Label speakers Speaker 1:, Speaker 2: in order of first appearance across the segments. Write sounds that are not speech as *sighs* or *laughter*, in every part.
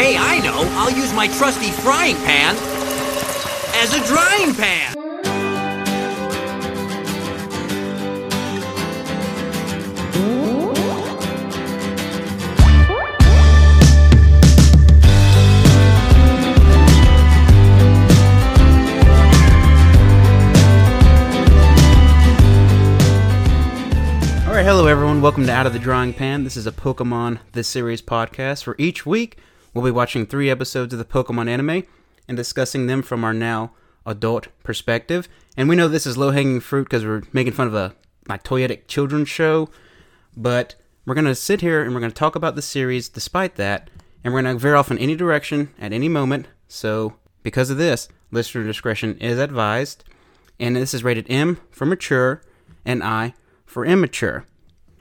Speaker 1: Hey, I know! I'll use my trusty frying pan as a drying pan!
Speaker 2: All right, hello everyone. Welcome to Out of the Drawing Pan. This is a Pokemon This Series podcast where each week we'll be watching three episodes of the Pokemon anime and discussing them from our now adult perspective. And we know this is low hanging fruit because we're making fun of a like toyetic children's show, but we're gonna sit here and we're gonna talk about the series despite that, and we're gonna veer off in any direction at any moment. So because of this, listener discretion is advised and this is rated M for mature and I for immature.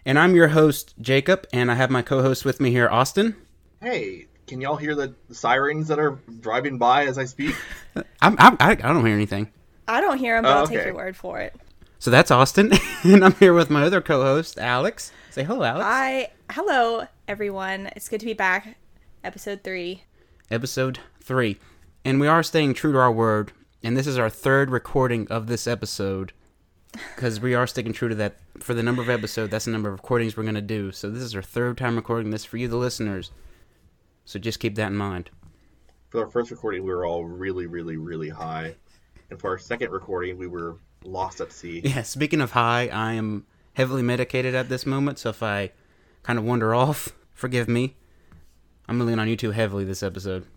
Speaker 2: And I'm your host, Jacob, and I have my co host with me here, Austin.
Speaker 3: Hey, can y'all hear the sirens that are driving by as
Speaker 2: *laughs*
Speaker 3: I speak?
Speaker 2: I'm, I'm, I I don't hear anything.
Speaker 4: I don't hear him, but
Speaker 3: Oh,
Speaker 4: I'll take
Speaker 3: okay.
Speaker 4: your word for it.
Speaker 2: So that's Austin, *laughs* and I'm here with my other co host, Alex. Say hello, Alex.
Speaker 4: I hello everyone. It's good to be back. Episode three.
Speaker 2: Episode 3. And we are staying true to our word, and this is our third recording of this episode because we are sticking true to that for the number of episodes. That's the number of recordings we're going to do. So this is our third time recording this for you, the listeners. So just keep that in mind.
Speaker 3: For our first recording, we were all really, really, really high. And for our second recording, we were lost at sea.
Speaker 2: Yeah, speaking of high, I am heavily medicated at this moment, so if I kind of wander off, *laughs* forgive me. I'm leaning on you two heavily this episode. *laughs*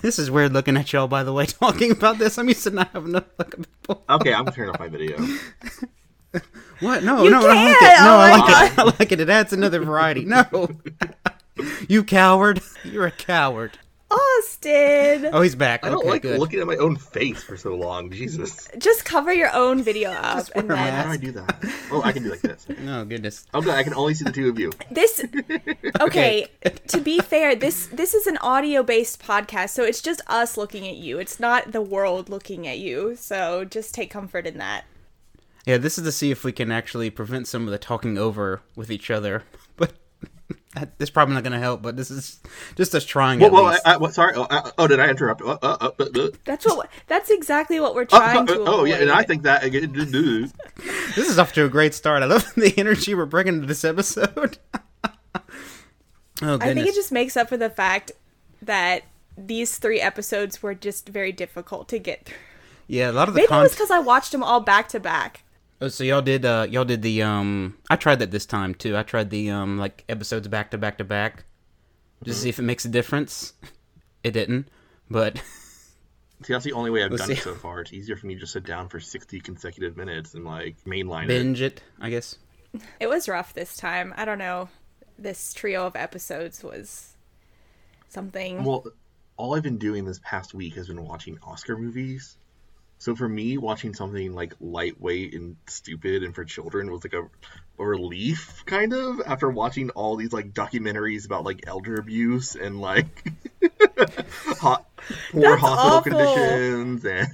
Speaker 2: This is weird looking at y'all, by the way, *laughs* talking about this. I'm used to not having to look at *laughs* people.
Speaker 3: Okay, I'm turning off
Speaker 2: *laughs*
Speaker 3: my video.
Speaker 2: What? No,
Speaker 4: You
Speaker 2: no, I like it.
Speaker 4: can't!
Speaker 2: No,
Speaker 4: Oh
Speaker 2: I
Speaker 4: my
Speaker 2: like it. *laughs* I like it. It adds another variety. No. *laughs* you coward. *laughs* You're a coward.
Speaker 4: Austin,
Speaker 3: *laughs*
Speaker 2: Oh, he's back.
Speaker 3: I don't
Speaker 2: okay,
Speaker 3: like
Speaker 2: good.
Speaker 3: looking at my own face for so long. Jesus.
Speaker 4: just cover your own video up, and
Speaker 2: wear a
Speaker 4: then
Speaker 3: How do I do that? Oh, I can do like this.
Speaker 2: oh, goodness.
Speaker 3: Oh, good. I can only see the two
Speaker 2: *laughs*
Speaker 3: of you. *laughs*
Speaker 4: this. Okay, to be fair, this this is an audio based podcast, so it's just us looking at you. It's not the world looking at you. So just take comfort in that.
Speaker 2: Yeah, this is to see if we can actually prevent some of the talking over with each other. *laughs* But that, that's probably not going to help. But this is just us trying.
Speaker 3: Whoa,
Speaker 2: at
Speaker 3: whoa, I,
Speaker 2: least.
Speaker 3: I, what, sorry. Oh, I, oh, did I interrupt? Oh, oh, oh, oh, oh.
Speaker 4: That's what. That's exactly what we're
Speaker 3: Oh,
Speaker 4: trying to.
Speaker 3: oh, oh, yeah, and I
Speaker 4: avoid.
Speaker 3: think that. Hey,
Speaker 2: this is off to a great start. I love *laughs* the energy we're bringing to this episode. *laughs* oh goodness!
Speaker 4: I think it just makes up for the fact that these three episodes were just very difficult to get through.
Speaker 2: yeah, a lot of the
Speaker 4: Maybe it was
Speaker 2: content.
Speaker 4: because I watched them all back to back.
Speaker 2: Oh, so y'all did. Uh, y'all did the. Um, I tried that this time too. I tried the um like episodes back to back to back, just to see if it makes a difference. *laughs* It didn't, but
Speaker 3: See, that's the only way I've done
Speaker 2: see.
Speaker 3: it so far. It's easier for me to just sit down for 60 consecutive minutes and, like, mainline it.
Speaker 2: binge it. I guess.
Speaker 4: It was rough this time. I don't know. This trio of episodes was something.
Speaker 3: Well, all I've been doing this past week has been watching Oscar movies. So for me, watching something like lightweight and stupid and for children was like a, a relief, kind of, after watching all these like documentaries about like elder abuse and like *laughs* hot, poor
Speaker 4: That's
Speaker 3: hospital
Speaker 4: awful.
Speaker 3: conditions and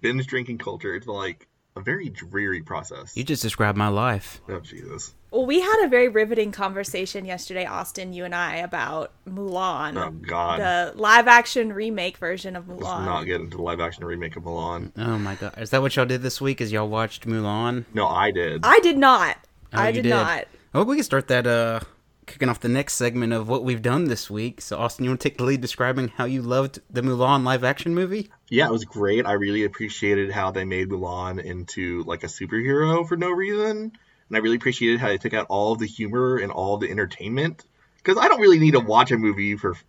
Speaker 3: binge drinking culture. It's like a very dreary process.
Speaker 2: You just described my life.
Speaker 3: Oh Jesus!
Speaker 4: Well, we had a very riveting conversation yesterday, Austin, you and I, about Mulan,
Speaker 3: Oh God!
Speaker 4: the live action remake version of
Speaker 3: Let's not
Speaker 4: Mulan.
Speaker 3: get into the live action remake of Milan.
Speaker 2: Oh my god! Is that what y'all did this week? Is y'all watched Mulan?
Speaker 3: No, I did.
Speaker 4: I did not.
Speaker 2: Oh,
Speaker 4: I
Speaker 2: you
Speaker 4: did, not.
Speaker 2: Oh, we can start that. Uh, kicking off the next segment of what we've done this week. So, Austin, you want to take the lead describing how you loved the Mulan live action
Speaker 4: *clears throat*
Speaker 2: movie?
Speaker 3: Yeah, it was great. I really appreciated how they made Mulan into like a superhero for no reason. And I really appreciated how they took out all of the humor and all of the entertainment. Because I don't really need to watch a movie for f-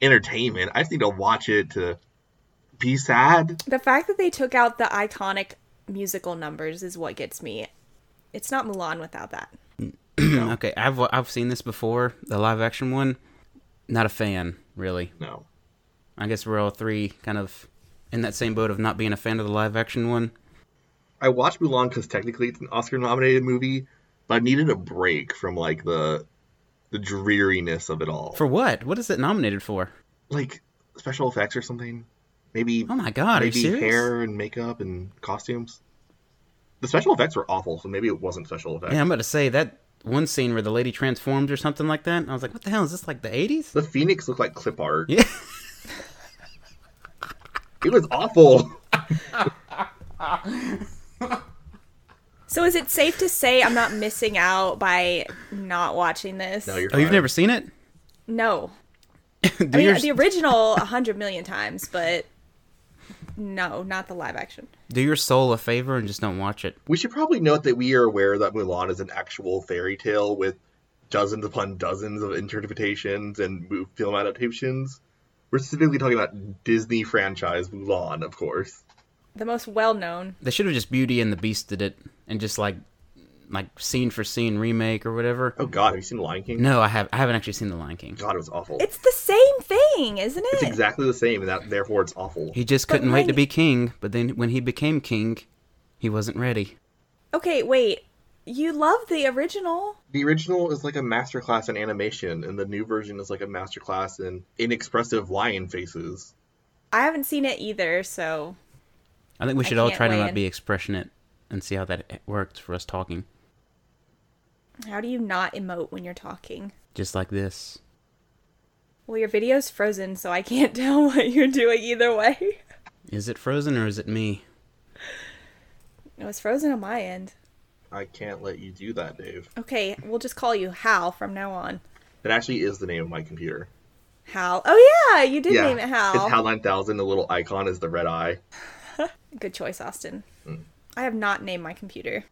Speaker 3: entertainment. I just need to watch it to be sad.
Speaker 4: The fact that they took out the iconic musical numbers is what gets me. It's not Mulan without that.
Speaker 2: Okay, I've I've seen this before, the live action one. Not a fan, really.
Speaker 3: No.
Speaker 2: I guess we're all three kind of in that same boat of not being a fan of the live action one.
Speaker 3: I watched Mulan because technically it's an Oscar nominated movie, but I needed a break from like the the dreariness of it all.
Speaker 2: For what? What is it nominated for?
Speaker 3: like special effects or something. Maybe
Speaker 2: Oh my god, are you
Speaker 3: maybe
Speaker 2: serious?
Speaker 3: hair and makeup and costumes. The special effects were awful, so maybe it wasn't special effects.
Speaker 2: Yeah, I'm about to say that one scene where the lady transforms or something like that. And I was like, what the hell? Is this like the 80s?
Speaker 3: The Phoenix looked like clip art.
Speaker 2: Yeah.
Speaker 3: *laughs* It was
Speaker 2: *laughs*
Speaker 3: awful.
Speaker 4: So is it safe to say I'm not missing out by not watching this?
Speaker 3: No, you're
Speaker 2: Oh, you've
Speaker 3: fine.
Speaker 2: never seen it?
Speaker 4: No.
Speaker 2: *laughs* Do
Speaker 4: I mean,
Speaker 2: your,
Speaker 4: the original a hundred million times, but no, not the live action.
Speaker 2: do your soul a favor and just don't watch it.
Speaker 3: We should probably note that we are aware that Mulan is an actual fairy tale with dozens upon dozens of interpretations and mo- film adaptations. We're specifically talking about Disney franchise Mulan, of course.
Speaker 4: The most well known.
Speaker 2: They should have just Beauty and the Beast did it and just like like scene for scene remake or whatever.
Speaker 3: Oh God, have you seen Lion King?
Speaker 2: No, I have I haven't actually seen The Lion King.
Speaker 3: God, it was awful.
Speaker 4: It's the same thing, isn't it?
Speaker 3: It's exactly the same, and that therefore it's awful.
Speaker 2: He just couldn't wait to
Speaker 4: Lion-
Speaker 2: be king, but then when he became king, he wasn't ready.
Speaker 4: okay, wait. You love the original?
Speaker 3: The original is like a masterclass in animation, and the new version is like a masterclass in inexpressive lion faces.
Speaker 4: I haven't seen it either, so
Speaker 2: I think we should all
Speaker 4: can't
Speaker 2: try to
Speaker 4: weigh
Speaker 2: not
Speaker 4: in.
Speaker 2: be expressionate and see how that works for us talking.
Speaker 4: how do you not emote when you're talking?
Speaker 2: Just like this.
Speaker 4: Well, your video's frozen, so I can't *laughs* tell what you're doing either way.
Speaker 2: Is it frozen or is it me?
Speaker 4: It was frozen on my end.
Speaker 3: I can't let you do that, Dave.
Speaker 4: Okay, we'll just call you Hal from now on.
Speaker 3: That actually is the name of my computer.
Speaker 4: Hal. Oh yeah, you did name it Hal.
Speaker 3: It's Hal 9000. The little icon is the red eye.
Speaker 4: Good choice, Austin. I have not named my computer.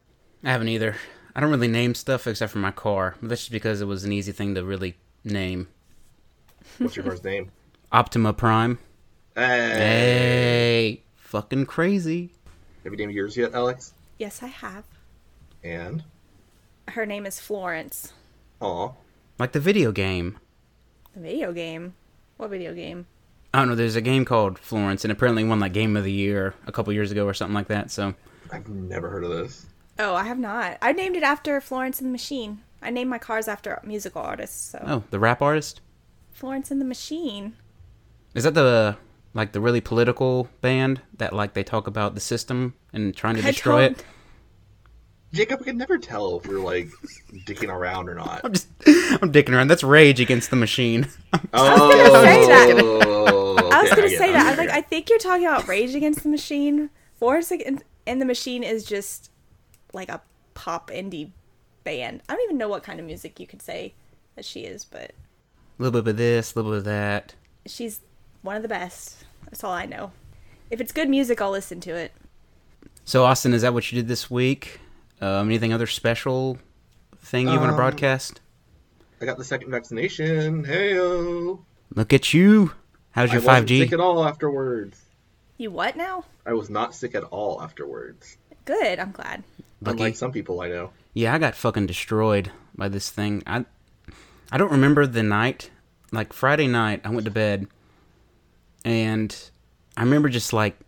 Speaker 2: I haven't either. I don't really name stuff except for my car. But That's just because it was an easy thing to really name.
Speaker 3: What's your first
Speaker 4: *laughs*
Speaker 3: name?
Speaker 2: Optima Prime.
Speaker 3: Hey.
Speaker 2: Hey, fucking crazy.
Speaker 3: Have you named yours yet, Alex?
Speaker 4: Yes, I have.
Speaker 3: And?
Speaker 4: Her name is Florence.
Speaker 3: Aw.
Speaker 2: Like the video game.
Speaker 4: The video game. What video game?
Speaker 2: I don't know. There's a game called Florence, and apparently won like Game of the Year a couple years ago or something like that. So
Speaker 3: I've never heard of this.
Speaker 4: Oh, I have not. I named it after Florence and the Machine. I named my cars after musical artists. So
Speaker 2: Oh, the rap artist?
Speaker 4: Florence and the Machine.
Speaker 2: Is that the like the really political band that like they talk about the system and trying to
Speaker 4: I
Speaker 2: destroy
Speaker 4: don't-
Speaker 2: it?
Speaker 3: Jacob, I can never tell if we're like dicking around or not.
Speaker 2: *laughs* I'm just I'm dicking around. That's Rage Against the Machine. *laughs*
Speaker 3: Oh,
Speaker 4: say that.
Speaker 3: okay,
Speaker 4: I was gonna
Speaker 3: get
Speaker 4: say
Speaker 3: it.
Speaker 4: that. I was like, I think you're talking about Rage Against the Machine. Florence Ag- and- and the Machine is just like a pop indie band. I don't even know what kind of music you could say that she is, but
Speaker 2: A little bit of this, a little bit of that.
Speaker 4: she's one of the best. That's all I know. If it's good music, I'll listen to it.
Speaker 2: So Austin, is that what you did this week? Um, anything other special thing you
Speaker 3: Um,
Speaker 2: want to broadcast?
Speaker 3: I got the second vaccination. Heyo.
Speaker 2: Look at you. How's
Speaker 3: I
Speaker 2: your
Speaker 3: wasn't
Speaker 2: five G?
Speaker 3: sick at all afterwards.
Speaker 4: You what now?
Speaker 3: I was not sick at all afterwards.
Speaker 4: Good. I'm glad.
Speaker 3: Unlike some people I know.
Speaker 2: Yeah, I got fucking destroyed by this thing. I I don't remember the night. Like Friday night, I went to bed and I remember just like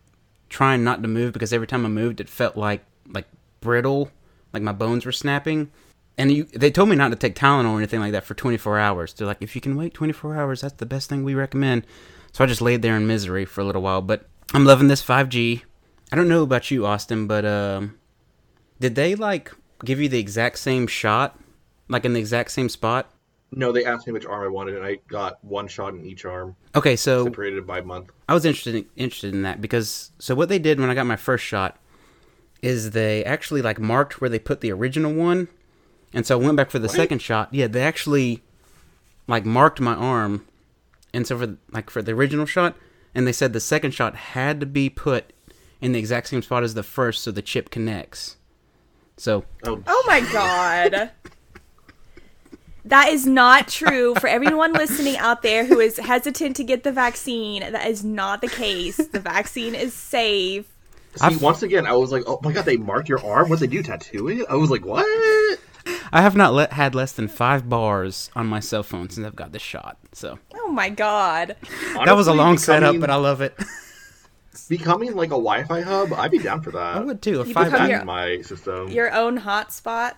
Speaker 2: trying not to move because every time I moved it felt like like brittle, like my bones were snapping. And you, they told me not to take Tylenol or anything like that for 24 hours. They're like, if you can wait 24 hours, that's the best thing we recommend. So I just laid there in misery for a little while. But I'm loving this 5G. I don't know about you, Austin, but um, did they like give you the exact same shot, like in the exact same spot?
Speaker 3: No, they asked me which arm I wanted, and I got one shot in each arm,
Speaker 2: Okay, so
Speaker 3: separated by month.
Speaker 2: I was interested in, interested in that because so what they did when I got my first shot is they actually like marked where they put the original one, and so I went back for the second shot. Yeah, they actually like marked my arm, and so for like for the original shot, and they said the second shot had to be put in the exact same spot as the first so the chip connects. So
Speaker 3: Oh,
Speaker 4: Oh my god. That is not true for everyone listening out there who is hesitant to get the vaccine. That is not the case. The vaccine is safe.
Speaker 3: See, once again, I was like, oh my god, they marked your arm. What would they do? Tattoo it? I was like, what?
Speaker 2: I have not let, had less than five bars on my cell phone since I've got this shot. So
Speaker 4: Oh my god.
Speaker 2: that was a
Speaker 3: Honestly,
Speaker 2: long
Speaker 3: becoming-
Speaker 2: setup, but I love it.
Speaker 3: becoming like a Wi-Fi hub, I'd be down for
Speaker 2: *laughs*
Speaker 3: that.
Speaker 2: I would too. A
Speaker 4: You
Speaker 2: five.
Speaker 4: become
Speaker 3: That's
Speaker 4: your-
Speaker 3: my system.
Speaker 4: Your own hotspot.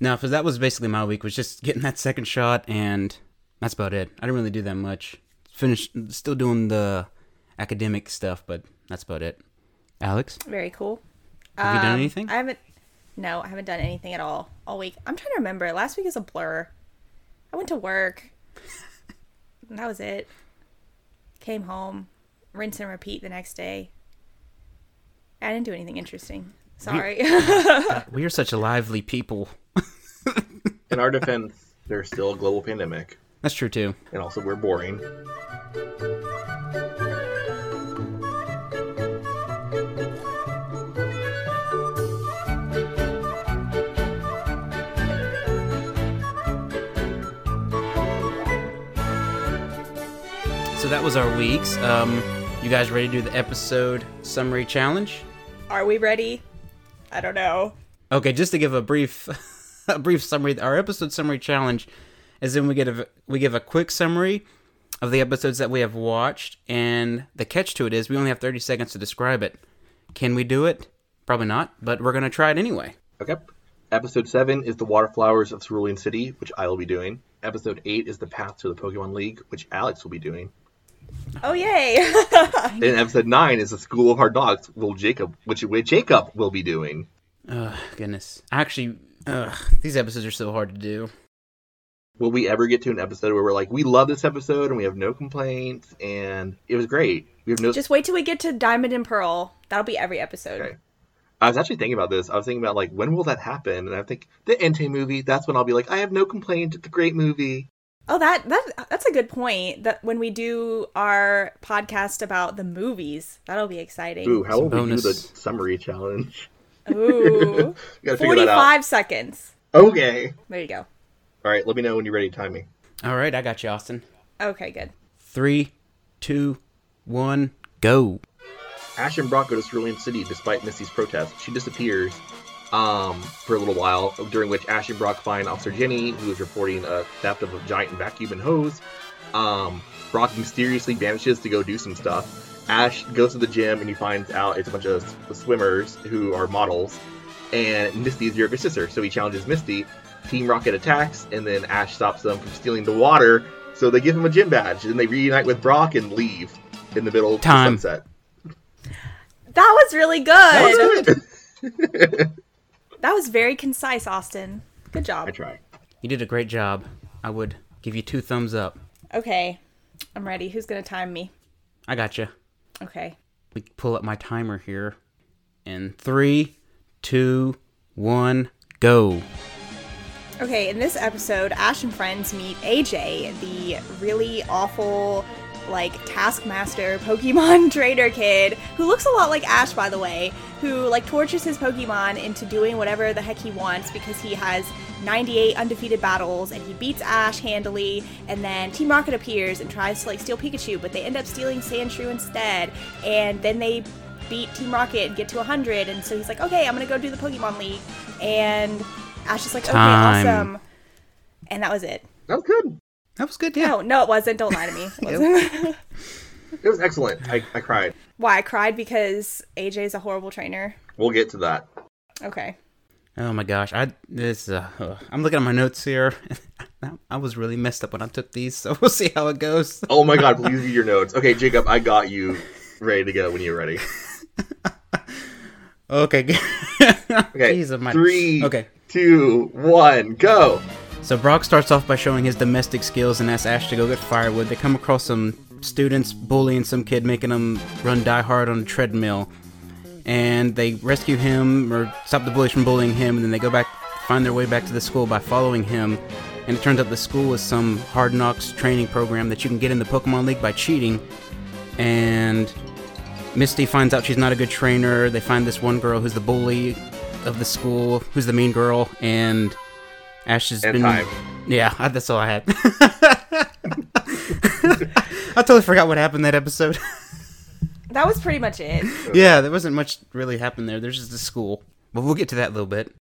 Speaker 2: No, because that was basically my week was just getting that second shot, and that's about it. I didn't really do that much. Finished, still doing the academic stuff, but that's about it. Alex,
Speaker 4: Very cool. Um,
Speaker 2: have you done anything?
Speaker 4: I haven't No, I haven't done anything at all all week. I'm trying to remember. Last week is a blur. I went to work. And that was it. Came home, rinse and repeat the next day. I didn't do anything interesting. Sorry.
Speaker 2: We are such lively people.
Speaker 3: In our defense, there's still a global pandemic,
Speaker 2: That's true too.
Speaker 3: and also we're boring.
Speaker 2: So that was our weeks. Um, you guys ready to do the episode summary challenge?
Speaker 4: Are we ready? I don't know.
Speaker 2: Okay, just to give a brief a brief *laughs* summary, our episode summary challenge is then we get a we give a quick summary of the episodes that we have watched, and the catch to it is we only have thirty seconds to describe it. Can we do it? Probably not, but we're gonna try it anyway.
Speaker 3: Okay. Episode 7 is The Waterflowers of Cerulean City, which I will be doing. Episode 8 is The Path to the Pokemon League, which Alex will be doing.
Speaker 4: Oh yay. *laughs*
Speaker 3: And episode 9 is The School of Hard Dogs, will Jacob, which, which Jacob will be doing.
Speaker 2: Ugh, goodness, actually, ugh, these episodes are so hard to do.
Speaker 3: Will we ever get to an episode where we're like, we love this episode and we have no complaints and it was great? We have no.
Speaker 4: Just wait till we get to Diamond and Pearl. That'll be every episode.
Speaker 3: Okay. I was actually thinking about this. I was thinking about like, when will that happen? And I think the Entei movie. That's when I'll be like, I have no complaint. It's a great movie.
Speaker 4: Oh, that that that's a good point. That when we do our podcast about the movies, that'll be exciting.
Speaker 3: Ooh, how will we do
Speaker 2: bonus.
Speaker 3: the summary challenge? *laughs*
Speaker 4: Ooh.
Speaker 3: We gotta figure that out.
Speaker 4: Forty-five seconds.
Speaker 3: Okay.
Speaker 4: There you go.
Speaker 3: All right, let me know when you're ready to time me.
Speaker 2: All right, I got you, Austin.
Speaker 4: Okay, good.
Speaker 2: Three, two, one, go.
Speaker 3: Ash and Brock go to Cerulean City despite Misty's protest. She disappears um, for a little while, during which Ash and Brock find Officer Jenny, who is reporting a theft of a giant vacuum and hose. Um, Brock mysteriously vanishes to go do some stuff. Ash goes to the gym and he finds out it's a bunch of s- swimmers who are models, and Misty is Yurika's sister, so he challenges Misty. Team Rocket attacks, and then Ash stops them from stealing the water, so they give him a gym badge. Then they reunite with Brock and leave in the middle of the
Speaker 2: Time.
Speaker 3: sunset.
Speaker 4: That was really good.
Speaker 3: That was good.
Speaker 4: That was very concise, Austin. Good job.
Speaker 3: I try.
Speaker 2: You did a great job. I would give you two thumbs up.
Speaker 4: Okay. I'm ready. Who's going to time me?
Speaker 2: I got you.
Speaker 4: Okay.
Speaker 2: We can pull up my timer here. And three, two, one, go.
Speaker 4: Okay, in this episode, Ash and friends meet AJ, the really awful, like, taskmaster Pokemon *laughs* trader kid, who looks a lot like Ash, by the way, who, like, tortures his Pokemon into doing whatever the heck he wants because he has 98 undefeated battles and he beats Ash handily. And then Team Rocket appears and tries to, like, steal Pikachu, but they end up stealing Sandshrew instead. And then they beat Team Rocket and get to 100. And so he's like, okay, I'm gonna go do the Pokemon League. And Ash is like, okay,
Speaker 2: Time.
Speaker 4: awesome. And that was it.
Speaker 3: That was good.
Speaker 2: That was good, yeah.
Speaker 4: Oh, no, it wasn't. Don't lie to me. It wasn't. *laughs*
Speaker 3: It was excellent. I, I cried.
Speaker 4: Why? I cried because AJ's a horrible trainer.
Speaker 3: We'll get to that.
Speaker 4: Okay.
Speaker 2: Oh my gosh, I this uh, ugh. I'm looking at my notes here. *laughs* I was really messed up when I took these, *laughs* so we'll see how it goes.
Speaker 3: Oh my god, please read your notes. Okay, Jacob, I got you ready to go when you're ready.
Speaker 2: Okay. g- *laughs*
Speaker 3: Okay.
Speaker 2: Jeez, my-
Speaker 3: Three,
Speaker 2: Okay.
Speaker 3: two, one, go.
Speaker 2: So Brock starts off by showing his domestic skills and asks Ash to go get firewood. They come across some students bullying some kid, making him run die hard on a treadmill. And they rescue him or stop the bullies from bullying him, and then they go back, find their way back to the school by following him. And it turns out the school is some hard knocks training program that you can get in the Pokemon League by cheating. And Misty finds out she's not a good trainer. They find this one girl who's the bully of the school, who's the mean girl, and Ash has
Speaker 3: And
Speaker 2: been.
Speaker 3: time.
Speaker 2: Yeah, *laughs* I- that's all I had. I totally forgot what happened that episode. *laughs*
Speaker 4: That was pretty much it.
Speaker 2: yeah, there wasn't much really happened there. There's just the school. But we'll get to that in a little bit.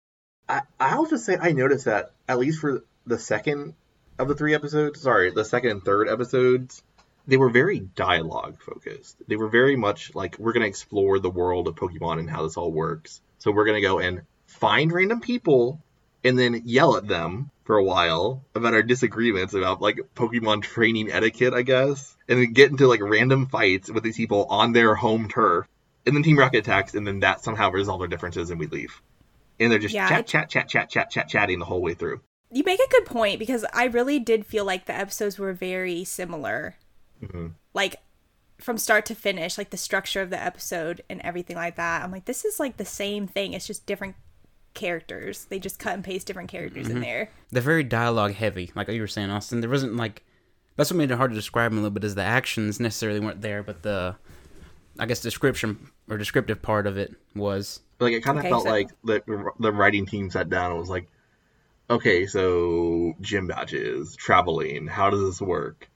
Speaker 3: I, I'll just say I noticed that, at least for the second of the three episodes, sorry, the second and third episodes, they were very dialogue focused. They were very much like, we're going to explore the world of Pokemon and how this all works. So we're going to go and find random people and then yell at them for a while about our disagreements about like Pokemon training etiquette, I guess, and then get into like random fights with these people on their home turf. And then Team Rocket attacks, and then that somehow resolves our differences, and we leave. and they're just
Speaker 4: Yeah.
Speaker 3: chat, chat, chat, chat, chat, chat, chatting the whole way through.
Speaker 4: You make a good point because I really did feel like the episodes were very similar. Like from start to finish, like the structure of the episode and everything like that. I'm like, this is like the same thing. It's just different characters. They just cut and paste different characters in there.
Speaker 2: They're very dialogue heavy, like you were saying, Austin. There wasn't like that's what made it hard to describe them a little bit is the actions necessarily weren't there, but the I guess description or descriptive part of it was.
Speaker 3: Like it kind of
Speaker 4: Okay,
Speaker 3: felt
Speaker 4: so-
Speaker 3: like the the writing team sat down and was like, okay, so gym badges, traveling, how does this work?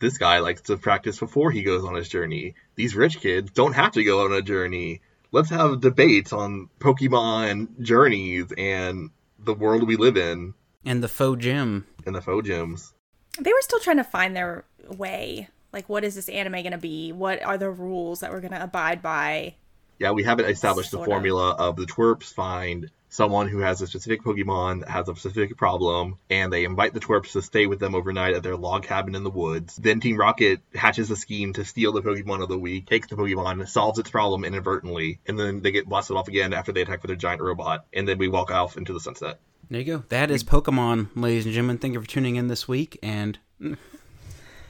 Speaker 3: This guy likes to practice before he goes on his journey. These rich kids don't have to go on a journey. Let's have debates on Pokemon journeys and the world we live in
Speaker 2: And the faux gym.
Speaker 3: and the faux gyms.
Speaker 4: They were still trying to find their way. Like, what is this anime going to be? What are the rules that we're going to abide by?
Speaker 3: Yeah, we haven't established the
Speaker 4: Sort of.
Speaker 3: formula of the twerps find someone who has a specific Pokemon that has a specific problem, and they invite the twerps to stay with them overnight at their log cabin in the woods. Then Team Rocket hatches a scheme to steal the Pokemon of the week, takes the Pokemon, solves its problem inadvertently, and then they get blasted off again after they attack with their giant robot, and then we walk off into the sunset.
Speaker 2: There you go. That is Pokemon, ladies and gentlemen. Thank you for tuning in this week and *laughs*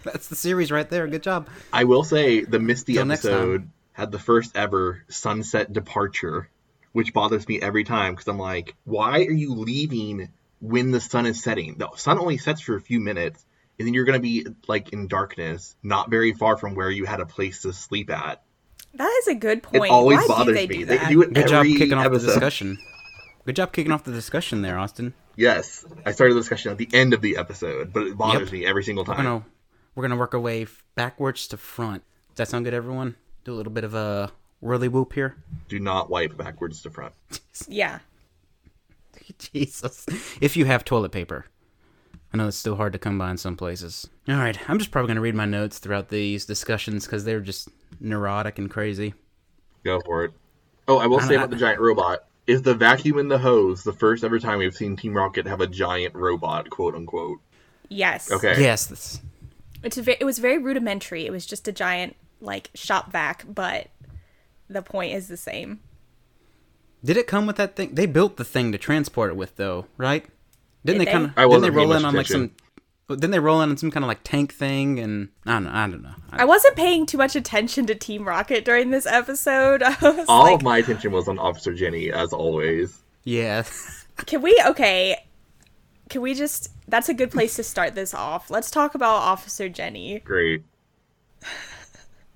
Speaker 2: that's the series right there. Good job.
Speaker 3: I will say the Misty
Speaker 2: Till next
Speaker 3: episode had the first ever sunset departure, which bothers me every time because I'm like, why are you leaving when the sun is setting? The sun only sets for a few minutes, and then you're going to be like in darkness, not very far from where you had a place to sleep at.
Speaker 4: That is a good point.
Speaker 3: it always
Speaker 4: Why
Speaker 3: bothers
Speaker 4: do they
Speaker 3: me.
Speaker 4: Do
Speaker 3: they
Speaker 4: that?
Speaker 3: do it
Speaker 2: Good job
Speaker 3: every
Speaker 2: kicking off
Speaker 3: episode.
Speaker 2: the discussion. Good job kicking off the discussion there, Austin.
Speaker 3: Yes, I started the discussion at the end of the episode, but it bothers
Speaker 2: Yep.
Speaker 3: me every single
Speaker 2: We're
Speaker 3: time.
Speaker 2: gonna we're gonna work our way f- backwards to front. Does that sound good, everyone? Do a little bit of a whirly whoop here. *laughs*
Speaker 3: Do not wipe backwards to front.
Speaker 4: Yeah.
Speaker 2: Jesus. If you have toilet paper. I know it's still hard to come by in some places. All right, I'm just probably going to read my notes throughout these discussions because they're just neurotic and crazy.
Speaker 3: Go for it. Oh, I will say
Speaker 2: I-
Speaker 3: about the giant robot is the vacuum in the hose the first ever time we've seen Team Rocket have a giant robot, quote unquote.
Speaker 4: Yes.
Speaker 3: Okay.
Speaker 2: Yes, that's,
Speaker 4: It's ve- it was very rudimentary. It was just a giant like shop vac, but the point is the same.
Speaker 2: did it come with that thing? They built the thing to transport it with, though, right? Didn't
Speaker 4: Did
Speaker 2: they
Speaker 4: they?
Speaker 2: kind of?
Speaker 3: I
Speaker 2: Didn't they
Speaker 3: wasn't paying
Speaker 2: roll in
Speaker 3: much
Speaker 2: on like some?
Speaker 3: attention.
Speaker 2: but Didn't they roll in on some kind of like tank thing? And I don't know. I don't know. I-
Speaker 4: I wasn't paying too much attention to Team Rocket during this episode. *laughs* I was
Speaker 3: All
Speaker 4: like,
Speaker 3: of Oh my attention was on Officer Jenny, as always.
Speaker 2: yeah. *laughs*
Speaker 4: can we okay? Can we just? That's a good place to start this off. Let's talk about Officer Jenny.
Speaker 3: Great.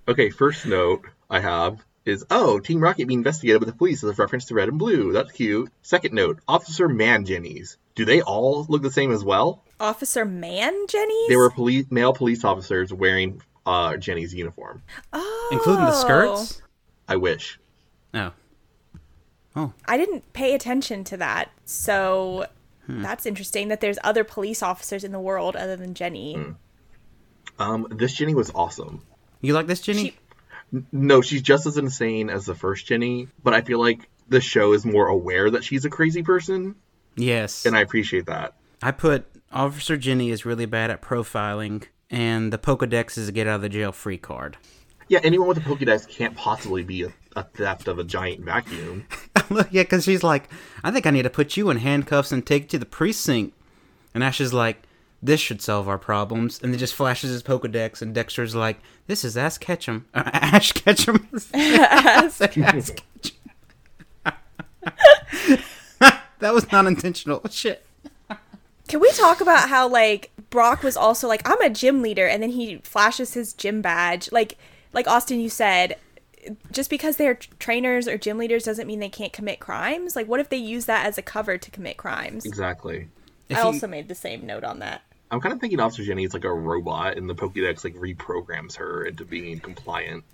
Speaker 3: Okay, first note I have is oh, Team Rocket being investigated by the police is a reference to red and blue. That's cute. Second note, Officer Man Jennies. Do they all look the same as well?
Speaker 4: Officer Man Jenny.
Speaker 3: They were police male police officers wearing uh, Jenny's uniform.
Speaker 4: oh.
Speaker 2: Including the skirts.
Speaker 3: I wish.
Speaker 2: Oh,
Speaker 4: I didn't pay attention to that, so that's interesting that there's other police officers in the world other than Jenny.
Speaker 3: Um, this Jenny was awesome.
Speaker 2: you like this, Jenny?
Speaker 4: She-
Speaker 3: No, she's just as insane as the first Jenny, but I feel like the show is more aware that she's a crazy person,
Speaker 2: yes.
Speaker 3: and I appreciate that.
Speaker 2: I put Officer Jenny is really bad at profiling, and the Pokedex is a get out of the jail free card. *laughs*
Speaker 3: Yeah, anyone with a Pokédex can't possibly be a, a theft of a giant vacuum.
Speaker 2: Look, yeah, because she's like, I think I need to put you in handcuffs and take you to the precinct. And Ash is like, this should solve our problems. And then just flashes his Pokedex, and Dexter's like, this is Ash Ketchum. *laughs* Uh, Ash Ketchum. *laughs* I said Ash Ketchum. *laughs* that was not intentional. Oh, Shit.
Speaker 4: Can we talk about how like Brock was also like I'm a gym leader and then he flashes his gym badge. Like like Austin you said just because they're t- trainers or gym leaders doesn't mean they can't commit crimes. Like what if they use that as a cover to commit crimes?
Speaker 3: Exactly.
Speaker 2: If
Speaker 4: I
Speaker 2: you-
Speaker 4: also made the same note on that.
Speaker 3: I'm kind of thinking Officer Jenny is like a robot, and the Pokédex like reprograms her into being compliant.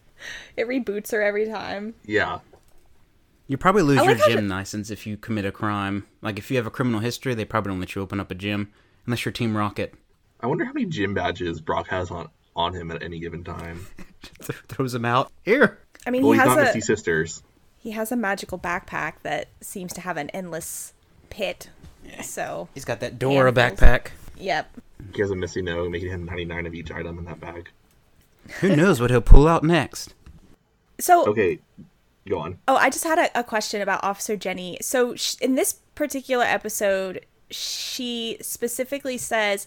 Speaker 4: It reboots her every time.
Speaker 3: Yeah.
Speaker 2: You probably lose
Speaker 4: like
Speaker 2: your
Speaker 4: how
Speaker 2: gym license if you commit a crime. Like if you have a criminal history, they probably don't let you open up a gym unless you're Team Rocket. *laughs*
Speaker 3: I wonder how many gym badges Brock has on on him at any given time.
Speaker 2: Th- Throws them out. Here.
Speaker 4: I mean,
Speaker 3: Well,
Speaker 4: he
Speaker 3: he's not
Speaker 4: has
Speaker 3: Misty
Speaker 4: a
Speaker 3: Sisters.
Speaker 4: he has a magical backpack that seems to have an endless pit. So,
Speaker 2: He's got that Dora
Speaker 4: Handfuls.
Speaker 2: backpack.
Speaker 4: yep.
Speaker 3: He has a Misty No, making him 99 of each item in that bag.
Speaker 2: Who knows what he'll pull out next?
Speaker 4: So,
Speaker 3: Okay, Go on.
Speaker 4: Oh, I just had a, a question about Officer Jenny. So, sh- in this particular episode, she specifically says,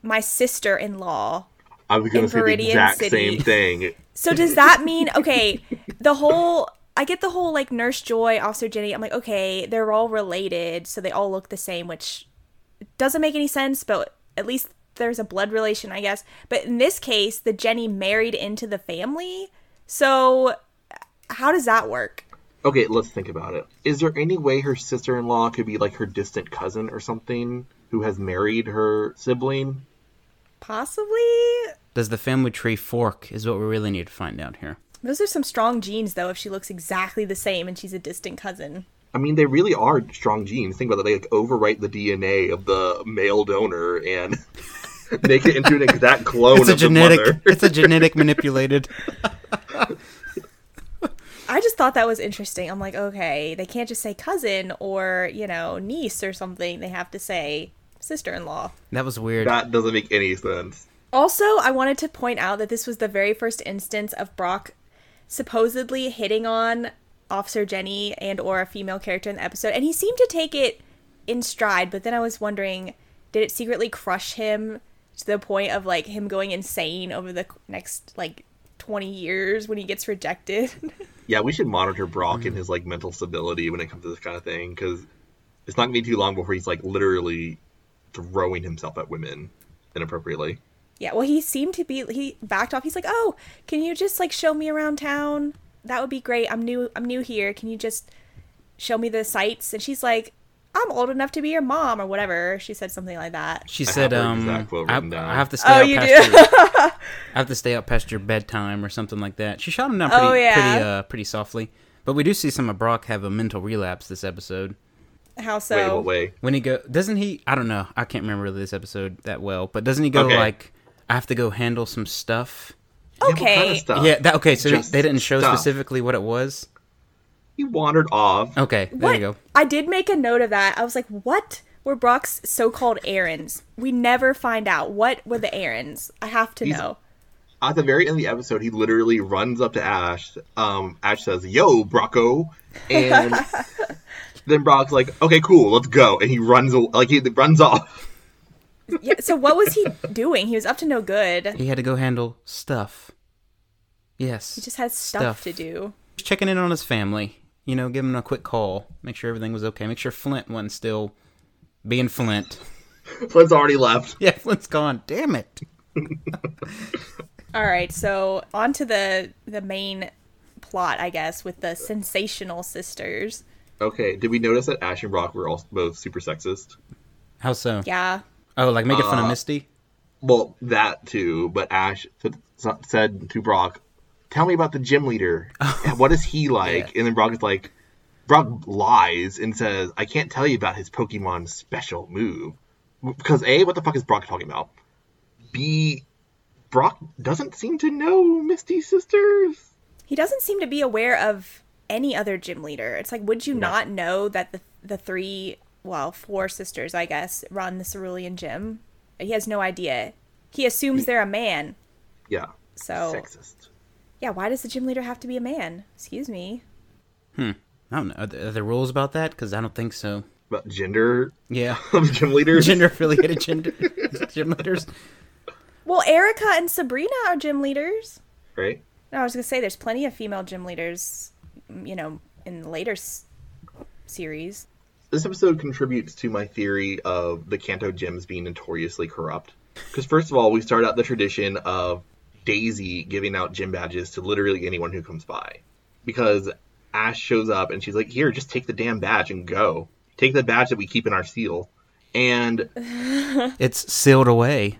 Speaker 4: my sister in law.
Speaker 3: I was going
Speaker 4: In
Speaker 3: to say
Speaker 4: Viridian
Speaker 3: the exact
Speaker 4: City.
Speaker 3: same thing.
Speaker 4: So, does that mean, okay, the whole. I get the whole like Nurse Joy, Officer Jenny. I'm like, okay, they're all related, so they all look the same, which doesn't make any sense, but at least there's a blood relation, I guess. But in this case, the Jenny married into the family. So, how does that work?
Speaker 3: Okay, let's think about it. Is there any way her sister in law could be like her distant cousin or something who has married her sibling?
Speaker 4: Possibly?
Speaker 2: Does the family tree fork? Is what we really need to find out here.
Speaker 4: Those are some strong genes, though, if she looks exactly the same and she's a distant cousin.
Speaker 3: I mean, they really are strong genes. Think about that. They like overwrite the DNA of the male donor and *laughs* make it into an exact clone
Speaker 2: It's a
Speaker 3: of the
Speaker 2: genetic.
Speaker 3: mother.
Speaker 2: *laughs* It's a
Speaker 3: *laughs*
Speaker 2: genetic manipulated.
Speaker 4: I just thought that was interesting. I'm like, okay, they can't just say cousin or, you know, niece or something. They have to say sister in law.
Speaker 2: That was weird.
Speaker 3: That doesn't make any sense.
Speaker 4: Also, I wanted to point out that this was the very first instance of Brock supposedly hitting on Officer Jenny and or a female character in the episode, and he seemed to take it in stride, but then I was wondering, did it secretly crush him to the point of like him going insane over the next like 20 years when he gets rejected? *laughs*
Speaker 3: Yeah, we should monitor Brock
Speaker 2: Hmm.
Speaker 3: and his like mental stability when it comes to this kind of thing because it's not gonna be too long before he's like literally throwing himself at women inappropriately.
Speaker 4: Yeah, well, he seemed to be he backed off. He's like, "Oh, can you just like show me around town? That would be great. I'm new. I'm new here. Can you just show me the sights?" And she's like, "I'm old enough to be your mom or whatever." She said something like that.
Speaker 2: She
Speaker 3: I
Speaker 2: said,
Speaker 3: have her
Speaker 2: um,
Speaker 3: exact quote
Speaker 2: I,
Speaker 3: written down.
Speaker 2: I have to stay
Speaker 4: Oh,
Speaker 2: out
Speaker 4: you
Speaker 2: past
Speaker 4: do. *laughs*
Speaker 2: your, I have to stay out past your bedtime or something like that. She shot him down pretty,
Speaker 4: Oh, yeah.
Speaker 2: pretty, uh, pretty softly. But we do see some of Brock have a mental relapse this episode.
Speaker 4: How so?
Speaker 3: Wait, what way?
Speaker 2: When he go, doesn't he? I don't know. I can't remember this episode that well. But doesn't he go
Speaker 3: Okay.
Speaker 2: like, I have to go handle some stuff?
Speaker 4: Okay.
Speaker 3: stuff?
Speaker 2: yeah. That okay. So
Speaker 3: just
Speaker 2: they didn't show
Speaker 3: stuff.
Speaker 2: specifically what it was.
Speaker 3: He wandered off.
Speaker 2: Okay. There
Speaker 4: What?
Speaker 2: you go.
Speaker 4: I did make a note of that. I was like, "What were Brock's so-called errands?" We never find out what were the errands. I have to
Speaker 3: He's-
Speaker 4: know.
Speaker 3: At the very end of the episode, he literally runs up to Ash. Um, Ash says, "Yo, Brocco," and then Brock's like, "Okay, cool, let's go," and he runs aw- like he runs off. *laughs*
Speaker 4: Yeah, so what was he doing? He was up to no good.
Speaker 2: He had to go handle stuff. Yes.
Speaker 4: He just had stuff.
Speaker 2: Stuff.
Speaker 4: to do.
Speaker 2: Just checking in on his family. You know, give him a quick call. Make sure everything was okay. Make sure Flint wasn't still being Flint. *laughs*
Speaker 3: Flint's already left.
Speaker 2: Yeah, Flint's gone. Damn it.
Speaker 4: All right, so on to the the main plot, I guess, with the sensational sisters.
Speaker 3: Okay, did we notice that Ash and Brock were all both super sexist?
Speaker 2: How so?
Speaker 4: Yeah.
Speaker 2: Oh, like making
Speaker 3: Uh,
Speaker 2: fun of Misty?
Speaker 3: Well, that too, but Ash said, said to Brock, "Tell me about the gym leader. And what is he like?" And then Brock is like, Brock lies and says, "I can't tell you about his Pokemon special move because a, what the fuck is Brock talking about? B, Brock doesn't seem to know Misty's sisters.
Speaker 4: He doesn't seem to be aware of any other gym leader. It's like would you not know that the the three, well, four sisters, I guess, run the Cerulean gym? He has no idea. He assumes they're a man.
Speaker 3: Yeah,
Speaker 4: So,
Speaker 3: sexist.
Speaker 4: yeah, why does the gym leader have to be a man? Excuse me.
Speaker 2: I don't know. Are there, are there rules about that? Because I don't think so.
Speaker 3: But gender *laughs*
Speaker 2: Yeah.
Speaker 3: of gym leaders.
Speaker 2: Gender affiliated gender *laughs* gym leaders.
Speaker 4: Well, Erica and Sabrina are gym leaders.
Speaker 3: right?
Speaker 4: No, I was gonna say there's plenty of female gym leaders, m- you know, in the later s- series.
Speaker 3: This episode contributes to my theory of the Kanto gyms being notoriously corrupt. Because, first of all, we start out the tradition of Daisy giving out gym badges to literally anyone who comes by. Because Ash shows up and she's like, Here, just take the damn badge and go. Take the badge that we keep in our seal. And.
Speaker 2: It's sealed away.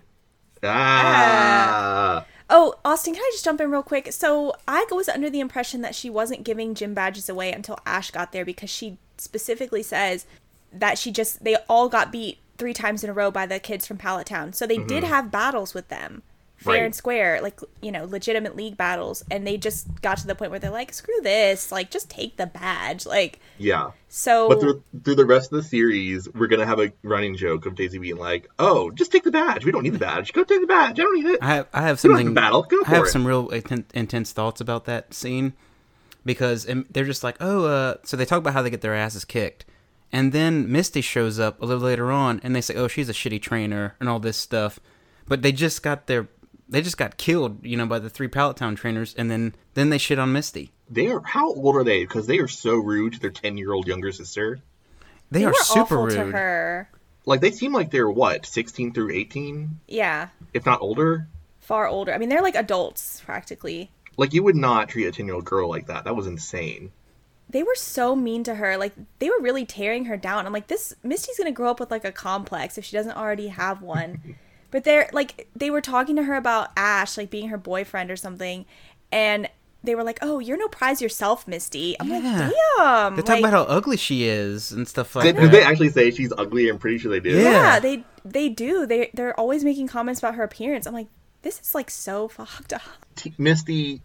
Speaker 3: Ah!
Speaker 4: Oh, Austin, can I just jump in real quick? So I was under the impression that she wasn't giving gym badges away until Ash got there because she specifically says that she just they all got beat three times in a row by the kids from Pallet Town. So they
Speaker 2: Mm-hmm.
Speaker 4: did have battles with them. Fair
Speaker 3: Right.
Speaker 4: and square, like you know, legitimate league battles, and they just got to the point where they're like, "Screw this! Like, just take the badge." Like,
Speaker 3: Yeah.
Speaker 4: so
Speaker 3: But through, through the rest of the series, we're going to have a running joke of Daisy being like, Oh, just take the badge. We don't need the badge. Go take the badge. I don't need it.
Speaker 2: I have, I have
Speaker 3: You don't have
Speaker 2: something.
Speaker 3: to battle. Go
Speaker 2: I have
Speaker 3: for it.
Speaker 2: some real inten- intense thoughts about that scene. because um, they're just like, oh, uh, so they talk about how they get their asses kicked. And then Misty shows up a little later on and they say, oh, she's a shitty trainer and all this stuff. But they just got their, they just got killed, you know, by the three Pallet Town trainers. And then, then they shit on Misty.
Speaker 3: They are how old are they? Because they are so rude to their ten year old younger sister.
Speaker 2: They,
Speaker 4: They
Speaker 2: are
Speaker 4: were
Speaker 2: super
Speaker 4: awful
Speaker 2: rude.
Speaker 4: to her.
Speaker 3: Like they seem like they're what sixteen through eighteen,
Speaker 4: Yeah,
Speaker 3: if not older.
Speaker 4: far older. I mean, they're like adults practically.
Speaker 3: Like you would not treat a ten year old girl like that. That was insane.
Speaker 4: They were so mean to her. Like they were really tearing her down. I'm like, this Misty's gonna grow up with like a complex if she doesn't already
Speaker 2: *laughs*
Speaker 4: have one. but they're like, they were talking to her about Ash like being her boyfriend or something, and they were like, "Oh, you're no prize yourself, Misty." I'm
Speaker 2: Yeah.
Speaker 4: like, "Damn!"
Speaker 2: They talk
Speaker 4: like-
Speaker 2: about how ugly she is and stuff like
Speaker 3: Did,
Speaker 2: that.
Speaker 3: did they actually say she's ugly? I'm pretty sure they did.
Speaker 2: Yeah.
Speaker 4: yeah they they do they they're always making comments about her appearance i'm like this is like so *laughs* fucked up
Speaker 3: T- Misty,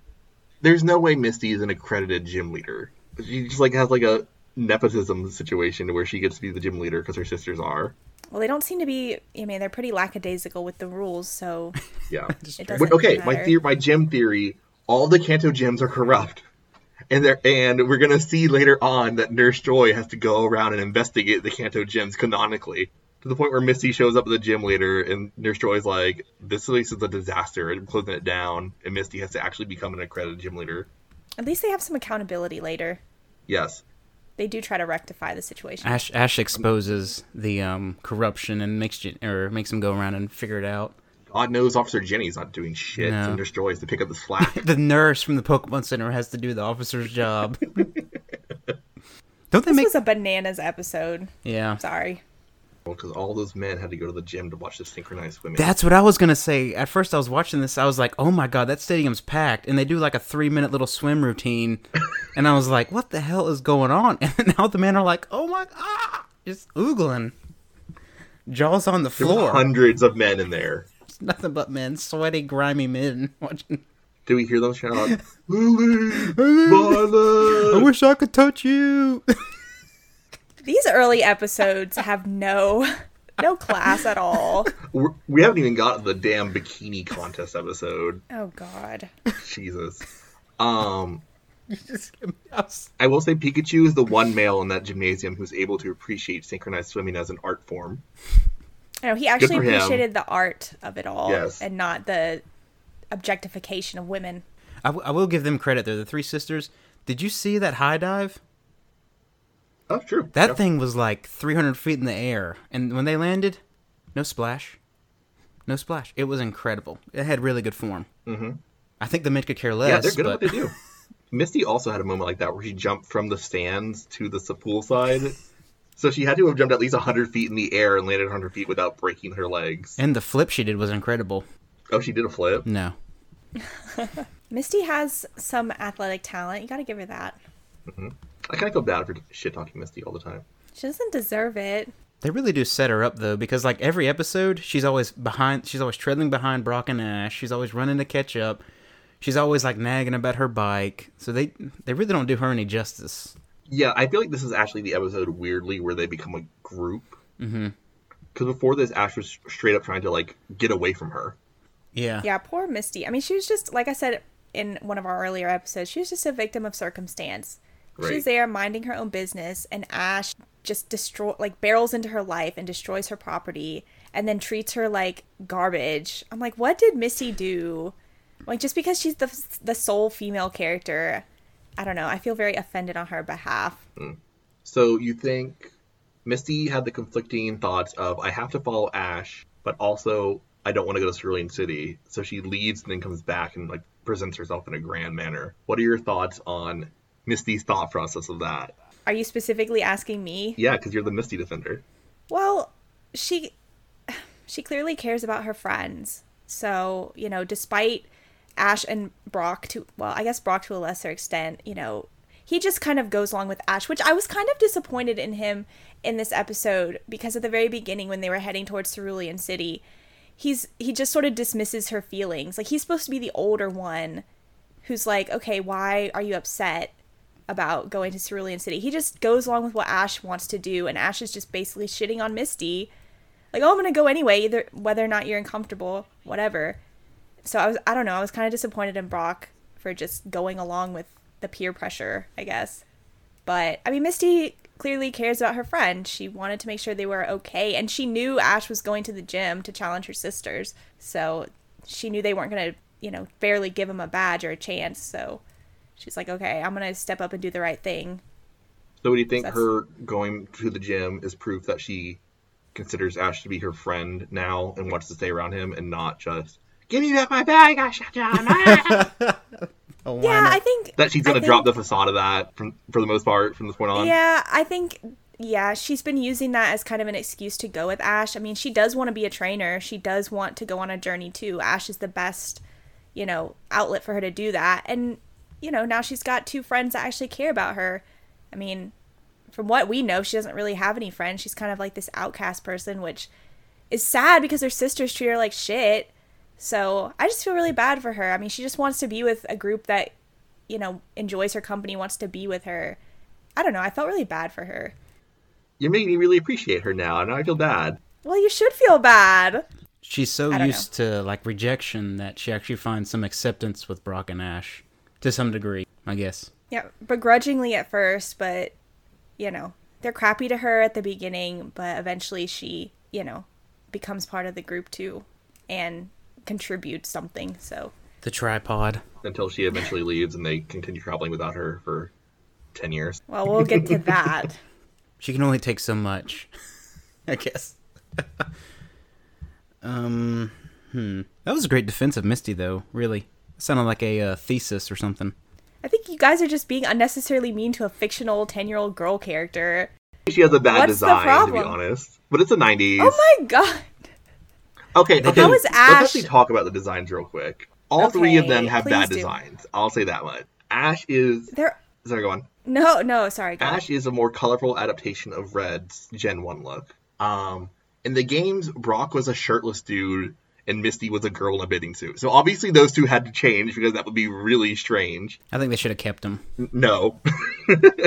Speaker 3: there's no way Misty is an accredited gym leader. She just like has like a nepotism situation where she gets to be the gym leader because her sisters are.
Speaker 4: well they don't seem to be i mean they're pretty lackadaisical with the
Speaker 2: *laughs*
Speaker 4: rules so
Speaker 3: Yeah.
Speaker 4: it
Speaker 3: But,
Speaker 4: doesn't
Speaker 3: okay, my
Speaker 4: matter.
Speaker 3: theory, my gym theory, all the Kanto gyms are corrupt. And they're, and we're gonna see later on that Nurse Joy has to go around and investigate the Kanto gyms canonically to the point where Misty shows up at the gym later and Nurse Joy's like, "This place is a disaster. and closing it down." And Misty has to actually become an accredited gym leader.
Speaker 4: at least they have some accountability later
Speaker 3: Yes,
Speaker 4: they do try to rectify the situation
Speaker 2: Ash Ash exposes the um, corruption and makes Jan- or makes him go around and figure it out.
Speaker 3: God knows Officer Jenny's not doing shit.
Speaker 2: No.
Speaker 3: So Nurse Joy has to pick up the slack. *laughs*
Speaker 2: The nurse from the Pokemon Center has to do the officer's job. Don't they
Speaker 4: this
Speaker 2: make?
Speaker 4: was a bananas episode
Speaker 2: yeah,
Speaker 4: sorry
Speaker 3: Because all those men had to go to the gym to watch the synchronized swimming.
Speaker 2: that's what I was gonna say. At first, I was watching this, I was like, "Oh my god, that stadium's packed!" And they do like a three-minute little swim routine, and I was like, "What the hell is going on?" *laughs* And now the men are like, "Oh my god," just oogling, jaws on the floor.
Speaker 3: Hundreds of men in there.
Speaker 2: Nothing but men, sweaty, grimy men *laughs* watching.
Speaker 3: Do we hear them shout *laughs* out, Lily, Violet?
Speaker 2: I wish I could touch you. *laughs*
Speaker 4: these early episodes have no no class at all
Speaker 3: *laughs* We're- We haven't even gotten the damn bikini contest episode.
Speaker 4: oh god
Speaker 3: Jesus. Um,
Speaker 2: Just give me- I was-
Speaker 3: I will say Pikachu is the one male in that gymnasium who's able to appreciate synchronized swimming as an art form.
Speaker 4: no he actually
Speaker 3: for him.
Speaker 4: appreciated the art of it all
Speaker 3: Yes.
Speaker 4: and not the objectification of women
Speaker 2: I, w- I will give them credit. They're the three sisters. Did you see that high dive?
Speaker 3: That's Oh, true.
Speaker 2: That
Speaker 3: Yeah.
Speaker 2: thing was like 300 feet in the air. And when they landed, no splash. No splash. It was incredible. It had really good form. Mm-hmm. I think the men could care less.
Speaker 3: Yeah, they're good
Speaker 2: but
Speaker 3: at what they do. Misty also had a moment like that where she jumped from the stands to the pool side. So she had to have jumped at least 100 feet in the air and landed 100 feet without breaking her legs.
Speaker 2: And the flip she did was incredible.
Speaker 3: Oh, she did a flip.
Speaker 2: No.
Speaker 4: Misty has some athletic talent. You got to give her that.
Speaker 3: I kind of feel bad for shit talking Misty all the time.
Speaker 4: She doesn't deserve it.
Speaker 2: They really do set her up though, because like every episode, she's always behind. She's always trailing behind Brock and Ash. She's always running to catch up. She's always like nagging about her bike. So they they really don't do her any justice.
Speaker 3: Yeah, I feel like this is actually the episode weirdly where they become a group. Because mm-hmm. before this, Ash was straight up trying to like get away from her.
Speaker 2: Yeah.
Speaker 4: Yeah, poor Misty. I mean, she was just, like I said in one of our earlier episodes, she was just a victim of circumstance.
Speaker 3: Right.
Speaker 4: She's there minding her own business, and Ash just destroy like barrels into her life and destroys her property and then treats her like garbage. I'm like, what did Misty do? Like just because she's the the sole female character, I don't know. I feel very offended on her behalf.
Speaker 3: So you think Misty had the conflicting thoughts of I have to follow Ash, but also I don't want to go to Cerulean City. So she leaves and then comes back and like presents herself in a grand manner. What are your thoughts on Misty's thought process of that?
Speaker 4: Are you specifically asking me?
Speaker 3: Yeah, because you're the Misty defender.
Speaker 4: Well, she she clearly cares about her friends. So, you know, despite Ash and Brock to well, I guess Brock to a lesser extent, you know, he just kind of goes along with Ash, which I was kind of disappointed in him in this episode because at the very beginning when they were heading towards Cerulean City, he's he just sort of dismisses her feelings. Like he's supposed to be the older one who's like, "Okay, why are you upset?" about going to Cerulean City. He just goes along with what Ash wants to do, and Ash is just basically shitting on Misty, like, "Oh, I'm gonna go anyway, either whether or not you're uncomfortable, whatever." So I was, I don't know, I was kind of disappointed in Brock for just going along with the peer pressure, I guess. But I mean, Misty clearly cares about her friend. She wanted to make sure they were okay, and she knew Ash was going to the gym to challenge her sisters, so she knew they weren't going to, you know, barely give him a badge or a chance. So she's like, okay, I'm going to step up and do the right thing.
Speaker 3: So, do you think
Speaker 4: That's-
Speaker 3: her going to the gym is proof that she considers Ash to be her friend now and wants to stay around him and not just give me back my bag, I shot you on my-"
Speaker 2: Oh, why
Speaker 4: Yeah,
Speaker 2: not?
Speaker 4: I think
Speaker 3: That she's
Speaker 4: I
Speaker 3: gonna
Speaker 4: think-
Speaker 3: drop the facade of that from, for the most part from this point on.
Speaker 4: Yeah, I think yeah, she's been using that as kind of an excuse to go with Ash. I mean, she does want to be a trainer. She does want to go on a journey too. Ash is the best, you know, outlet for her to do that. And you know, now she's got two friends that actually care about her. I mean, from what we know, she doesn't really have any friends. She's kind of like this outcast person, which is sad because her sisters treat her like shit. So I just feel really bad for her. I mean, she just wants to be with a group that, you know, enjoys her company, wants to be with her. I don't know. I felt really bad for her.
Speaker 3: You're making me really appreciate her now, and now I feel bad.
Speaker 4: Well, you should feel bad.
Speaker 2: She's so
Speaker 4: don't
Speaker 2: used to like rejection that she actually finds some acceptance with Brock and Ash to some degree, I guess.
Speaker 4: Yeah, begrudgingly at first, but you know, they're crappy to her at the beginning, but eventually she, you know, becomes part of the group too and contributes something. So,
Speaker 2: The tripod.
Speaker 3: Until she eventually leaves and they continue traveling without her for ten years.
Speaker 4: well, we'll get to that.
Speaker 3: *laughs*
Speaker 2: She can only take so much, *laughs* I guess. *laughs* um, hmm. That was a great defense of Misty, though. Really, it sounded like a uh, thesis or something.
Speaker 4: I think you guys are just being unnecessarily mean to a fictional 10-year-old girl character.
Speaker 3: She has a bad
Speaker 4: What's the
Speaker 3: design, to be
Speaker 4: problem?
Speaker 3: honest. But it's the nineties.
Speaker 4: Oh my god.
Speaker 3: Okay, okay.
Speaker 4: How is Ash-
Speaker 3: Let's actually talk about the designs real quick. All three of them
Speaker 4: Okay,
Speaker 3: have bad
Speaker 4: please do.
Speaker 3: designs. I'll say that much. Ash is
Speaker 4: They're
Speaker 3: sorry, go on.
Speaker 4: No, no, sorry. go
Speaker 3: Ash is a more colorful adaptation of Red's Gen One look. Um, in the games, Brock was a shirtless dude and Misty was a girl in a bathing suit. So obviously those two had to change because that would be really strange.
Speaker 2: I think they should have kept him.
Speaker 3: N- No, *laughs*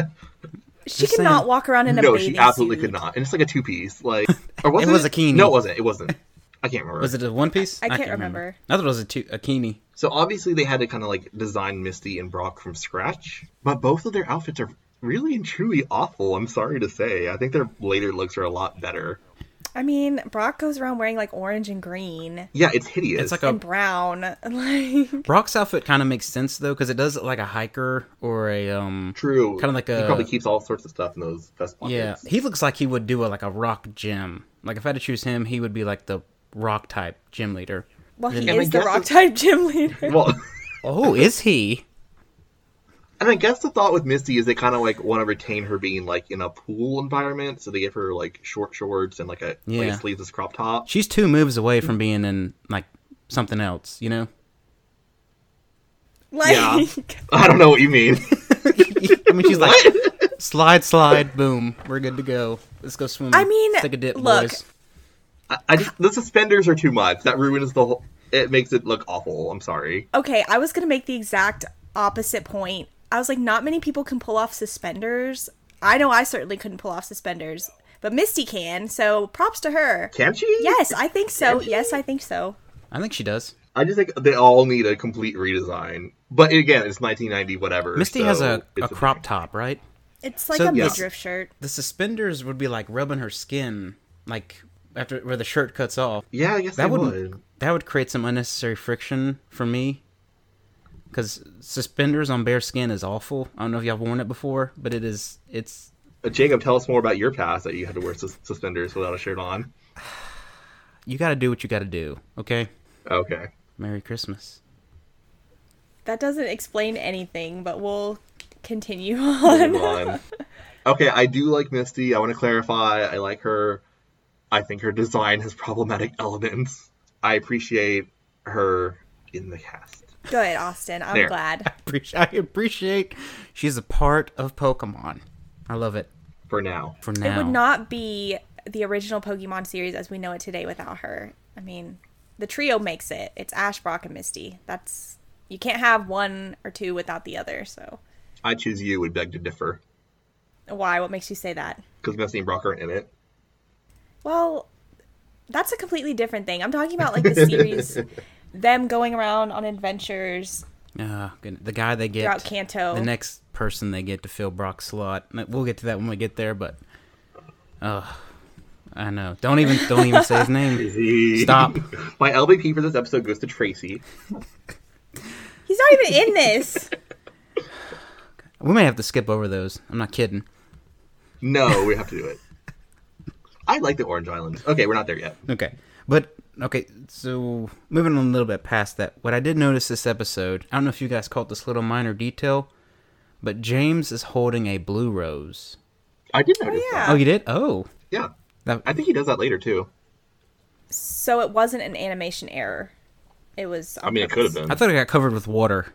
Speaker 4: She
Speaker 2: just
Speaker 4: could not
Speaker 2: saying.
Speaker 4: walk around in a
Speaker 3: no,
Speaker 4: bathing
Speaker 3: she absolutely
Speaker 4: suit.
Speaker 3: could not. And it's like a two
Speaker 2: *laughs*
Speaker 3: piece, like or was it?
Speaker 2: was a bikini.
Speaker 3: No, it wasn't.
Speaker 2: *laughs*
Speaker 3: It wasn't. I can't remember.
Speaker 2: Was it a one piece?
Speaker 4: I can't remember.
Speaker 2: I thought it was a, two- a keenie.
Speaker 3: So obviously they had to kind of like design Misty and Brock from scratch, but both of their outfits are really and truly awful. I'm sorry to say. I think their later looks are a lot better.
Speaker 4: I mean, Brock goes around wearing like orange and green
Speaker 3: Yeah, it's hideous.
Speaker 2: It's like
Speaker 4: and
Speaker 2: a
Speaker 4: brown. *laughs* Like
Speaker 2: Brock's outfit kind of makes sense though, because it does look like a hiker or a um.
Speaker 3: true.
Speaker 2: kinda like
Speaker 3: he
Speaker 2: a-
Speaker 3: probably keeps all sorts of stuff in those vest
Speaker 2: Yeah,
Speaker 3: pockets.
Speaker 2: he looks like he would do a, like a rock gym. Like if I had to choose him, he would be like the rock type gym leader.
Speaker 4: Well, he
Speaker 2: And
Speaker 3: I
Speaker 4: is the
Speaker 3: guess
Speaker 4: rock
Speaker 3: it's-
Speaker 4: type gym
Speaker 3: *laughs*
Speaker 4: leader. *laughs*
Speaker 3: Well,
Speaker 2: Oh, is he?
Speaker 3: and I guess the thought with Misty is they kind of like want to retain her being like in a pool environment, so they give her like short shorts and like a, like
Speaker 2: Yeah.
Speaker 3: a sleeveless crop top. *laughs*
Speaker 2: She's two moves away from being in like something else, you
Speaker 4: *laughs*
Speaker 2: know.
Speaker 4: Like,
Speaker 3: Yeah. I don't know what you mean. *laughs*
Speaker 2: I mean, she's like slide, slide, boom, we're good to go. Let's go swim.
Speaker 4: I mean,
Speaker 2: take a dip,
Speaker 4: look.
Speaker 2: boys.
Speaker 3: I, I just the suspenders are too much. That ruins the whole. It makes it look awful. I'm sorry.
Speaker 4: okay, I was gonna make the exact opposite point. I was like, not many people can pull off suspenders. I know I certainly couldn't pull off suspenders, but Misty can. So props to her.
Speaker 3: Can she?
Speaker 4: Yes, I think so. Yes, I think so.
Speaker 2: I think she does.
Speaker 3: I just think they all need a complete redesign. But again, it's 1990, whatever.
Speaker 2: Misty
Speaker 3: so
Speaker 2: has a, a
Speaker 3: it's
Speaker 2: crop top, right?
Speaker 4: It's like
Speaker 2: So-
Speaker 4: a
Speaker 2: Yeah.
Speaker 4: midriff shirt.
Speaker 2: The suspenders would be like rubbing her skin, like after where the shirt cuts off.
Speaker 3: Yeah, I guess
Speaker 2: that
Speaker 3: they
Speaker 2: would,
Speaker 3: would.
Speaker 2: that would create some unnecessary friction for me because suspenders on bare skin is awful i don't know if y'all worn it before but it is it's
Speaker 3: Uh, Jacob, tell us more about your past that you had to wear sus- suspenders without a shirt on.
Speaker 2: you gotta do what you gotta do okay
Speaker 3: Okay.
Speaker 2: merry christmas
Speaker 4: That doesn't explain anything, but we'll continue *laughs*
Speaker 3: Move
Speaker 4: on.
Speaker 3: on. Okay, I do like Misty. I want to clarify. I like her. I think her design has problematic elements. I appreciate her in the cast.
Speaker 4: Good, Austin. I'm
Speaker 3: There.
Speaker 4: glad.
Speaker 2: Appreci- i appreciate she's a part of pokemon i love it
Speaker 3: For now.
Speaker 2: for now
Speaker 4: It would not be the original Pokemon series as we know it today without her. I mean, the trio makes it. It's Ash, Brock, and Misty. That's you can't have one or two without the other. So
Speaker 3: I choose you would beg to differ.
Speaker 4: why? What makes you say that?
Speaker 3: Because Misty and Brock aren't in it.
Speaker 4: Well, that's
Speaker 3: *laughs*
Speaker 4: a completely different thing. I'm talking about like the series, them going around on adventures,
Speaker 2: Uh, the guy they get
Speaker 4: Throughout Kanto.
Speaker 2: the next person they get to fill Brock's slot. We'll get to that when we get there, but uh, I know. Don't even don't even say his name. Stop.
Speaker 3: My LVP for this episode goes to Tracy.
Speaker 4: He's not even
Speaker 3: *laughs*
Speaker 4: in this.
Speaker 2: We may have to skip over those. I'm not kidding.
Speaker 3: No, we have to do it. I like the Orange Island. Okay, we're not there yet.
Speaker 2: Okay. But okay, so moving on a little bit past that, what I did notice this episode, I don't know if you guys caught this little minor detail, but James is holding a blue rose.
Speaker 3: I did notice
Speaker 4: yeah.
Speaker 2: Oh, you did? Oh.
Speaker 3: that. Yeah.
Speaker 2: That,
Speaker 3: I think he does that later too.
Speaker 4: So it wasn't an animation error. It was.
Speaker 3: I mean, it could have been.
Speaker 2: I thought it got covered with water.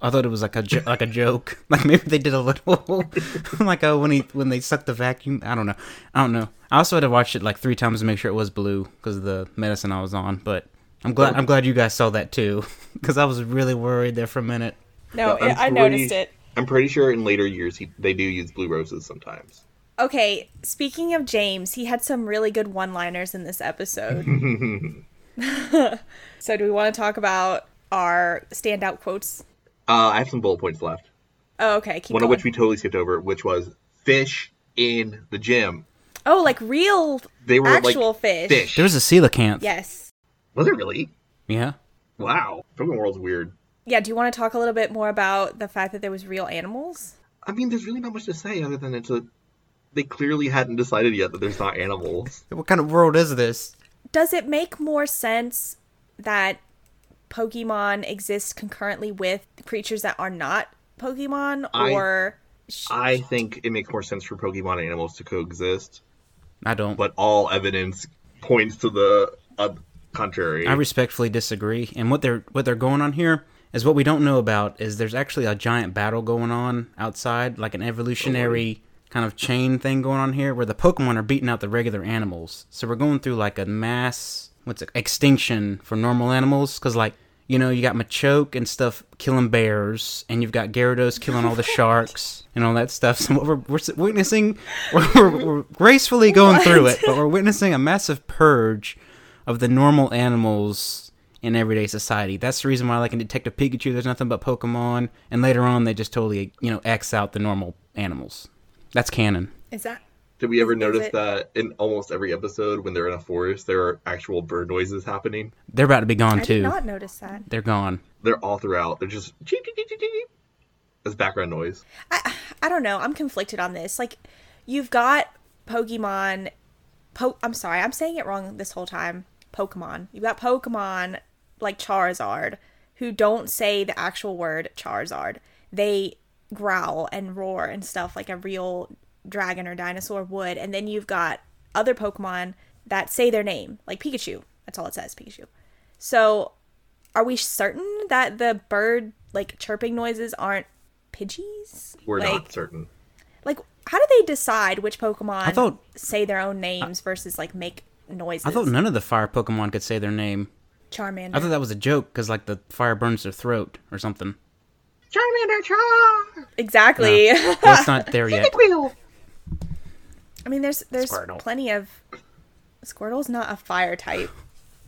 Speaker 2: I thought it was like a jo- like a joke. *laughs* Like maybe they did a little *laughs* like oh when he when they sucked the vacuum. I don't know. I don't know. I also had to watch it like three times to make sure it was blue because of the medicine I was on. But I'm glad I'm glad you guys saw that too *laughs* because I was really worried there for a minute.
Speaker 4: No,
Speaker 3: I'm
Speaker 4: it, I
Speaker 3: pretty-
Speaker 4: noticed it.
Speaker 3: I'm pretty sure in later years he, they do use blue roses sometimes.
Speaker 4: Okay, speaking of James, he had some really good one-liners in
Speaker 3: *laughs*
Speaker 4: this episode. so do we want to talk about our standout quotes?
Speaker 3: Uh, I have some bullet points left.
Speaker 4: Oh, okay. Keep
Speaker 3: One
Speaker 4: going.
Speaker 3: of which we totally skipped over, which was fish in the gym.
Speaker 4: oh, like real
Speaker 3: They were
Speaker 4: actual
Speaker 3: like
Speaker 4: fish.
Speaker 3: fish.
Speaker 2: There was a coelacanth.
Speaker 4: Yes.
Speaker 3: Was it really?
Speaker 2: Yeah.
Speaker 3: Wow. Fucking world's weird.
Speaker 4: Yeah. Do you want to talk a little bit more about the fact that there was real animals?
Speaker 3: I mean, there's really not much to say other than it's a. They clearly hadn't decided yet that there's not animals.
Speaker 2: What kind of world is this?
Speaker 4: Does it make more sense that Pokemon exist concurrently with creatures that are not Pokemon,
Speaker 3: I-
Speaker 4: or sh-
Speaker 3: I think it makes more sense for Pokemon and animals to coexist,
Speaker 2: I don't.
Speaker 3: but all evidence points to the uh, contrary.
Speaker 2: I respectfully disagree. And what they're what they're going on here is what we don't know about is there's actually a giant battle going on outside, like an evolutionary kind of chain thing going on here, where the Pokemon are beating out the regular animals. So we're going through like a mass what's it extinction for normal animals because like. You know, you got Machoke and stuff killing bears, and you've got Gyarados killing all the sharks and all that stuff. So what we're, we're s- witnessing, we're, we're, we're gracefully going through it, but we're witnessing a massive purge of the normal animals in everyday society. That's the reason why, like in Detective Pikachu, there's nothing but Pokemon, and later on they just totally, you know, X out the normal animals. That's canon.
Speaker 4: is that?
Speaker 3: Did we ever notice
Speaker 4: it-
Speaker 3: that in almost every episode, when they're in a forest, there are actual bird noises happening?
Speaker 2: They're about to be gone
Speaker 4: I
Speaker 2: too.
Speaker 4: did not notice that.
Speaker 2: They're gone.
Speaker 3: They're all throughout. They're just cheep, cheep, cheep, cheep, cheep, as background noise.
Speaker 4: I don't know. I'm conflicted on this. Like, you've got Pokemon. Po- I'm sorry, I'm saying it wrong this whole time. Pokemon. You've got Pokemon like Charizard, who don't say the actual word Charizard. They growl and roar and stuff like a real dragon or dinosaur would. And then you've got other Pokemon that say their name, like Pikachu. That's all it says, Pikachu. So, are we certain that the bird like chirping noises aren't Pidgeys?
Speaker 3: We're
Speaker 4: like,
Speaker 3: not certain.
Speaker 4: like how do they decide which pokemon
Speaker 2: I thought-
Speaker 4: say their own names versus like make noises
Speaker 2: I thought none of the fire Pokemon could say their name.
Speaker 4: charmander
Speaker 2: I thought that was a joke because like the fire burns their throat or something.
Speaker 3: Charmander, Char!
Speaker 4: exactly
Speaker 2: Well, it's not there yet.
Speaker 3: Squirtle!
Speaker 4: *laughs* i mean there's there's
Speaker 2: Squirtle.
Speaker 4: plenty of squirtle's not a fire type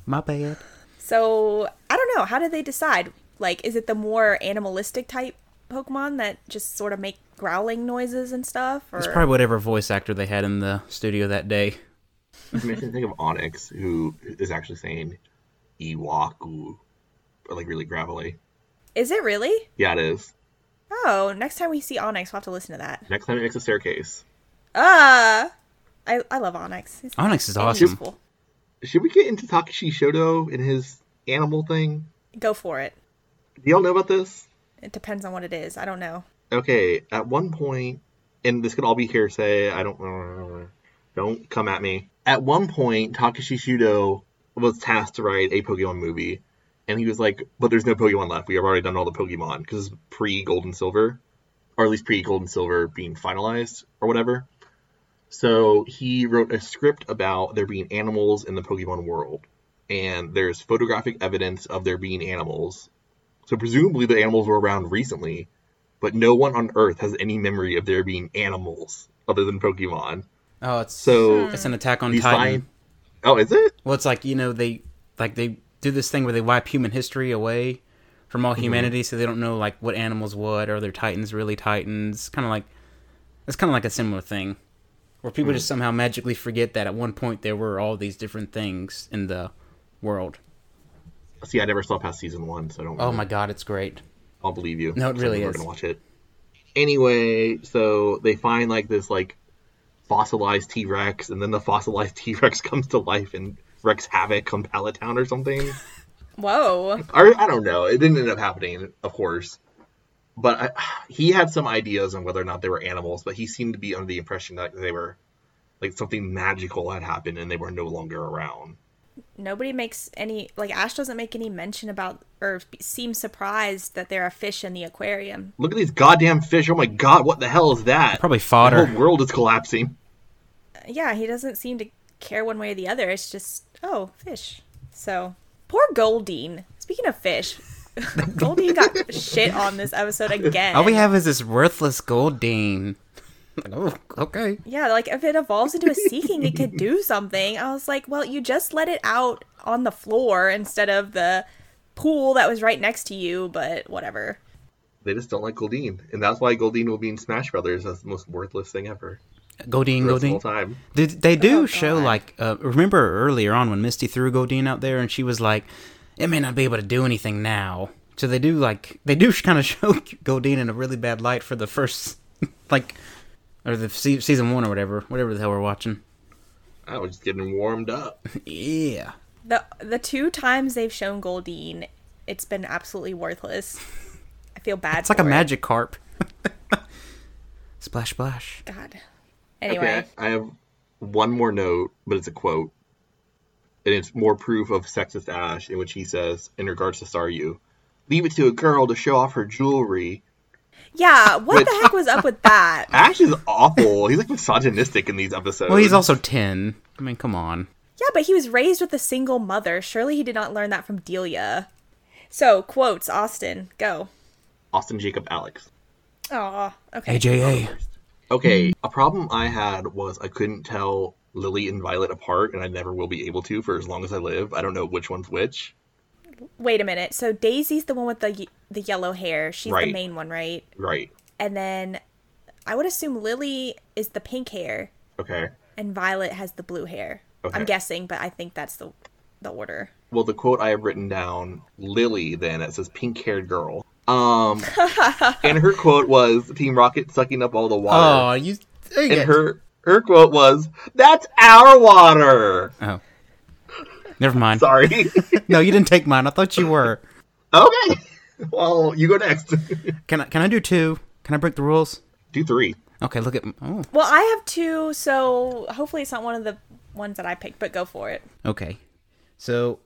Speaker 2: My bad.
Speaker 4: so i don't know how do they decide like is it the more animalistic type pokemon that just sort of make growling noises and stuff or
Speaker 2: It's probably whatever voice actor they had in the studio that day.
Speaker 3: It makes me think of Onyx, who is actually saying Iwaku, or like really gravelly.
Speaker 4: is it really
Speaker 3: Yeah, it is.
Speaker 4: oh next time we see onyx we'll have to listen to that
Speaker 3: Next time it makes a staircase.
Speaker 4: ah I, I love onyx He's
Speaker 2: Onyx is awesome.
Speaker 4: useful.
Speaker 3: Should we get into Takashi Shodo and his animal thing?
Speaker 4: go for it
Speaker 3: Do y'all know about this?
Speaker 4: It depends on what it is. I don't know.
Speaker 3: Okay, at one point, and this could all be hearsay, I don't don't come at me. At one point, Takashi Shudo was tasked to write a Pokemon movie, and he was like, "But there's no Pokemon left. We have already done all the Pokemon because pre Gold and Silver, or at least pre Gold and Silver being finalized or whatever." So he wrote a script about there being animals in the Pokemon world, and there's photographic evidence of there being animals. So presumably the animals were around recently, but no one on Earth has any memory of there being animals other than Pokemon.
Speaker 2: Oh, it's
Speaker 3: So
Speaker 2: it's an attack on
Speaker 3: these
Speaker 2: Titan.
Speaker 3: fine- Oh, is it?
Speaker 2: Well, it's like you know they like they do this thing where they wipe human history away from all humanity, so they don't know like what animals what or their titans really titans. Kind of like it's kind of like a similar thing where people just somehow magically forget that at one point there were all these different things in the world.
Speaker 3: See, I never saw past season one, so I don't.
Speaker 2: Oh my god, it's great.
Speaker 3: I'll believe you.
Speaker 2: No, it really
Speaker 3: We're
Speaker 2: is.
Speaker 3: gonna watch it. Anyway, so they find like this like fossilized T Rex, and then the fossilized *laughs* T Rex comes to life and wrecks havoc on Pallet Town or something.
Speaker 4: Whoa.
Speaker 3: or I don't know. It didn't end up happening, of course. But I, *sighs* he had some ideas on whether or not they were animals, but he seemed to be under the impression that they were like something magical had happened and they were no longer around.
Speaker 4: Nobody makes any like Ash doesn't make any mention about or seem surprised that there are fish in the aquarium.
Speaker 3: Look at these goddamn fish! Oh my god, what the hell is that?
Speaker 2: Probably
Speaker 3: the
Speaker 2: fodder.
Speaker 3: whole world is collapsing.
Speaker 4: Yeah, he doesn't seem to care one way or the other. It's just oh, fish. So poor Goldine. Speaking of fish, Goldine got shit on this episode again.
Speaker 2: All we have is this worthless Goldine. *laughs* Like, oh, okay.
Speaker 4: Yeah, like if it evolves into a seeking, it could do something. I was like, well, you just let it out on the floor instead of the pool that was right next to you, but whatever.
Speaker 3: They just don't like Goldine, and that's why Goldine will be in Smash Brothers as the most worthless thing ever.
Speaker 2: Goldine,
Speaker 3: Worst of all
Speaker 2: Goldine.
Speaker 3: time.
Speaker 2: Did they do
Speaker 4: Oh,
Speaker 2: show
Speaker 4: God.
Speaker 2: like uh, remember earlier on when Misty threw Godine out there and she was like, "It may not be able to do anything now." So they do like they do *laughs* kind of show Godine in a really bad light for the first *laughs* like or the se- season one or whatever whatever the hell we're watching.
Speaker 3: I was just getting warmed up.
Speaker 2: Yeah,
Speaker 4: The the two times they've shown Goldine, it's been absolutely worthless. I feel bad.
Speaker 2: it's like a
Speaker 4: for it.
Speaker 2: magic carp. *laughs* splash splash.
Speaker 4: God. Anyway,
Speaker 3: Okay, I have one more note, but it's a quote. And it's more proof of sexist Ash, in which he says, in regards to Staryu, leave it to a girl to show off her jewelry.
Speaker 4: yeah, what the heck was
Speaker 3: *laughs*
Speaker 4: up with that?
Speaker 3: Ash is awful. He's like misogynistic in these episodes.
Speaker 2: Well, he's also ten. I mean, come on.
Speaker 4: Yeah, but he was raised with a single mother. Surely he did not learn that from Delia. So quotes, Austin, go.
Speaker 3: Austin Jacob Alex.
Speaker 4: Aw, okay.
Speaker 2: AJA. Hmm.
Speaker 3: Okay, a problem I had was I couldn't tell Lily and Violet apart, and I never will be able to for as long as I live. I don't know which one's which.
Speaker 4: Wait a minute. So Daisy's the one with the ye- the yellow hair. She's the
Speaker 3: Right.
Speaker 4: main one, right?
Speaker 3: Right.
Speaker 4: And then I would assume Lily is the pink hair
Speaker 3: Okay.
Speaker 4: and Violet has the blue hair. I'm
Speaker 3: Okay.
Speaker 4: guessing, but I think that's the the order.
Speaker 3: Well, the quote I have written down, Lily, then, it says pink haired girl. Um, and her quote was Team Rocket sucking up all the water.
Speaker 2: Oh, you. dang
Speaker 3: and
Speaker 2: it.
Speaker 3: her her quote was, That's our water!
Speaker 2: Oh. Never mind.
Speaker 3: Sorry. *laughs*
Speaker 2: No, you didn't take mine. I thought you were.
Speaker 3: okay. Well, you go next. *laughs*
Speaker 2: Can I can I do two? Can I break the rules?
Speaker 3: Do three.
Speaker 2: Okay, look at oh
Speaker 4: Well, I have two, so hopefully it's not one of the ones that I picked, but go for it.
Speaker 2: okay. So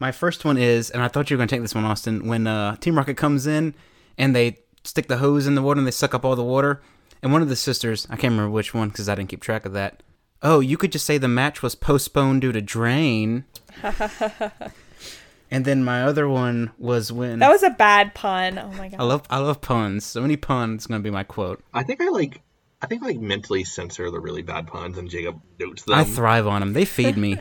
Speaker 2: my first one is, and I thought you were gonna take this one, Austin. When uh, Team Rocket comes in and they stick the hose in the water and they suck up all the water, and one of the sisters, I can't remember which one because I didn't keep track of that. Oh, you could just say the match was postponed due to
Speaker 4: *laughs*
Speaker 2: drain. and then my other one was when
Speaker 4: That was a bad pun. Oh my god.
Speaker 2: I love I love puns. So any puns gonna be my quote.
Speaker 3: I think I like. I think I like mentally censor the really bad puns, and Jacob notes them.
Speaker 2: I thrive on them. They feed me.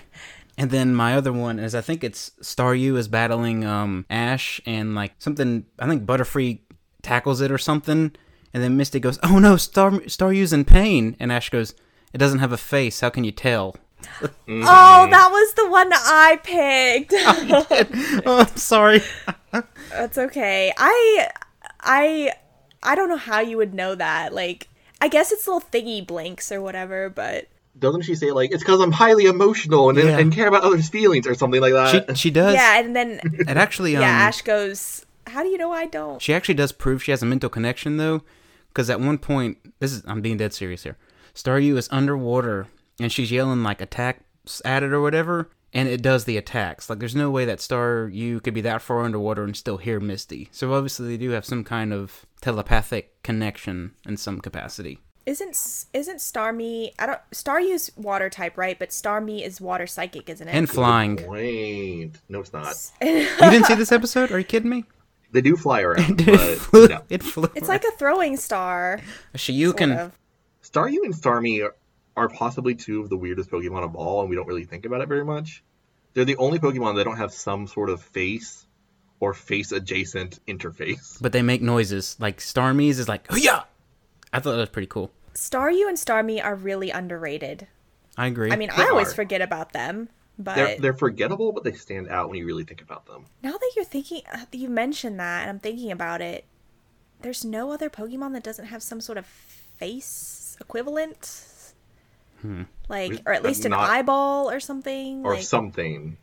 Speaker 2: and then my other one is I think it's Staryu is battling um, Ash and like something. I think Butterfree tackles it or something. And then Misty goes, "Oh no, Star Staryu's in pain." And Ash goes, "It doesn't have a face. How can you tell?"
Speaker 4: Oh, that was the one I picked.
Speaker 2: *laughs*
Speaker 4: *laughs*
Speaker 2: oh, I'm sorry.
Speaker 4: That's okay. I I I don't know how you would know that. Like I guess it's little thingy blinks or whatever, but
Speaker 3: Doesn't she say like, "It's because I'm highly emotional and,
Speaker 2: Yeah.
Speaker 3: and care about others' feelings" or something like
Speaker 2: She
Speaker 3: that?
Speaker 2: she does.
Speaker 4: yeah,
Speaker 2: *laughs*
Speaker 4: and then
Speaker 2: It actually. Um,
Speaker 4: yeah, Ash goes, "How do you know I don't?"
Speaker 2: She actually does prove she has a mental connection though, because at one point, this is I'm being dead serious here. Staryu is underwater and she's yelling like attacks at it or whatever, and it does the attacks. Like there's no way that Staryu could be that far underwater and still hear Misty. So obviously they do have some kind of telepathic connection in some capacity.
Speaker 4: Isn't isn't Starmie? I don't Staryu's water type, right? But Starmie is water psychic, isn't it?
Speaker 2: And flying.
Speaker 3: Wait, no, it's not.
Speaker 2: You didn't see this episode? Are you kidding me?
Speaker 3: They do
Speaker 2: *laughs*
Speaker 3: fly around,
Speaker 2: It
Speaker 3: but
Speaker 2: flew.
Speaker 3: no.
Speaker 2: It flew.
Speaker 4: it's like a throwing star.
Speaker 2: Shiyukin.
Speaker 4: of.
Speaker 3: Staryu and Starmie are, are possibly two of the weirdest Pokemon of all, and we don't really think about it very much. They're the only Pokemon that don't have some sort of face or face adjacent interface.
Speaker 2: but they make noises. Like Starmies is like, yeah. I thought that was pretty cool.
Speaker 4: Staryu and Starmie are really underrated.
Speaker 2: I agree.
Speaker 4: I mean,
Speaker 3: They
Speaker 4: I always
Speaker 3: are.
Speaker 4: forget about them, but
Speaker 3: They're, they're forgettable, but they stand out when you really think about them.
Speaker 4: now that you're thinking, uh, you mentioned that, and I'm thinking about it, there's no other Pokemon that doesn't have some sort of face equivalent. Like, or at
Speaker 3: Hmm. But
Speaker 4: least an
Speaker 3: not-
Speaker 4: eyeball or something.
Speaker 3: Or
Speaker 4: like,
Speaker 3: something.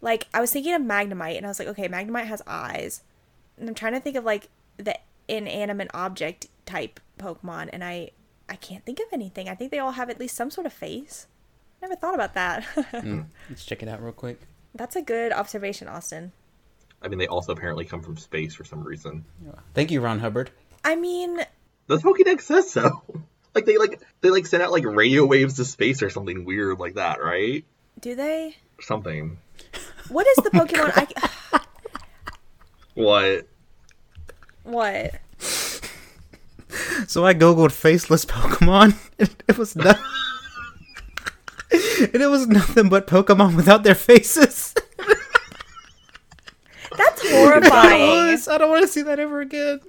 Speaker 4: like, I was thinking of Magnemite, and I was like, okay, Magnemite has eyes. And I'm trying to think of, like, the inanimate object type Pokemon, and I, I can't think of anything. I think they all have at least some sort of face. Never thought about that. *laughs*
Speaker 2: let's check it out real quick.
Speaker 4: That's a good observation, Austin.
Speaker 3: I mean, they also apparently come from space for some reason.
Speaker 2: Thank you, Ron Hubbard.
Speaker 4: I mean,
Speaker 3: The Pokédex says so. *laughs* Like they like they like send out like radio waves to space or something weird like that, right?
Speaker 4: do they?
Speaker 3: Something.
Speaker 4: What
Speaker 2: *laughs*
Speaker 4: is
Speaker 2: Oh
Speaker 4: the Pokemon? I,
Speaker 3: What?
Speaker 4: *sighs* what?
Speaker 2: *laughs* So I googled faceless Pokemon. *laughs* And it was not. *laughs* and it was nothing but Pokemon without their faces. *laughs*
Speaker 4: That's
Speaker 2: I
Speaker 4: horrifying.
Speaker 2: don't want to see *laughs* that ever again.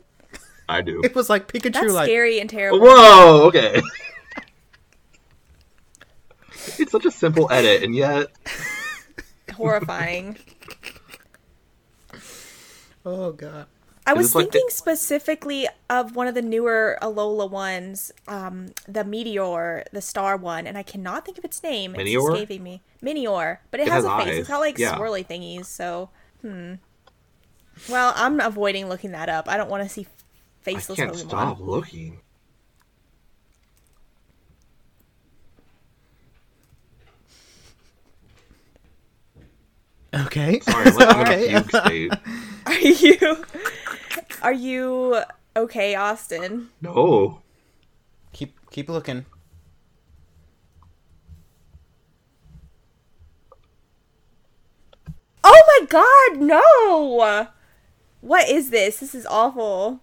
Speaker 3: I do.
Speaker 2: It was like Pikachu.
Speaker 4: That's
Speaker 2: like *laughs*
Speaker 4: scary and terrible.
Speaker 3: Whoa, okay. *laughs* it's such a simple edit, and yet
Speaker 4: Horrifying.
Speaker 2: oh god.
Speaker 4: I was
Speaker 3: it's like the-
Speaker 4: thinking specifically of one of the newer Alola ones, um, the meteor, the star one, and I cannot think of its name. It's
Speaker 3: Minior?
Speaker 4: escaping me. Minior, but it,
Speaker 3: It
Speaker 4: has,
Speaker 3: has
Speaker 4: a face.
Speaker 3: eyes.
Speaker 4: It's got like
Speaker 3: Yeah.
Speaker 4: swirly thingies. So, hmm. Well, I'm avoiding looking that up. I don't want to see
Speaker 3: I
Speaker 4: faceless
Speaker 3: can't
Speaker 4: Pokemon.
Speaker 3: stop looking.
Speaker 2: Okay. *laughs*
Speaker 3: Sorry, I'm like,
Speaker 2: Okay,
Speaker 3: in a fugue state.
Speaker 4: *laughs* Are you? Are you okay, Austin?
Speaker 3: No.
Speaker 2: keep keep looking.
Speaker 4: Oh my god, no! What is this? This is awful.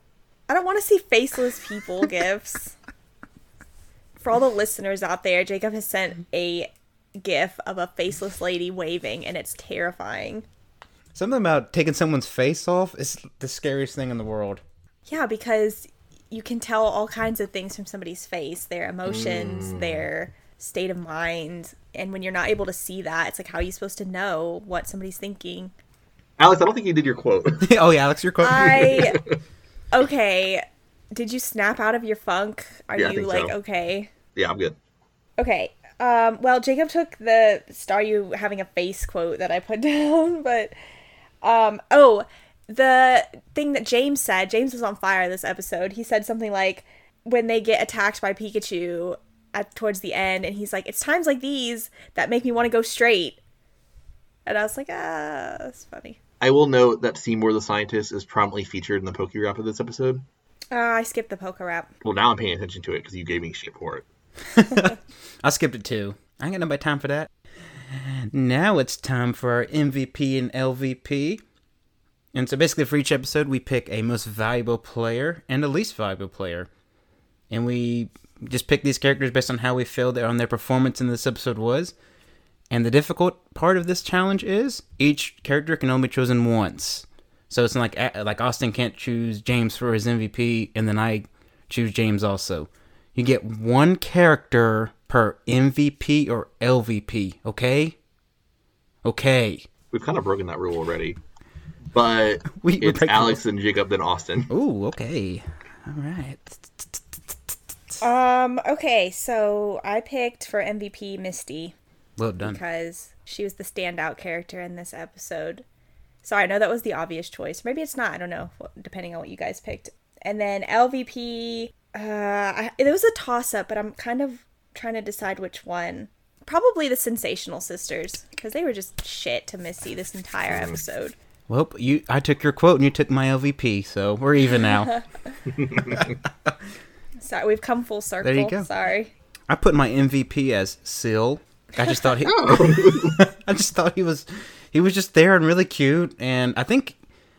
Speaker 4: I don't want to see faceless people gifts. For all the listeners out there, Jacob has sent a gif of a faceless lady waving, and it's terrifying.
Speaker 2: Something about taking someone's face off is the scariest thing in the world. *laughs*
Speaker 4: Yeah, because you can tell all kinds of things from somebody's face their emotions, their state of mind. And when you're not able to see that, it's like, how are you supposed to know what somebody's thinking?
Speaker 3: Alex, I don't think you did your quote.
Speaker 2: oh yeah, Alex, you're quote.
Speaker 3: *laughs*
Speaker 4: I okay. Did you snap out of your funk? Are
Speaker 3: Yeah, I
Speaker 4: you
Speaker 3: think
Speaker 4: like
Speaker 3: so.
Speaker 4: okay?
Speaker 3: yeah, I'm good.
Speaker 4: Okay. Um, well, Jacob took the star you having a face quote that I put *laughs* down, but um, oh, the thing that James said. James was on fire this episode. He said something like, "When they get attacked by Pikachu at towards the end," and he's like, "It's times like these that make me want to go straight." And I was like, "Ah, that's funny."
Speaker 3: I will note that Seymour the Scientist is prominently featured in the Poke Rap of this episode.
Speaker 4: Uh, I skipped the poker rap.
Speaker 3: Well, now I'm paying attention to it because you gave me shit for it.
Speaker 2: I skipped it too. I ain't got nobody time for that. Now it's time for our MVP and LVP. And so basically, for each episode, we pick a most valuable player and a least valuable player. And we just pick these characters based on how we feel that on their performance in this episode was. And the difficult part of this challenge is each character can only be chosen once. So it's not like like Austin can't choose James for his MVP, and then I choose James also. You get one character per MVP or LVP. Okay. Okay. *laughs*
Speaker 3: We've kind of broken that rule already. But
Speaker 2: We- we're
Speaker 3: it's
Speaker 2: breaking
Speaker 3: Alex and Jacob, then Austin.
Speaker 2: Ooh. Okay. All right.
Speaker 4: Um, okay, so I picked for MVP Misty
Speaker 2: Well done.
Speaker 4: because she was the standout character in this episode. So I know that was the obvious choice. Maybe it's not, I don't know, wh- depending on what you guys picked. And then LVP, uh, I, it was a toss up, but I'm kind of trying to decide which one. Probably the Sensational Sisters because they were just shit to Misty this entire
Speaker 2: Hmm.
Speaker 4: episode.
Speaker 2: Well, you. I took your quote and you took my LVP, so we're even now.
Speaker 4: Sorry, we've come full circle.
Speaker 2: you go.
Speaker 4: Sorry.
Speaker 2: I put my MVP as Seal. I just thought he. *laughs* I just thought he was, he was just there and really cute, and I think,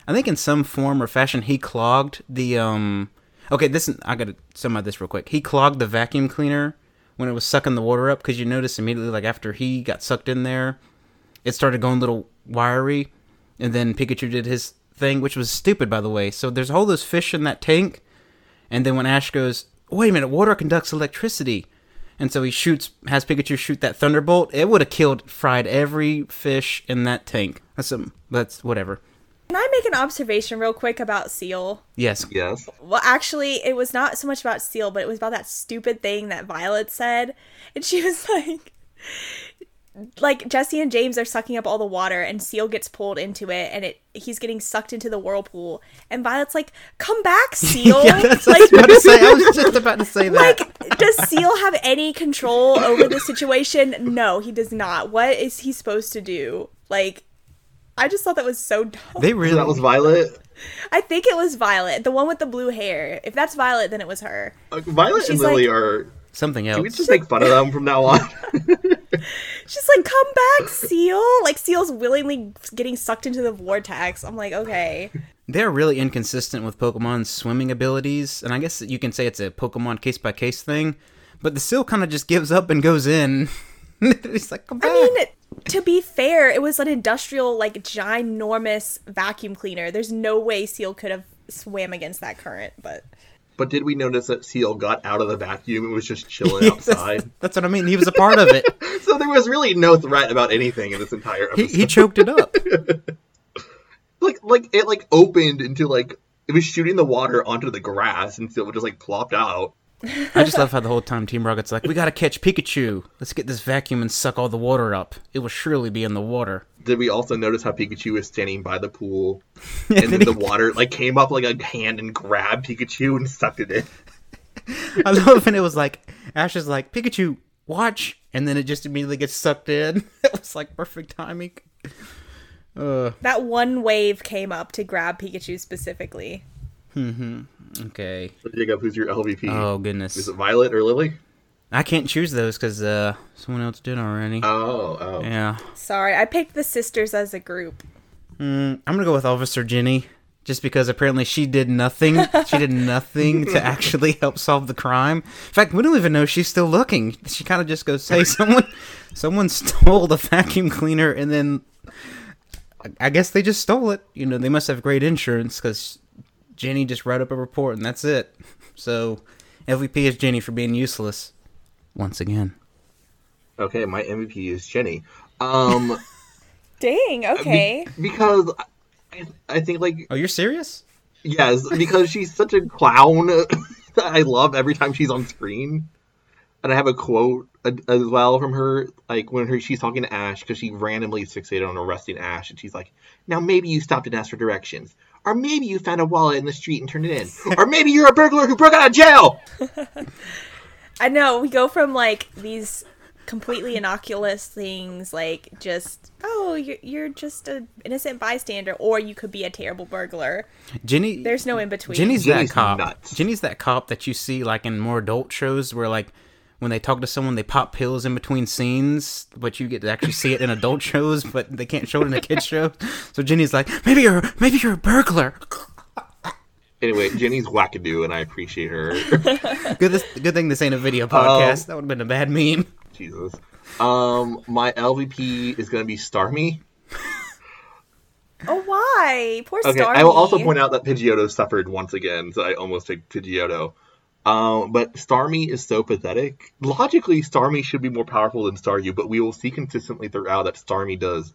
Speaker 2: I think in some form or fashion he clogged the um. Okay, this I gotta sum up this real quick. He clogged the vacuum cleaner when it was sucking the water up because you notice immediately like after he got sucked in there, it started going a little wiry, and then Pikachu did his thing, which was stupid, by the way. So there's all those fish in that tank, and then when Ash goes, wait a minute, water conducts electricity. And so he shoots, has Pikachu shoot that thunderbolt. It would have killed, fried every fish in that tank. That's some, that's whatever.
Speaker 4: Can I make an observation real quick about Seal?
Speaker 2: Yes.
Speaker 3: Yes.
Speaker 4: Well, actually, it was not so much about Seal, but it was about that stupid thing that Violet said. And she *laughs* was like, like Jesse and James are sucking up all the water, and Seal gets pulled into it, and it he's getting sucked into the whirlpool. And Violet's like, "Come back,
Speaker 2: *laughs*
Speaker 4: Seal!"
Speaker 2: Yeah, that's what I was
Speaker 4: like,
Speaker 2: about to say. I was just about to
Speaker 4: *laughs*
Speaker 2: say that.
Speaker 4: like, does Seal have any control over the situation? No, he does not. What is he supposed to do? Like, I just thought that was so dumb.
Speaker 2: they really
Speaker 3: So that was Violet.
Speaker 4: I think it was Violet, the one with the blue hair. If that's Violet, then it was her.
Speaker 3: Uh, Violet
Speaker 4: She's
Speaker 3: and Lily
Speaker 4: like-
Speaker 3: are.
Speaker 2: something
Speaker 3: Can we
Speaker 2: else.
Speaker 3: just make fun of them from now on?
Speaker 4: She's like, "Come back, Seal!" Like Seal's willingly getting sucked into the vortex. I'm like, okay,
Speaker 2: They're really inconsistent with Pokemon's swimming abilities, and I guess that you can say it's a Pokemon case by case thing. But the seal kind of just gives up and goes in. *laughs* He's like, come back.
Speaker 4: I mean, to be fair, it was an industrial, like ginormous vacuum cleaner. There's no way Seal could have swam against that current, but
Speaker 3: but did we notice that Seal got out of the vacuum and was
Speaker 2: *laughs*
Speaker 3: just chilling outside?
Speaker 2: That's what I mean. He was a part of it.
Speaker 3: So there was really no threat about anything in this entire
Speaker 2: He,
Speaker 3: episode.
Speaker 2: he choked it up.
Speaker 3: like like it like opened into like it was shooting the water onto the grass and so it just like plopped out.
Speaker 2: I just love how the whole time Team Rocket's like, we gotta catch Pikachu. Let's get this vacuum and suck all the water up. It will surely be in the water.
Speaker 3: Did we also notice how Pikachu was standing by the pool
Speaker 2: *laughs* Yeah,
Speaker 3: and then the water like came up like a hand and grabbed Pikachu and sucked it in?
Speaker 2: I love when it was like, Ash is like, Pikachu, watch. And then it just immediately gets sucked in. *laughs* It was like perfect timing.
Speaker 4: that one wave came up to grab Pikachu specifically.
Speaker 2: Okay.
Speaker 3: Jacob, who's your LVP?
Speaker 2: Oh, goodness.
Speaker 3: Is it Violet or Lily?
Speaker 2: I can't choose those because uh, someone else did already.
Speaker 3: Oh, oh.
Speaker 2: yeah.
Speaker 4: Sorry, I picked the sisters as a group.
Speaker 2: I'm gonna go with Officer Ginny, just because apparently she did nothing. she did nothing to actually help solve the crime. In fact, we don't even know she's still looking. She kind of just goes, "Hey, someone, someone stole the vacuum cleaner," and then I- I guess they just stole it. You know, they must have great insurance because Ginny just wrote up a report, and that's it. So LVP is Ginny for being useless once again.
Speaker 3: Okay, my MVP is Jenny. Um, *laughs*
Speaker 4: Dang. Okay.
Speaker 3: because I, I think like
Speaker 2: Oh, you're serious?
Speaker 3: Yes, because she's such a clown *laughs* that I love every time she's on screen. And I have a quote a- as well from her, like when her she's talking to Ash because she randomly is fixated on arresting Ash, and she's like, "Now maybe you stopped and asked for directions, or maybe you found a wallet in the street and turned it in, or maybe you're a burglar who broke out of jail."
Speaker 4: I know we go from like these completely innocuous things, like just oh, you're you're just an innocent bystander, or you could be a terrible burglar.
Speaker 2: Ginny.
Speaker 4: There's no in between.
Speaker 2: Jenny's
Speaker 3: Jenny's
Speaker 2: that cop.
Speaker 3: nuts.
Speaker 2: Jenny's that cop that you see like in more adult shows where like when they talk to someone they pop pills in between scenes, but you get to actually see it in adult *laughs* shows, but they can't show it in a kid show. So Jenny's like, maybe you're maybe you're a burglar.
Speaker 3: Anyway, Jenny's wackadoo, and I appreciate her. *laughs*
Speaker 2: Good this, good thing this ain't a video podcast. that would have been a bad meme.
Speaker 3: Jesus. Um, my LVP is gonna be Starmie.
Speaker 4: Oh, why? Poor
Speaker 3: Okay,
Speaker 4: Starmie.
Speaker 3: I will also point out that Pidgeotto suffered once again, so I almost picked Pidgeotto. Um, but Starmie is so pathetic. Logically, Starmie should be more powerful than Staryu, but we will see consistently throughout that Starmie does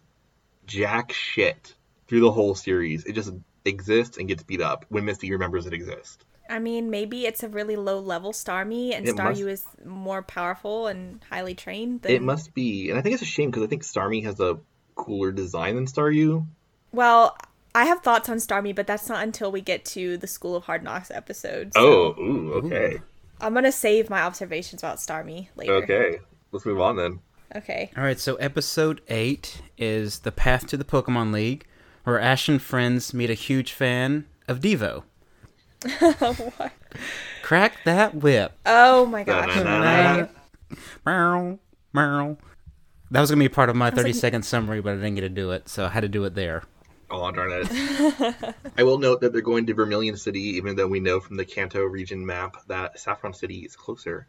Speaker 3: jack shit through the whole series. It just exists and gets beat up when Misty remembers it exists.
Speaker 4: I mean, maybe it's a really low level Starmie, and
Speaker 3: It
Speaker 4: Staryu
Speaker 3: must-
Speaker 4: is more powerful and highly trained. Than...
Speaker 3: It must be, and I think it's a shame because I think Starmie has a cooler design than Staryu.
Speaker 4: Well, I have thoughts on Starmie, but that's not until we get to the School of Hard Knocks episode. so
Speaker 3: Oh, ooh, okay,
Speaker 4: I'm gonna save my observations about Starmie later.
Speaker 3: okay. Let's move on then.
Speaker 4: Okay.
Speaker 2: All right, so episode eight is the path to the Pokemon League, where Ash and friends meet a huge fan of Devo.
Speaker 4: *laughs* What?
Speaker 2: Crack that whip.
Speaker 4: Oh my gosh.
Speaker 3: Na-na-na-na.
Speaker 2: Meow, meow. That was gonna be part of my thirty second summary, but I didn't get to do it, so I had to do it there.
Speaker 3: Oh darn it!
Speaker 4: *laughs*
Speaker 3: I will note that they're going to Vermilion City, even though we know from the Kanto region map that Saffron City is closer.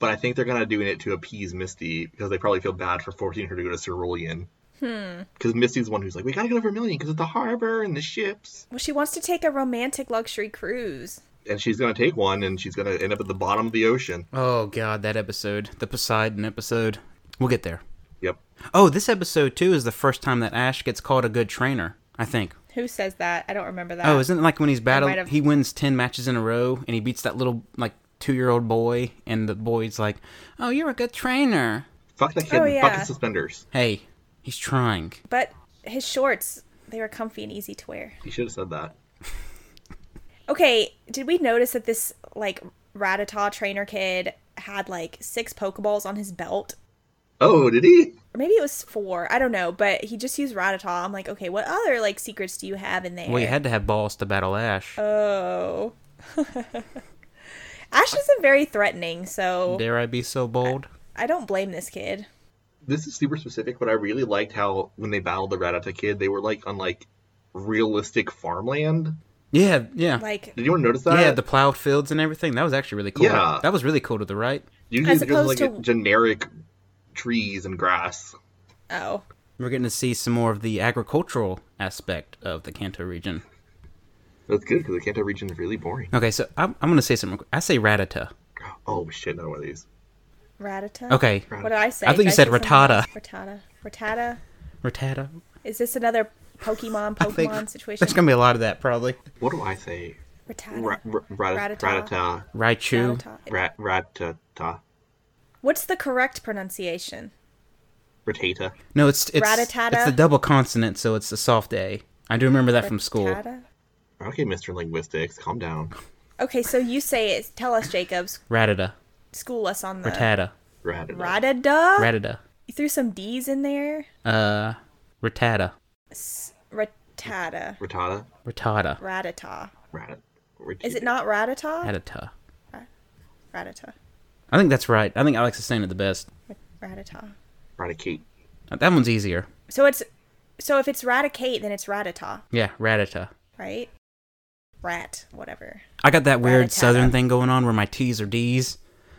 Speaker 3: But I think they're kind of doing it to appease Misty because they probably feel bad for forcing her to go to Cerulean.
Speaker 4: Hmm.
Speaker 3: Because Misty's the one who's like, we gotta go to Vermillion because of the harbor and the ships.
Speaker 4: Well, she wants to take a romantic luxury cruise.
Speaker 3: And she's gonna take one and she's gonna end up at the bottom of the ocean.
Speaker 2: Oh god, that episode, the Poseidon episode. We'll get there.
Speaker 3: Yep.
Speaker 2: Oh, this episode too is the first time that Ash gets called a good trainer. I think.
Speaker 4: Who says that? I don't remember that.
Speaker 2: Oh, isn't it like when he's
Speaker 4: might
Speaker 2: battling?
Speaker 4: have-
Speaker 2: He wins ten matches in a row, and he beats that little like two-year-old boy, and the boy's like, "Oh, you're a good trainer."
Speaker 3: Fuck that kid
Speaker 4: Oh,
Speaker 3: and
Speaker 4: yeah.
Speaker 3: fuck his suspenders.
Speaker 2: Hey, he's trying.
Speaker 4: But his shorts, they were comfy and easy to wear.
Speaker 3: He should have said that.
Speaker 4: Okay, did we notice that this like Ratata trainer kid had like six Pokeballs on his belt?
Speaker 3: Oh, did he?
Speaker 4: Or maybe it was four. I don't know, but he just used Ratata. I'm like, okay, what other like secrets do you have in there?
Speaker 2: Well, he had to have balls to battle Ash.
Speaker 4: Oh. *laughs* Ash isn't very threatening, so
Speaker 2: Dare I be so bold?
Speaker 4: I don't blame this kid.
Speaker 3: This is super specific, but I really liked how when they battled the Ratata kid, they were like on like realistic farmland.
Speaker 2: Yeah, yeah,
Speaker 4: Like,
Speaker 3: Did anyone notice that?
Speaker 2: yeah. The plowed fields and everything. That was actually really cool.
Speaker 3: Yeah.
Speaker 2: that was really cool to the right.
Speaker 3: Usually
Speaker 4: As
Speaker 3: it's just like
Speaker 4: opposed to-
Speaker 3: generic trees and grass.
Speaker 4: oh,
Speaker 2: We're getting to see some more of the agricultural aspect of the Kanto region.
Speaker 3: That's good because the Kanto region is really boring.
Speaker 2: Okay, so I'm, I'm gonna say something. real quick. I say Ratata.
Speaker 3: Oh shit, another one of these.
Speaker 4: Ratata.
Speaker 2: Okay,
Speaker 4: What did I say?
Speaker 2: I think
Speaker 4: Did
Speaker 2: you said
Speaker 4: say something
Speaker 2: Rattata.
Speaker 4: else? Rattata. Rattata.
Speaker 2: Ratata.
Speaker 4: Is this another Pokemon
Speaker 2: I think
Speaker 4: Pokemon situation?
Speaker 2: there's gonna be a lot of that probably.
Speaker 3: What do I say?
Speaker 4: Rattata.
Speaker 3: Ra- ra- ra-
Speaker 4: Ratata.
Speaker 3: Ratata.
Speaker 2: Raichu.
Speaker 4: Rattata.
Speaker 3: Rat ratata.
Speaker 4: What's the correct pronunciation?
Speaker 3: Ratata.
Speaker 2: No, it's it's
Speaker 4: Ratatata.
Speaker 2: it's the double consonant, so it's a soft A. I do remember that from school.
Speaker 4: Rattata?
Speaker 3: Okay, Mr. Linguistics, calm down.
Speaker 4: Okay, so you say it. Tell us, Jacobs.
Speaker 2: Ratata,
Speaker 4: School us on the.
Speaker 2: ratata,
Speaker 3: Ratata.
Speaker 4: Ratata?
Speaker 2: ratata,
Speaker 4: You threw some D's in there.
Speaker 2: uh, ratata,
Speaker 4: Ratata.
Speaker 3: Ratata.
Speaker 2: ratata,
Speaker 4: Ratata.
Speaker 3: Rat.
Speaker 4: Is it not Ratata?
Speaker 2: ratata.
Speaker 4: Ratata.
Speaker 2: I think that's right. I think Alex is saying it the best.
Speaker 4: Ratata.
Speaker 3: Raticate.
Speaker 2: That one's easier.
Speaker 4: So it's. So if it's Raticate, then it's Ratata,
Speaker 2: Yeah, ratata.
Speaker 4: right? Rat, whatever.
Speaker 2: I got that weird
Speaker 4: Ratatata.
Speaker 2: southern thing going on where my T's are D's.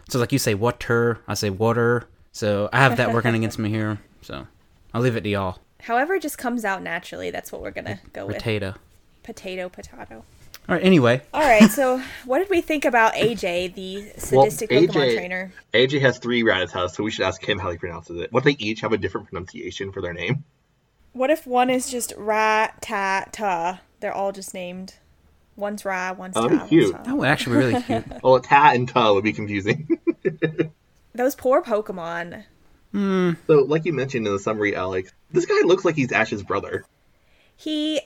Speaker 2: So like you say water, I say water. So I have that working against me here. So I'll leave it to y'all.
Speaker 4: However, it just comes out naturally. That's what we're gonna go with.
Speaker 2: Ratata.
Speaker 4: Potato, potato.
Speaker 2: All right. Anyway,
Speaker 4: All right. So, what did we think about AJ, the sadistic Pokemon trainer?
Speaker 3: AJ has three Ratatas, so we should ask him how he pronounces it. What they each have a different pronunciation for their name?
Speaker 4: What if one is just Ra Ta Ta? They're all just named. One's Ra, one's
Speaker 3: Oh,
Speaker 4: Ta. one's
Speaker 3: cute.
Speaker 4: Ta.
Speaker 2: that would actually be really cute.
Speaker 3: Well, Ta and Ta would be confusing. *laughs*
Speaker 4: Those poor Pokemon.
Speaker 3: so, like you mentioned in the summary, Alex, this guy looks like he's Ash's brother.
Speaker 4: He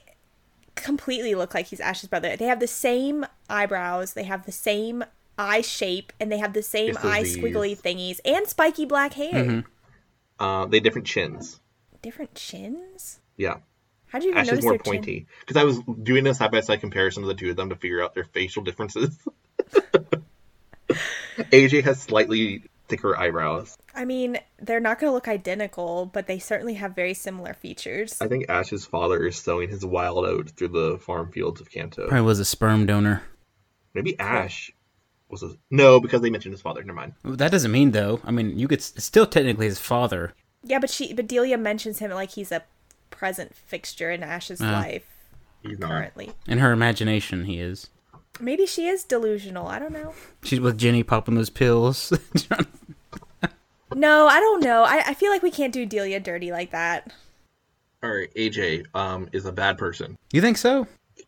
Speaker 4: completely looked like he's Ash's brother. They have the same eyebrows. They have the same eye shape, and they have the same
Speaker 3: It's
Speaker 4: eye
Speaker 3: disease.
Speaker 4: squiggly thingies and spiky black hair.
Speaker 3: Uh, they have different chins.
Speaker 4: Different chins.
Speaker 3: Yeah.
Speaker 4: How do you even
Speaker 3: Ash
Speaker 4: notice
Speaker 3: is more
Speaker 4: their chin?
Speaker 3: pointy. Because I was doing a side by side comparison of the two of them to figure out their facial differences. *laughs* AJ has slightly thicker eyebrows.
Speaker 4: I mean, they're not going to look identical, but they certainly have very similar features.
Speaker 3: I think Ash's father is sowing his wild oats through the farm fields of Kanto.
Speaker 2: Probably was a sperm donor.
Speaker 3: Maybe Ash was a no because they mentioned his father. Never mind.
Speaker 2: That doesn't mean though. I mean, you could it's still technically his father.
Speaker 4: Yeah, but she, but Delia mentions him like he's a present fixture in Ash's life
Speaker 3: He's not.
Speaker 4: currently.
Speaker 2: In her imagination, he is.
Speaker 4: Maybe she is delusional. I don't know.
Speaker 2: She's with Jenny popping those pills. *laughs*
Speaker 4: No, I don't know. I, I feel like we can't do Delia dirty like that.
Speaker 3: All right, AJ um, is a bad person.
Speaker 2: you think so?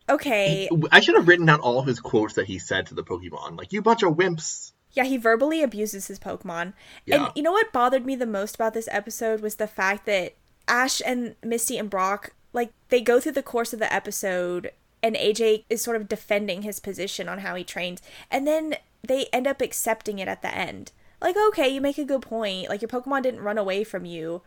Speaker 4: Okay.
Speaker 3: I should have written down all of his quotes that he said to the Pokemon. Like, you bunch of wimps.
Speaker 4: Yeah, he verbally abuses his Pokemon.
Speaker 3: Yeah.
Speaker 4: And you know what bothered me the most about this episode was the fact that Ash and Misty and Brock, like, they go through the course of the episode and AJ is sort of defending his position on how he trains. And then they end up accepting it at the end. Like, okay, you make a good point. Like, your Pokemon didn't run away from you.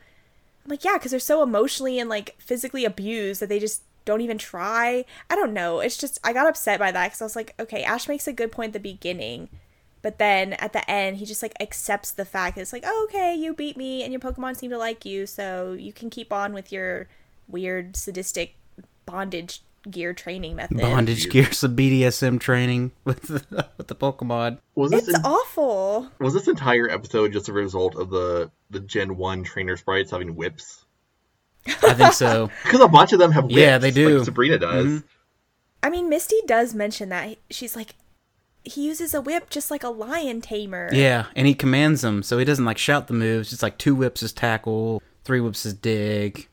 Speaker 4: I'm like, yeah, because they're so emotionally and, like, physically abused that they just don't even try. I don't know. It's just, I got upset by that because I was like, okay, Ash makes a good point at the beginning. But then at the end, he just like accepts the fact that it's like, oh, okay, you beat me and your Pokemon seem to like you, so you can keep on with your weird, sadistic bondage gear training method.
Speaker 2: Bondage gear, some BDSM training with *laughs* the, with the Pokemon.
Speaker 3: Was this
Speaker 4: It's awful.
Speaker 3: was this entire episode just a result of the the Gen One trainer sprites having whips?
Speaker 2: I think so.
Speaker 3: Because a bunch of them have whips.
Speaker 2: Yeah, they do.
Speaker 3: Like Sabrina does.
Speaker 2: Mhm.
Speaker 4: I mean, Misty does mention that. She's like, he uses a whip just like a lion tamer.
Speaker 2: Yeah, and he commands them, so he doesn't like shout the moves. It's like two whips is tackle, three whips is dig.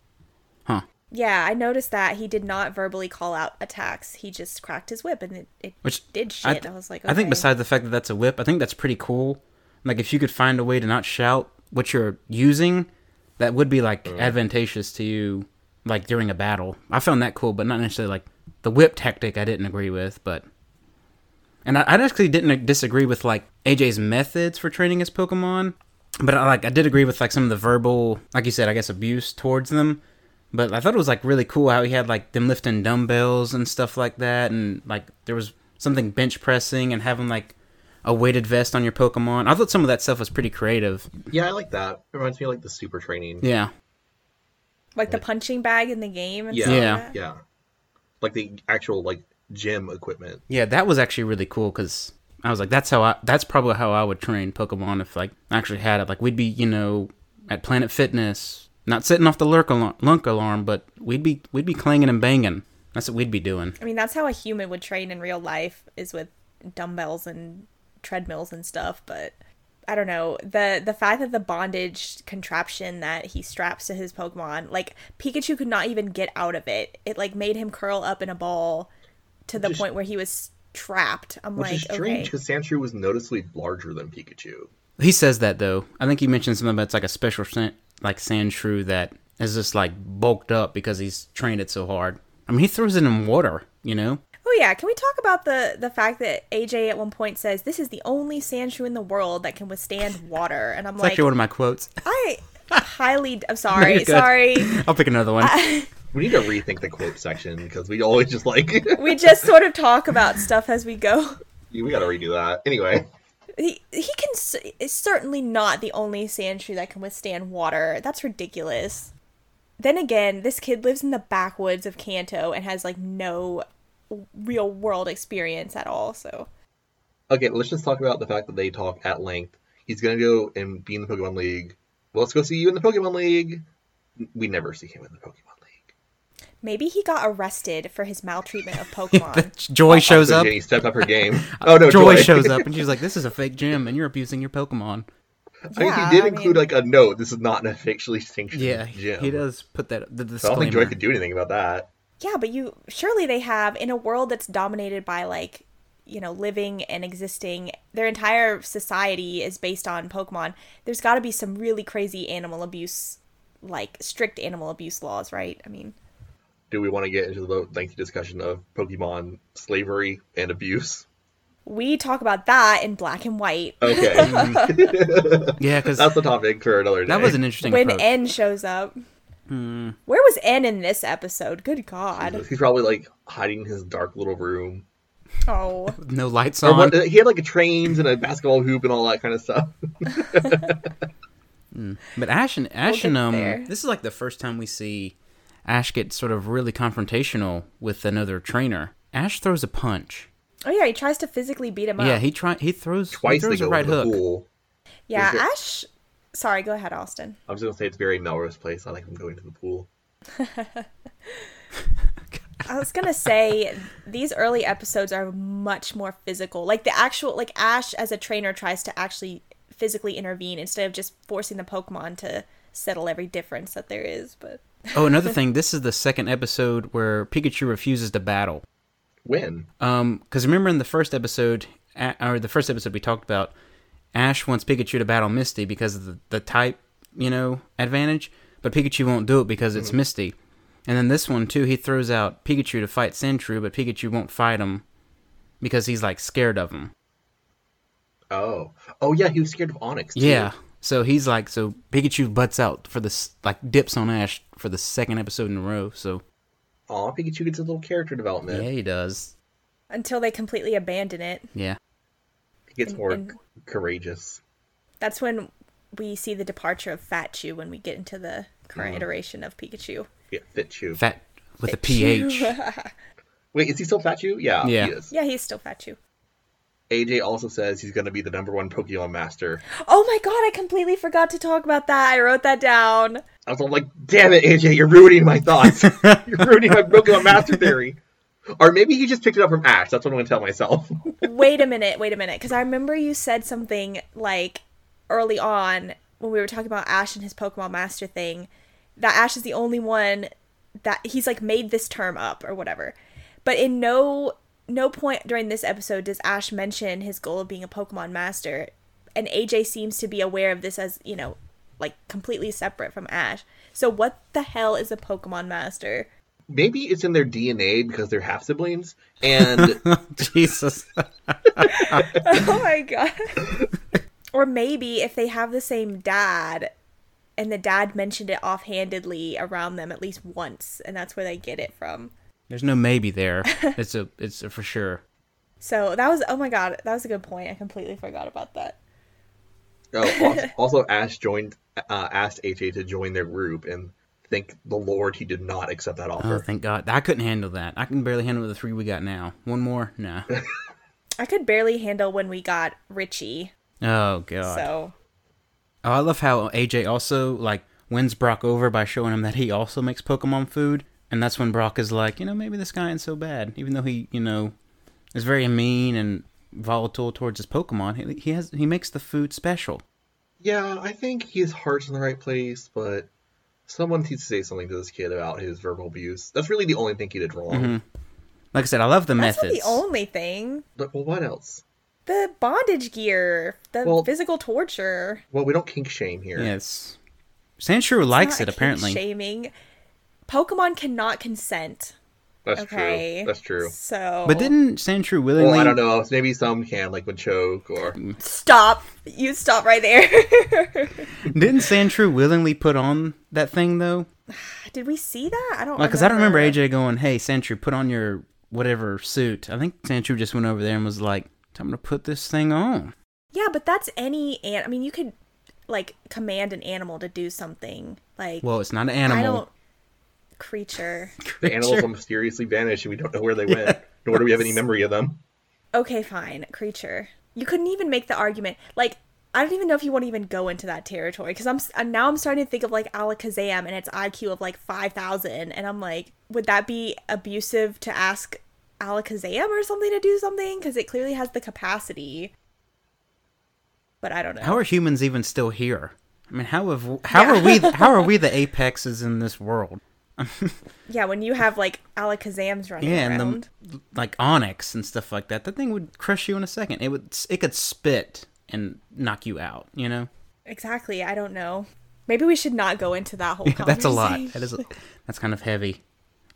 Speaker 4: Yeah, I noticed that he did not verbally call out attacks. He just cracked his whip and it, it
Speaker 2: Which
Speaker 4: did
Speaker 2: I
Speaker 4: shit. I,
Speaker 2: th-
Speaker 4: was like,
Speaker 2: I think
Speaker 4: okay.
Speaker 2: besides the fact that that's a whip, I think that's pretty cool. Like if you could find a way to not shout what you're using, that would be like advantageous to you, like during a battle. I found that cool, but not necessarily like the whip tactic. I didn't agree with, but and I, I actually didn't disagree with like AJ's methods for training his Pokemon, but I, like I did agree with like some of the verbal, like you said, I guess abuse towards them. But I thought it was like really cool how he had like them lifting dumbbells and stuff like that, and like there was something bench pressing and having like a weighted vest on your Pokemon. I thought some of that stuff was pretty creative.
Speaker 3: Yeah, I like that. It reminds me of like the super training.
Speaker 2: Yeah,
Speaker 4: like the punching bag in the game and
Speaker 3: Yeah.
Speaker 4: stuff like
Speaker 2: Yeah.
Speaker 4: that.
Speaker 3: Yeah. Like the actual like gym equipment.
Speaker 2: yeah, that was actually really cool because I was like, that's how I, that's probably how I would train Pokemon if like I actually had it. Like we'd be, you know, at Planet Fitness, not sitting off the lurk alarm, lunk alarm, but we'd be we'd be clanging and banging. That's what we'd be doing.
Speaker 4: I mean, that's how a human would train in real life is with dumbbells and treadmills and stuff, but I don't know. The the fact that the bondage contraption that he straps to his Pokemon, like Pikachu could not even get out of it. It like made him curl up in a ball to the
Speaker 3: Which is-
Speaker 4: point where he was trapped. I'm
Speaker 3: Which
Speaker 4: like,
Speaker 3: is strange
Speaker 4: okay.
Speaker 3: because Sandshrew was noticeably larger than Pikachu.
Speaker 2: He says that though. I think he mentioned something about it's like a special san- like sand shrew that is just like bulked up because he's trained it so hard. I mean, he throws it in water, you know.
Speaker 4: Oh yeah, can we talk about the the fact that AJ at one point says this is the only Sandshrew in the world that can withstand water, and I'm
Speaker 2: It's
Speaker 4: like,
Speaker 2: actually one of my
Speaker 4: *laughs*
Speaker 2: quotes.
Speaker 4: I highly,
Speaker 2: *laughs*
Speaker 4: I'm sorry,
Speaker 2: good.
Speaker 4: sorry.
Speaker 2: I'll pick another one.
Speaker 3: We need to rethink the quote section because we always just like *laughs*
Speaker 4: We just sort of talk about stuff as we go.
Speaker 3: we gotta redo that. Anyway.
Speaker 4: He he can s- is certainly not the only Sandshrew that can withstand water. That's ridiculous. Then again, this kid lives in the backwoods of Kanto and has like no real world experience at all. So
Speaker 3: Okay, let's just talk about the fact that they talk at length. He's gonna go and be in the Pokemon League. Well, let's go see you in the Pokemon League. We never see him in the Pokemon League.
Speaker 4: maybe he got arrested for his
Speaker 2: *laughs*
Speaker 4: maltreatment of
Speaker 3: *laughs*
Speaker 4: Pokemon.
Speaker 2: Joy shows
Speaker 3: So
Speaker 2: up. Uh,
Speaker 3: Jenny stepped
Speaker 2: *laughs*
Speaker 3: up her game. Oh no,
Speaker 2: Joy
Speaker 3: *laughs*
Speaker 2: shows up and she's like, "This is a fake gym, and you're abusing your Pokemon."
Speaker 3: I mean,
Speaker 4: Yeah,
Speaker 3: he did
Speaker 4: I
Speaker 3: include
Speaker 4: mean-
Speaker 3: like a note. This is not an officially sanctioned
Speaker 2: Yeah,
Speaker 3: gym.
Speaker 2: he does put that the
Speaker 3: So I don't
Speaker 2: disclaimer.
Speaker 3: think Joy could do anything about that.
Speaker 4: Yeah, but you surely they have in a world that's dominated by like, you know, living and existing. Their entire society is based on Pokemon. There's got to be some really crazy animal abuse, like strict animal abuse laws, right? I mean,
Speaker 3: Do we want to get into the lengthy discussion of Pokemon slavery and abuse?
Speaker 4: we talk about that in black and white
Speaker 2: Oh, *laughs*
Speaker 3: Okay,
Speaker 2: yeah,
Speaker 3: *laughs*
Speaker 2: because
Speaker 3: that's the topic for another day.
Speaker 2: that was an interesting
Speaker 4: when
Speaker 2: approach. Hmm.
Speaker 4: N shows up. Where was N in this episode? Good
Speaker 2: *laughs*
Speaker 4: God!
Speaker 3: He's probably like hiding in his dark little room.
Speaker 4: Oh,
Speaker 2: no lights
Speaker 3: Or
Speaker 2: on.
Speaker 3: what- uh, he had like trains and a basketball hoop and all that kind of stuff.
Speaker 2: But Ash and Ash and
Speaker 4: get
Speaker 2: um,
Speaker 4: there.
Speaker 2: this is like the first time we see Ash get sort of really confrontational with another trainer. Ash throws a punch.
Speaker 4: oh yeah, he tries to physically beat him up.
Speaker 2: Yeah, he try he throws he
Speaker 3: Twice they
Speaker 2: throws
Speaker 3: go
Speaker 2: a right
Speaker 3: over the
Speaker 2: hook.
Speaker 3: pool.
Speaker 4: yeah.
Speaker 3: there's a-
Speaker 4: Ash. Sorry, go ahead, Austin.
Speaker 3: I'm just gonna say it's very Melrose Place. I like them going to the pool.
Speaker 4: I was gonna say these early episodes are much more physical. Like the actual like Ash as a trainer tries to actually physically intervene instead of just forcing the Pokemon to settle every difference that there is. But
Speaker 2: Oh, another thing. This is the second episode where Pikachu refuses to battle.
Speaker 3: When?
Speaker 2: Um, because remember in the first episode, a- or the first episode we talked about, Ash wants Pikachu to battle Misty because of the, the type, you know, advantage. But Pikachu won't do it because it's Misty. And then this one too, he throws out Pikachu to fight Sandshrew, but Pikachu won't fight him because he's like scared of him.
Speaker 3: Oh, oh yeah, he was scared of Onyx. Too.
Speaker 2: Yeah. So he's like, so Pikachu butts out for this, like dips on Ash for the second episode in a row. So
Speaker 3: Aw, Pikachu gets a little character development.
Speaker 2: yeah, he does.
Speaker 4: until they completely abandon it,
Speaker 2: Yeah.
Speaker 3: He gets more
Speaker 4: and-
Speaker 3: c- courageous.
Speaker 4: that's when we see the departure of Fat Chew when we get into the current iteration of Pikachu.
Speaker 3: Yeah, Fat Chew.
Speaker 2: Fat with a ph.
Speaker 3: Wait, is he still Fat Chew? Yeah,
Speaker 2: Yeah.
Speaker 3: he is.
Speaker 4: Yeah, he's still Fat Chew.
Speaker 3: AJ also says he's going to be the number one Pokemon master.
Speaker 4: Oh my god, I completely forgot to talk about that. I wrote that down.
Speaker 3: I was all like, damn it, AJ, you're ruining
Speaker 2: *laughs*
Speaker 3: my thoughts. you're ruining my Pokemon master theory. Or maybe he just picked it up from Ash. That's what I'm going to tell myself. *laughs*
Speaker 4: wait a minute, wait a minute, because I remember you said something like early on when we were talking about Ash and his Pokemon Master thing that Ash is the only one that he's like made this term up or whatever. But in no no point during this episode does Ash mention his goal of being a Pokemon Master, and AJ seems to be aware of this as you know, like completely separate from Ash. So what the hell is a Pokemon Master?
Speaker 3: maybe it's in their DNA because they're half siblings,
Speaker 2: *laughs*
Speaker 3: and
Speaker 2: *laughs* Jesus.
Speaker 4: *laughs* oh my god. or maybe if they have the same dad and the dad mentioned it offhandedly around them at least once and that's where they get it from.
Speaker 2: There's no maybe
Speaker 4: *laughs*
Speaker 2: there. It's a it's a for sure.
Speaker 4: So that was oh my god, that was a good point. I completely forgot about that.
Speaker 3: oh, also, also Ash joined uh, asked AJ to join their group, and thank the Lord he did not accept that
Speaker 2: Oh,
Speaker 3: offer.
Speaker 2: thank God. I couldn't handle that. I can barely handle the three we got now. One more?
Speaker 4: *laughs*
Speaker 2: Nah.
Speaker 4: I could barely handle when we got Richie.
Speaker 2: Oh God.
Speaker 4: So
Speaker 2: Oh, I love how AJ also like wins Brock over by showing him that he also makes Pokemon food, and that's when Brock is like, you know, maybe this guy ain't so bad, even though he, you know, is very mean and volatile towards his Pokemon. He, he has he makes the food special.
Speaker 3: Yeah, I think his heart's in the right place, but someone needs to say something to this kid about his verbal abuse. That's really the only thing he did wrong.
Speaker 2: Like I said, I love the
Speaker 4: that's not
Speaker 2: methods.
Speaker 4: the only thing.
Speaker 3: But, well, what else?
Speaker 4: The bondage gear, the
Speaker 3: Well-
Speaker 4: physical torture.
Speaker 3: Well, we don't kink shame here.
Speaker 2: yes, Sandshrew likes it
Speaker 4: Not a kink
Speaker 2: apparently.
Speaker 4: Shaming. Pokemon cannot consent.
Speaker 3: That's
Speaker 4: Okay.
Speaker 3: true. That's true.
Speaker 4: So
Speaker 2: But didn't Sandshrew willingly?
Speaker 3: Well, I don't know. Maybe some can, like when choke or
Speaker 4: stop you stop right there *laughs*
Speaker 2: Didn't Sandshrew willingly put on that thing though?
Speaker 4: did we see that i don't
Speaker 2: Like, cause I don't remember AJ going, "Hey, Sandshrew, put on your whatever suit." I think Sandshrew just went over there and was like, "Time to put this thing on."
Speaker 4: yeah but that's any an- i mean you could like command an animal to do something like
Speaker 2: Well, it's not an
Speaker 4: i
Speaker 2: animal.
Speaker 4: don't creature
Speaker 3: the animals mysteriously vanished and we don't know where they went, nor do we have any memory of them.
Speaker 4: okay fine creature you couldn't even make the argument like i don't even know if you want to even go into that territory because i'm s- uh, now i'm starting to think of like alakazam and its iq of like 5000 and i'm like would that be abusive to ask alakazam or something to do something because it clearly has the capacity but i don't know
Speaker 2: How are humans even still here? I mean, how have how are we how are we
Speaker 4: *laughs*
Speaker 2: the apexes in this world?
Speaker 4: yeah when you have like alakazams running
Speaker 2: Yeah,
Speaker 4: around
Speaker 2: and the like onyx and stuff like that. That thing would crush you in a second. It would it could spit and knock you out. You know, *laughs*
Speaker 4: exactly i don't know maybe we should not go
Speaker 2: *laughs*
Speaker 4: into that whole
Speaker 2: that's a lot.
Speaker 4: conversation.
Speaker 2: That is that's kind of heavy,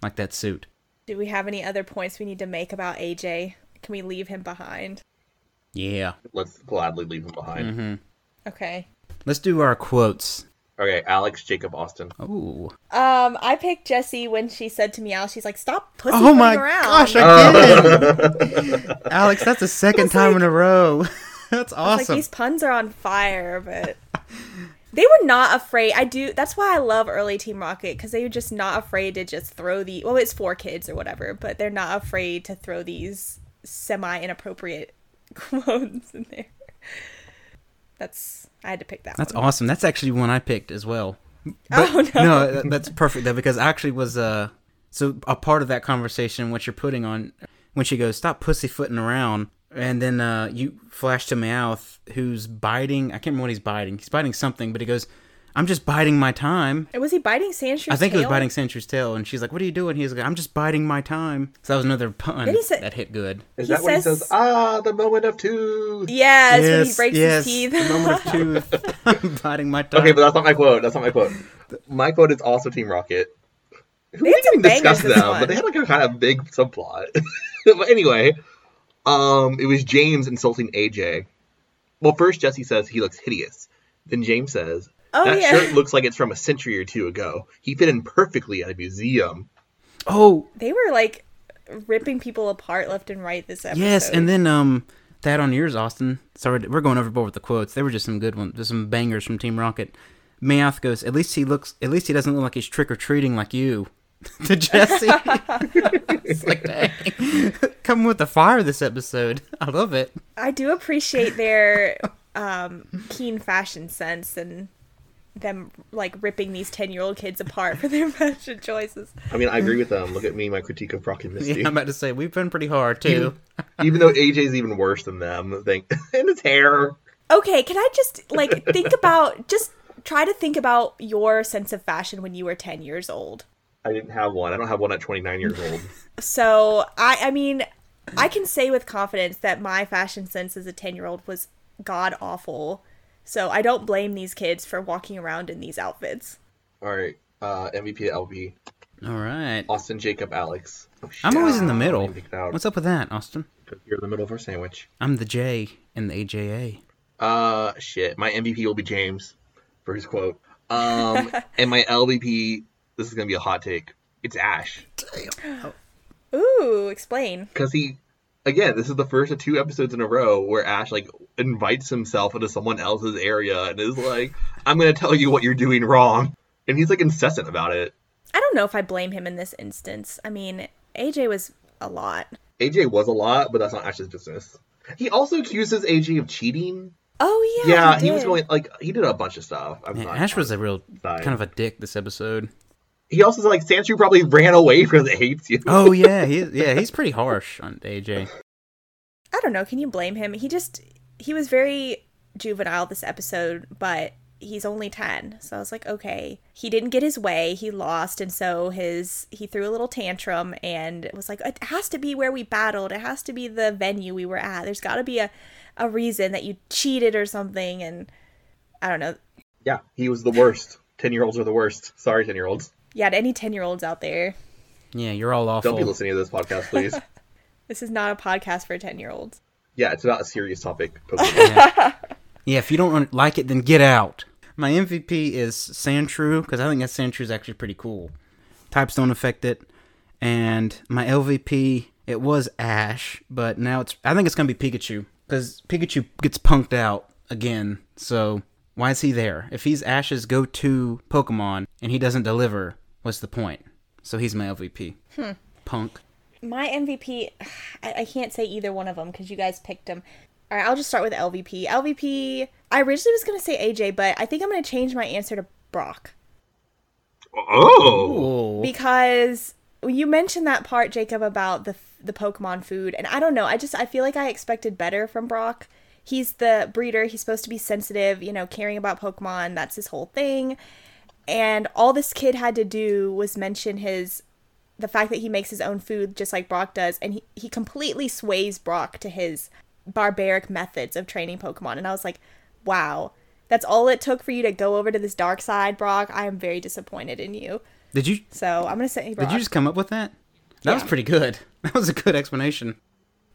Speaker 2: like that suit.
Speaker 4: do we have any other points we need to make about aj can we leave him behind
Speaker 2: Yeah.
Speaker 3: Let's gladly leave them behind.
Speaker 4: okay
Speaker 2: Let's do our quotes.
Speaker 3: Okay, Alex Jacob Austin.
Speaker 2: Oh.
Speaker 4: Um, I picked Jessie when she said to Meow, she's like, "Stop pussy
Speaker 2: Oh my
Speaker 4: around."
Speaker 2: gosh, I did it. Uh, *laughs* Alex, that's the second time in a row. *laughs* that's
Speaker 4: It's
Speaker 2: awesome.
Speaker 4: Like these puns are on fire, but *laughs* they were not afraid. I do. That's why I love early Team Rocket because they were just not afraid to just throw the. Well, it's for kids or whatever, but they're not afraid to throw these semi inappropriate *laughs* quotes in there. That's. I had to pick that.
Speaker 2: that's
Speaker 4: one.
Speaker 2: awesome. That's actually one I picked as well.
Speaker 4: Oh no.
Speaker 2: no, that- that's perfect though because I actually was uh so a part of that conversation what you're putting on when she goes stop pussyfooting around and then uh you flash to Meowth who's biting I can't remember what he's biting he's biting something but he goes I'm just biting my time
Speaker 4: And Was he biting Sandshoe's
Speaker 2: I think
Speaker 4: tail?
Speaker 2: it was biting Sanchu's tail and she's like what are you doing he's like I'm just biting my time so that was another pun
Speaker 4: Then he said-
Speaker 2: that hit good
Speaker 3: Is
Speaker 4: He
Speaker 3: that when he
Speaker 4: says-
Speaker 3: says, ah, the moment of two?
Speaker 4: Yes, when he breaks his
Speaker 2: the
Speaker 4: *laughs* teeth.
Speaker 2: moment of truth I'm *laughs* biting my time
Speaker 3: Okay, but that's not my quote. That's not my quote. My quote is also Team Rocket.
Speaker 4: they had some bangers
Speaker 3: Discuss
Speaker 4: this
Speaker 3: them,
Speaker 4: one.
Speaker 3: but they had like a kind of big subplot. *laughs* but anyway, um, it was James insulting AJ. Well, first Jesse says he looks hideous. Then James says,
Speaker 4: Oh,
Speaker 3: that
Speaker 4: yeah.
Speaker 3: shirt looks like it's from a century or two ago. He fit in perfectly at a museum.
Speaker 2: oh
Speaker 4: They were like ripping people apart left and right this episode.
Speaker 2: Yes, and then um that on yours, Austin. Sorry, we're going overboard with the quotes. They were just some good ones, just some bangers from Team Rocket. Mayoth goes, "At least he looks. At least he doesn't look like he's trick or treating like you." *laughs* to
Speaker 4: *laughs*
Speaker 2: Jesse. it's like, dang, *laughs* come with the fire this episode. I love it.
Speaker 4: I do appreciate their um, keen fashion sense and them like ripping these 10 year old kids apart for their *laughs* fashion choices.
Speaker 3: I mean, I agree with them. Look at me, my critique of Brock and Misty.
Speaker 2: Yeah, I'm about to say we've been pretty hard too.
Speaker 3: even though AJ's even worse than them, think *laughs* and his hair.
Speaker 4: Okay, can I just like think about just try to think about your sense of fashion when you were 10 years old?
Speaker 3: I didn't have one. I don't have one at 29 years old.
Speaker 4: So, I I mean, I can say with confidence that my fashion sense as a 10-year-old was god awful. So, I don't blame these kids for walking around in these outfits.
Speaker 3: All right, uh, MVP LP
Speaker 2: All right,
Speaker 3: Austin Jacob Alex. Oh, shit.
Speaker 2: I'm always in the
Speaker 3: I
Speaker 2: middle.
Speaker 3: didn't pick it out.
Speaker 2: What's up with that, Austin?
Speaker 3: You're in the middle of our sandwich.
Speaker 2: I'm the J in the AJA.
Speaker 3: Uh, shit. My MVP will be James for his quote.
Speaker 2: *laughs*
Speaker 3: Um, and my LVP. This is gonna be a hot take. It's Ash
Speaker 4: Ooh, explain.
Speaker 3: because he, again, this is the first of two episodes in a row where Ash like invites himself into someone else's area and is like, "I'm gonna tell you what you're doing wrong," and he's like incessant about it.
Speaker 4: I don't know if I blame him in this instance. I mean, AJ was a lot.
Speaker 3: AJ was a lot, but that's not Ash's business. He also accuses AJ of cheating.
Speaker 4: Oh yeah.
Speaker 3: Yeah, he, was
Speaker 4: did.
Speaker 3: going like he did a bunch of stuff. I'm
Speaker 2: Man,
Speaker 3: not,
Speaker 2: Ash was a real
Speaker 3: Sorry.
Speaker 2: kind of a dick this episode.
Speaker 3: He also said, like Sansu probably ran away *laughs* because it hates you.
Speaker 2: Oh yeah, he, yeah, he's pretty harsh on AJ.
Speaker 4: I don't know. Can you blame him? He just he was very juvenile this episode, but he's only 10. So I was like, okay. He didn't get his way. He lost and so his he threw a little tantrum and was like, it has to be where we battled. It has to be the venue we were at. There's got to be a a reason that you cheated or something and I don't know.
Speaker 3: Yeah, he was the worst. Ten year olds are the worst. Sorry, ten year olds.
Speaker 4: Yeah, to any 10-year-olds out there,
Speaker 2: Yeah, you're all awful.
Speaker 3: Don't be listening to this podcast,
Speaker 2: *laughs*
Speaker 3: please.
Speaker 4: this is not a podcast for 10-year-olds.
Speaker 3: yeah, it's about a serious topic. Pokemon.
Speaker 2: Yeah, if you don't like it, then get out. My MVP is Sandshrew because I think that Sandshrew is actually pretty cool. Types don't affect it, and my LVP it was Ash, but now it's I think it's gonna be Pikachu because Pikachu gets punked out again. So why is he there? If he's Ash's go-to Pokemon and he doesn't deliver, what's the point? So he's my LVP. Punk.
Speaker 4: my MVP, *sighs* I, I can't say either one of them because you guys picked them. All right, I'll just start with LVP. LVP, I originally was going to say AJ, but I think I'm going to change my answer to Brock
Speaker 3: oh,
Speaker 2: *laughs* Oh,
Speaker 4: because you mentioned that part, Jacob, about the the Pokemon food, and I don't know. I just I feel like I expected better from Brock. He's the breeder. He's supposed to be sensitive, you know, caring about Pokemon. That's his whole thing. And all this kid had to do was mention his the fact that he makes his own food just like Brock does, and he, he completely sways Brock to his barbaric methods of training Pokemon. And I was like, wow, that's all it took for you to go over to this dark side, Brock. I am very disappointed in you.
Speaker 2: did you
Speaker 4: So I'm gonna say Brock.
Speaker 2: did you just come up with that? That was
Speaker 4: Yeah.
Speaker 2: pretty good. *laughs* That was a good explanation.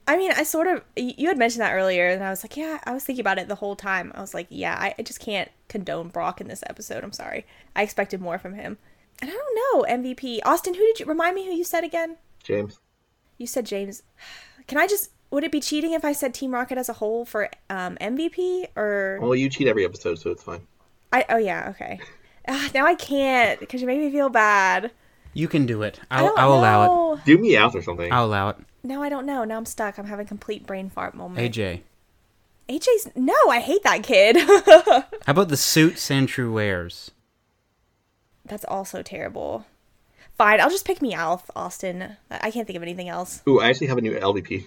Speaker 4: I mean, I sort of y- you had mentioned that earlier, and I was like, yeah, I was thinking about it the whole time. I was like, yeah, I, I just can't condone Brock in this episode. I'm sorry. I expected more from him, and I don't know MVP Austin. Who did you remind me? Who you said again?
Speaker 3: James.
Speaker 4: You said James. *sighs* Can I just? Would it be cheating if I said Team Rocket as a whole for um, MVP or?
Speaker 3: Well, you cheat every episode, so it's fine.
Speaker 4: I oh yeah okay. Ah, now I can't because you made me feel bad.
Speaker 2: You can do it.
Speaker 4: I
Speaker 2: I'll,
Speaker 4: don't
Speaker 2: I'll allow it.
Speaker 4: know.
Speaker 3: Do me out or something.
Speaker 2: I'll allow it.
Speaker 4: Now I don't know. Now I'm stuck. I'm having a complete brain fart moment.
Speaker 2: AJ,
Speaker 4: AJ's no, I hate that kid. *laughs*
Speaker 2: how about the suit Sandshrew wears?
Speaker 4: That's also terrible. Fine, I'll just pick me out, Austin. I I can't think of anything else.
Speaker 3: Ooh, I actually have a new LVP.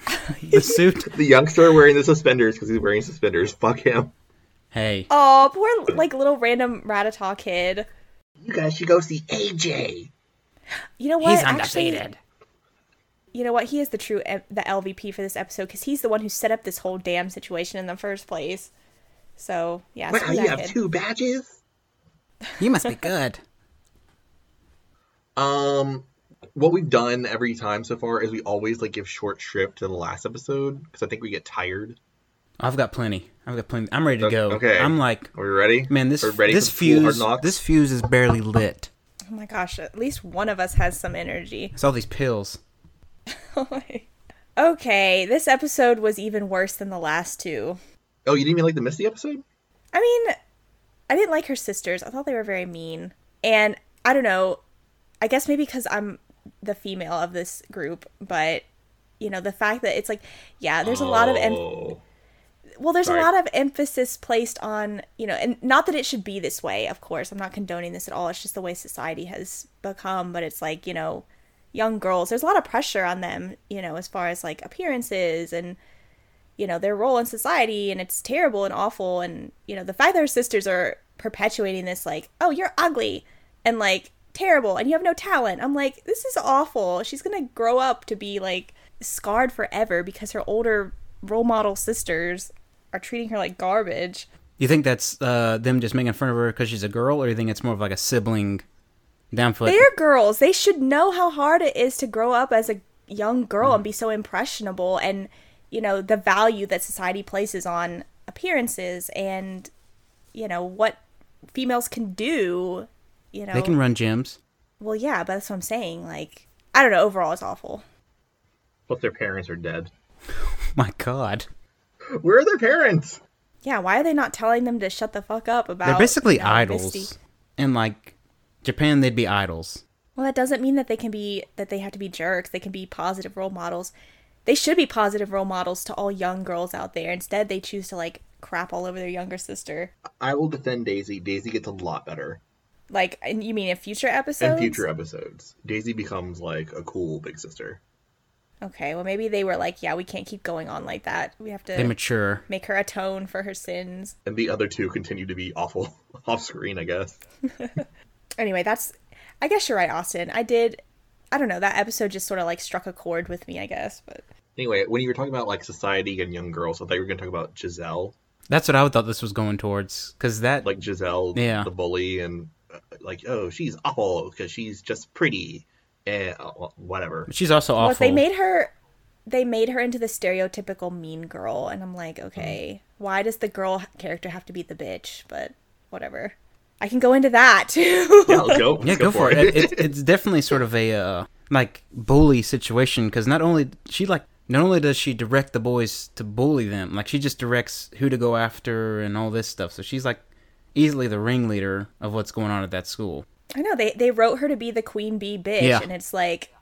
Speaker 4: *laughs*
Speaker 2: The suit.
Speaker 3: The youngster wearing the suspenders because he's wearing suspenders. Fuck him.
Speaker 2: hey,
Speaker 4: Oh, poor like little random Ratata kid.
Speaker 3: You guys should go see AJ.
Speaker 4: You know Oh, what?
Speaker 2: he's
Speaker 4: Actually,
Speaker 2: undefeated.
Speaker 4: you know what? He is the true M- the LVP for this episode because he's the one who set up this whole damn situation in the first place. So yeah,
Speaker 3: Wow,
Speaker 4: screw
Speaker 3: oh, you
Speaker 4: that
Speaker 3: have
Speaker 4: kid.
Speaker 3: two badges.
Speaker 2: you must be good.
Speaker 3: Um, what we've done every time so far is we always like give short shrift to the last episode because I think we get tired.
Speaker 2: I've got plenty. I've got plenty. I'm ready to go.
Speaker 3: okay.
Speaker 2: I'm like,
Speaker 3: Are we ready?
Speaker 2: man, this
Speaker 3: Are we ready
Speaker 2: this
Speaker 3: for the full hard
Speaker 2: fuse
Speaker 3: knocks?
Speaker 2: this fuse is barely lit.
Speaker 4: Oh my gosh, at least one of us has some energy. *laughs*
Speaker 2: It's all these pills.
Speaker 4: okay, this episode was even worse than the last two.
Speaker 3: Oh, you didn't even like the Misty episode?
Speaker 4: I mean, I didn't like her sisters. I thought they were very mean. And I don't know. I guess maybe because I'm the female of this group, but you know the fact that it's like yeah, there's a lot of em-
Speaker 3: Oh.
Speaker 4: well, there's
Speaker 3: sorry.
Speaker 4: a lot of emphasis placed on you know, and not that it should be this way. Of course, I'm not condoning this at all. It's just the way society has become. But it's like you know, young girls. There's a lot of pressure on them. You know, as far as like appearances and you know their role in society and it's terrible and awful and you know the fact that her sisters are perpetuating this like oh you're ugly and like terrible and you have no talent i'm like this is awful she's gonna grow up to be like scarred forever because her older role model sisters are treating her like garbage
Speaker 2: You think that's uh, them just making fun of her because she's a girl, or you think it's more of like a sibling downflip?
Speaker 4: they're girls they should know how hard it is to grow up as a young girl and be so impressionable and you know the value that society places on appearances and you know what females can do you know
Speaker 2: They can run gyms. *laughs*
Speaker 4: well yeah but that's what i'm saying like i don't know overall it's awful
Speaker 3: Plus, their parents are dead.
Speaker 2: My God,
Speaker 3: Where are their parents?
Speaker 4: yeah why are they not telling them to shut the fuck up about
Speaker 2: they're basically
Speaker 4: you know,
Speaker 2: idols.
Speaker 4: Misty?
Speaker 2: In like Japan, they'd be idols.
Speaker 4: Well, that doesn't mean that they can be that they have to be jerks. They can be positive role models. They should be positive role models to all young girls out there. Instead, they choose to like crap all over their younger sister.
Speaker 3: I will defend Daisy. Daisy gets a lot better
Speaker 4: Like, and you mean in future episodes?
Speaker 3: in future episodes. Daisy becomes like a cool big sister.
Speaker 4: Okay, well maybe they were like, yeah, we can't keep going on like that. We have to
Speaker 2: They mature.
Speaker 4: make her atone for her sins.
Speaker 3: And the other two continue to be awful *laughs* off screen, I guess.
Speaker 4: Anyway, that's I guess you're right, Austin. I did I don't know, that episode just sort of like struck a chord with me, I guess, but
Speaker 3: Anyway, when you were talking about like society and young girls, I thought you were going to talk about Giselle.
Speaker 2: That's what I thought this was going towards. Because that,
Speaker 3: Like Giselle,
Speaker 2: Yeah.
Speaker 3: the bully, and uh, like, oh, she's awful because she's just pretty. And
Speaker 2: *laughs*
Speaker 3: whatever.
Speaker 2: she's also awful.
Speaker 4: Well, they made her they made her into the stereotypical mean girl and I'm like, okay, why does the girl h- character have to be the bitch? But whatever. I can go into that *laughs* too.
Speaker 3: Yeah, let's go.
Speaker 2: yeah, go, for it. it, it- It's definitely sort of a uh, like bully situation because not only she like not only does she direct the boys to bully them, like she just directs who to go after and all this stuff. So she's like easily the ringleader of what's going on at that school.
Speaker 4: I know they they wrote her to be the queen bee bitch
Speaker 2: Yeah.
Speaker 4: and it's like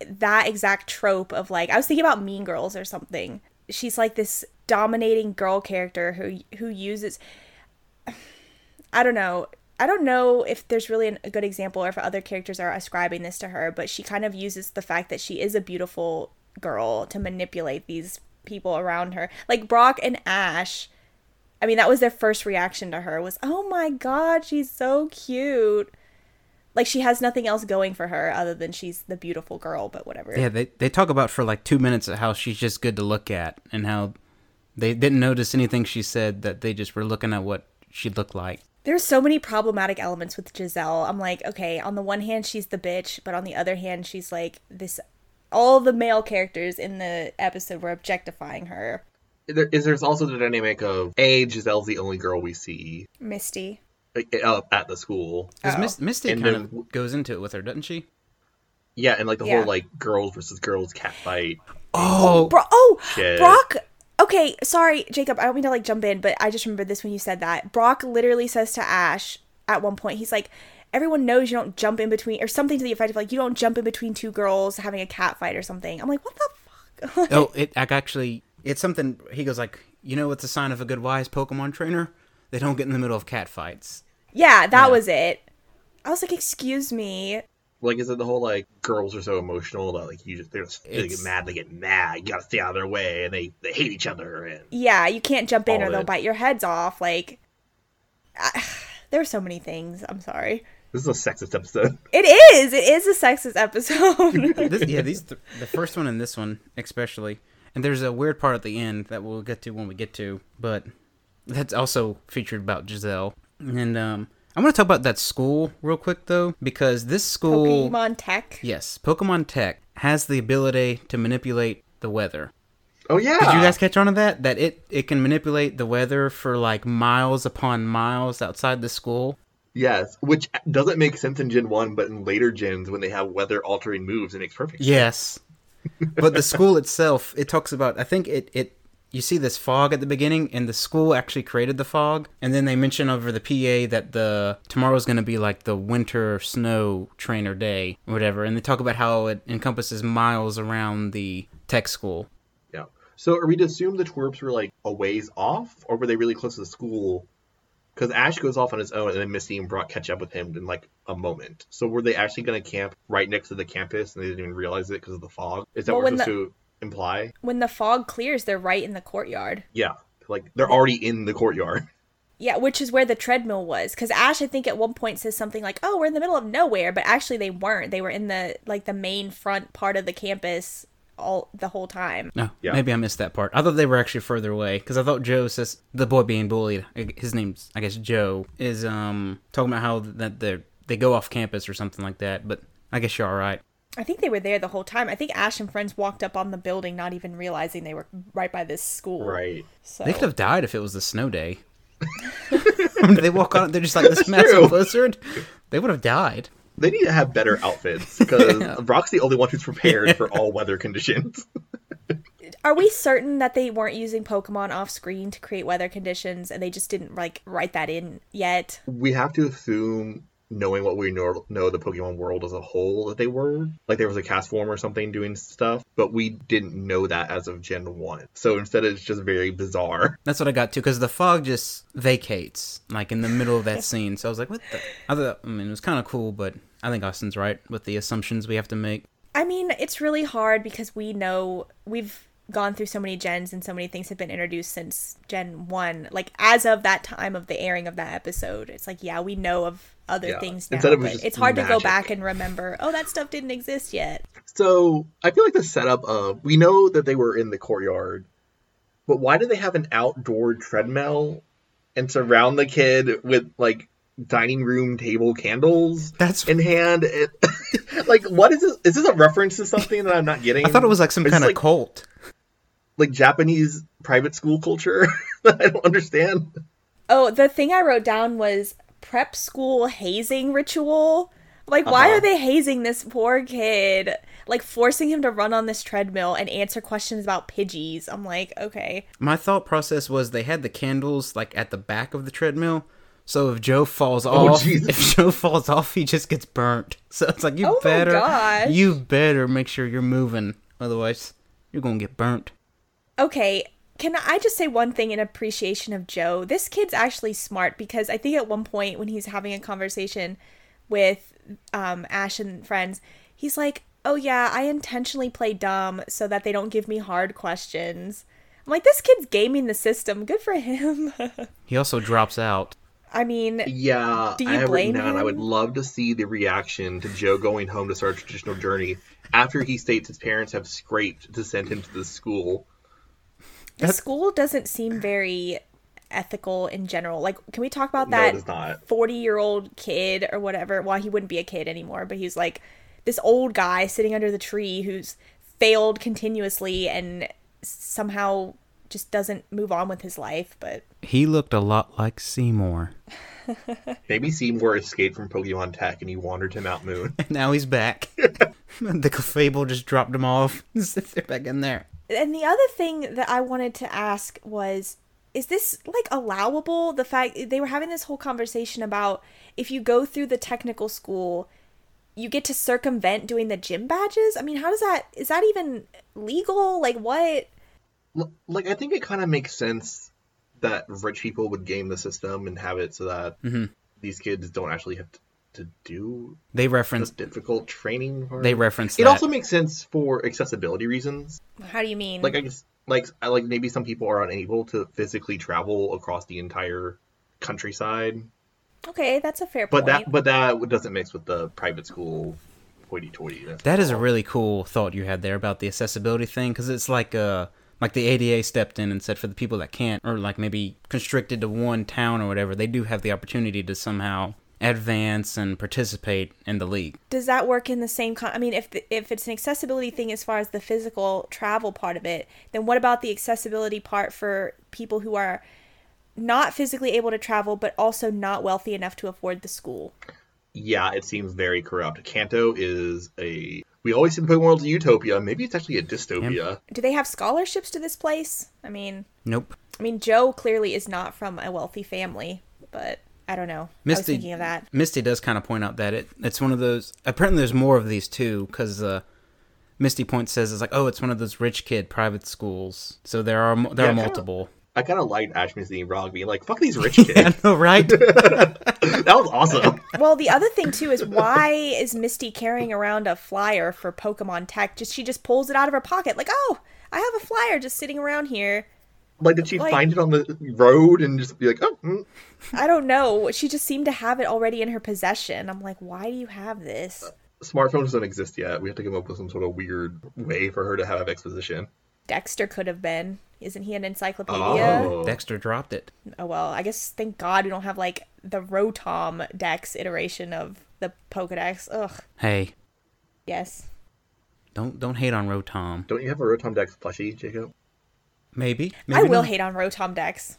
Speaker 4: that exact trope of like I was thinking about mean girls or something. She's like this dominating girl character who who uses I don't know. I don't know if there's really an, a good example or if other characters are ascribing this to her, but she kind of uses the fact that she is a beautiful girl to manipulate these people around her. Like Brock and Ash, I mean, that was their first reaction to her was, "Oh my god, she's so cute." Like she has nothing else going for her other than she's the beautiful girl, but whatever.
Speaker 2: Yeah, they they talk about for like two minutes how she's just good to look at and how they didn't notice anything she said that they just were looking at what she looked like.
Speaker 4: There's so many problematic elements with Giselle. I'm like, okay, on the one hand she's the bitch, but on the other hand she's like this all the male characters in the episode were objectifying her.
Speaker 3: There is there's also the dynamic of a Giselle's the only girl we see
Speaker 4: Misty.
Speaker 3: like, up at the school.
Speaker 2: Because
Speaker 4: Oh.
Speaker 2: Misty
Speaker 3: And
Speaker 2: kind
Speaker 3: the-
Speaker 2: of goes into it with her, doesn't she?
Speaker 3: Yeah, and like the
Speaker 4: Yeah.
Speaker 3: whole like girls versus girls cat fight.
Speaker 2: Oh,
Speaker 4: Bro- oh,
Speaker 3: Shit.
Speaker 4: Brock. Okay, sorry, Jacob. I don't mean to like jump in, but I just remembered this when you said that. Brock literally says to Ash at one point, he's like, "Everyone knows you don't jump in between," or something to the effect of like, "You don't jump in between two girls having a cat fight or something." I'm like, what the fuck?
Speaker 2: Oh, it ac- actually, it's something. He goes like, you know, what's a sign of a good wise Pokemon trainer? They don't get in the middle of cat fights.
Speaker 4: yeah, that was it. I was like, "Excuse me."
Speaker 3: Like is it the whole like girls are so emotional that like you just they're just they
Speaker 2: It's-
Speaker 3: get mad, they get mad, you gotta stay out of their way and they, they hate each other and
Speaker 4: Yeah, you can't jump in
Speaker 3: All
Speaker 4: or
Speaker 3: of
Speaker 4: they'll
Speaker 3: it.
Speaker 4: bite your heads off. Like, *sighs* I, there are so many things. I'm sorry.
Speaker 3: this is a sexist episode. *laughs*
Speaker 4: It is. It is a sexist
Speaker 2: *laughs*
Speaker 4: episode.
Speaker 2: This, yeah, these th- the first one and this one especially. And there's a weird part at the end that we'll get to when we get to, but that's also featured about Giselle. And um, I want to talk about that school real quick though, because this school,
Speaker 4: Pokemon Tech.
Speaker 2: yes, Pokemon Tech has the ability to manipulate the weather.
Speaker 3: Oh yeah.
Speaker 2: Did you guys catch on to that? That it it can manipulate the weather for like miles upon miles outside the school.
Speaker 3: Yes. Which doesn't make sense in Gen One, but in later gens when they have weather altering moves it makes perfect sense.
Speaker 2: Yes, but the school itself, it talks about. I think it it you see this fog at the beginning, and the school actually created the fog. And then they mention over the PA that the tomorrow's going to be like the winter snow trainer day, or whatever. And they talk about how it encompasses miles around the tech school.
Speaker 3: Yeah. So are we to assume the twerps were like a ways off, or were they really close to the school? Because Ash goes off on his own, and then Misty and Brock catch up with him in like a moment. So were they actually going to camp right next to the campus, and they didn't even realize it because of the fog? Is that
Speaker 4: Well,
Speaker 3: what
Speaker 4: when
Speaker 3: we're
Speaker 4: the-
Speaker 3: supposed to imply?
Speaker 4: When the fog clears, they're right in the courtyard.
Speaker 3: Yeah. Like they're already in the courtyard. *laughs*
Speaker 4: Yeah, which is where the treadmill was. Because Ash, I think, at one point says something like, "Oh, we're in the middle of nowhere," but actually they weren't. They were in the like the main front part of the campus all the whole time.
Speaker 2: No,
Speaker 3: Yeah.
Speaker 2: Oh, maybe I missed that part. I thought they were actually further away because I thought Joe says the boy being bullied. I- His name's I guess Joe is um talking about how that they they go off campus or something like that. But I guess you're all right.
Speaker 4: I think they were there the whole time. I think Ash and friends walked up on the building, not even realizing they were right by this school.
Speaker 3: Right.
Speaker 4: So
Speaker 2: They could have died if it was the snow day. *laughs* they walk on. They're just like this massive
Speaker 3: true.
Speaker 2: blizzard. They would have died.
Speaker 3: They need to have better outfits
Speaker 4: *laughs*
Speaker 3: because Brock's the only one who's prepared for all weather conditions.
Speaker 4: Are we certain that they weren't using Pokemon off screen to create weather conditions and they just didn't like write that in yet?
Speaker 3: we have to assume, knowing what we know, know the Pokemon world as a whole, that they were like there was a cast form or something doing stuff, but we didn't know that as of Gen One. So instead, it's just very bizarre. *laughs*
Speaker 2: That's what I got to because the fog just vacates like in the middle of that scene. So I was like, what the? I thought I mean it was kind of cool, but I think Austin's right with the assumptions we have to make.
Speaker 4: I mean, it's really hard because we know we've gone through so many gens and so many things have been introduced since Gen 1. Like, as of that time of the airing of that episode, it's like, yeah, we know of other
Speaker 3: Yeah.
Speaker 4: things now.
Speaker 3: Instead it was
Speaker 4: but
Speaker 3: just
Speaker 4: it's hard to go
Speaker 3: magic.
Speaker 4: back and remember, oh, that stuff didn't exist yet.
Speaker 3: So I feel like the setup of we know that they were in the courtyard, but why do they have an outdoor treadmill and surround the kid with like dining room table candles
Speaker 2: That's-
Speaker 3: in hand? It, *laughs* like, what is this? Is this a reference to something that I'm not getting?
Speaker 2: I thought it was like some kind of cult.
Speaker 3: like Japanese private school culture *laughs* that I don't understand.
Speaker 4: Oh, the thing I wrote down was prep school hazing ritual. Like, why
Speaker 3: Uh-huh.
Speaker 4: are they hazing this poor kid? Like, forcing him to run on this treadmill and answer questions about Pidgeys. I'm like, okay.
Speaker 2: My thought process was they had the candles like at the back of the treadmill. So if Joe falls off,
Speaker 3: Oh, Jesus.
Speaker 2: if Joe falls off, he just gets burnt. *laughs* So it's like you
Speaker 4: Oh my
Speaker 2: better,
Speaker 4: gosh.
Speaker 2: you better make sure you're moving, otherwise you're gonna get burnt.
Speaker 4: Okay, can I just say one thing in appreciation of Joe? This kid's actually smart because I think at one point when he's having a conversation with um, Ash and friends, he's like, "Oh yeah, I intentionally play dumb so that they don't give me hard questions." I'm like, "This kid's gaming the system. Good for him." *laughs*
Speaker 2: He also drops out.
Speaker 4: I mean,
Speaker 3: Yeah,
Speaker 4: Do you
Speaker 3: I have
Speaker 4: blame
Speaker 3: written down. I would
Speaker 4: him?
Speaker 3: love to see the reaction to Joe going home to start a traditional journey after he states his parents have scraped to send him to the school.
Speaker 4: the school doesn't seem very ethical in general. Like, can we talk about
Speaker 3: no,
Speaker 4: that?
Speaker 3: it is not.
Speaker 4: 40 year old kid or whatever. Well, he wouldn't be a kid anymore, but he's like this old guy sitting under the tree who's failed continuously and somehow just doesn't move on with his life. But
Speaker 2: He looked a lot like Seymour. *laughs*
Speaker 3: Maybe Seymour escaped from Pokemon Tech and he wandered to Mount Moon.
Speaker 2: now he's back. *laughs* the Clefable just dropped him off. *laughs* They're back in there.
Speaker 4: and the other thing that I wanted to ask was is this like allowable? The fact they were having this whole conversation about if you go through the technical school, you get to circumvent doing the gym badges. I mean, how does that is that even legal? Like what?
Speaker 3: *laughs* L- like, I think it kind of makes sense that rich people would game the system and have it so that these kids don't actually have to, to do
Speaker 2: They
Speaker 3: the
Speaker 2: referenced.
Speaker 3: difficult training part.
Speaker 2: They referenced.
Speaker 3: it
Speaker 2: that.
Speaker 3: also makes sense for accessibility reasons.
Speaker 4: How do you mean?
Speaker 3: like I guess like I like maybe some people are unable to physically travel across the entire countryside,
Speaker 4: Okay, that's a fair
Speaker 3: but
Speaker 4: point.
Speaker 3: that but that doesn't mix with the private school hoity-toity. That's
Speaker 2: That is a
Speaker 3: all.
Speaker 2: really cool thought you had there about the accessibility thing, because it's like uh, like the ADA stepped in and said for the people that can't, or like maybe constricted to one town or whatever, they do have the opportunity to somehow advance and participate in the league.
Speaker 4: Does that work in the same con- I mean, if the, if it's an accessibility thing as far as the physical travel part of it, then what about the accessibility part for people who are not physically able to travel but also not wealthy enough to afford the school?
Speaker 3: yeah, it seems very corrupt. Kanto is a We always see the Pokemon world as a utopia. Maybe it's actually a dystopia.
Speaker 4: Do they have scholarships to this place? I mean,
Speaker 2: Nope.
Speaker 4: I mean, Joe clearly is not from a wealthy family, but I don't know. I was
Speaker 2: Misty,
Speaker 4: thinking of that.
Speaker 2: Misty does kind of point out that it it's one of those. Apparently, there's more of these too, because uh, Misty Point says it's like, oh, it's one of those rich kid private schools. So there are mo- there
Speaker 3: Yeah,
Speaker 2: are
Speaker 3: kinda-
Speaker 2: multiple.
Speaker 3: I kind of liked Ash Misty and Rock being like, fuck these
Speaker 2: *laughs*
Speaker 3: rich kids.
Speaker 2: I know, *laughs* right?
Speaker 3: that was awesome.
Speaker 4: Well, the other thing too is why is Misty carrying around a flyer for Pokemon Tech? Just she just pulls it out of her pocket, like, oh, I have a flyer just sitting around here.
Speaker 3: Like, did she
Speaker 4: Like-
Speaker 3: find it on the road and just be like, oh, mm,
Speaker 4: I don't know. She just seemed to have it already in her possession. I'm like, why do you have this?
Speaker 3: smartphones don't exist yet. We have to come up with some sort of weird way for her to have exposition.
Speaker 4: Dexter could have been. Isn't he an encyclopedia? Oh.
Speaker 2: Dexter dropped it.
Speaker 4: well, I guess thank God we don't have like the Rotom Dex iteration of the Pokedex. Ugh.
Speaker 2: Hey,
Speaker 4: Yes.
Speaker 2: don't don't hate on Rotom.
Speaker 3: Don't you have a Rotom Dex plushie, Jacob?
Speaker 2: Maybe,
Speaker 4: I
Speaker 2: maybe
Speaker 4: will
Speaker 2: not.
Speaker 4: hate on Rotom Dex.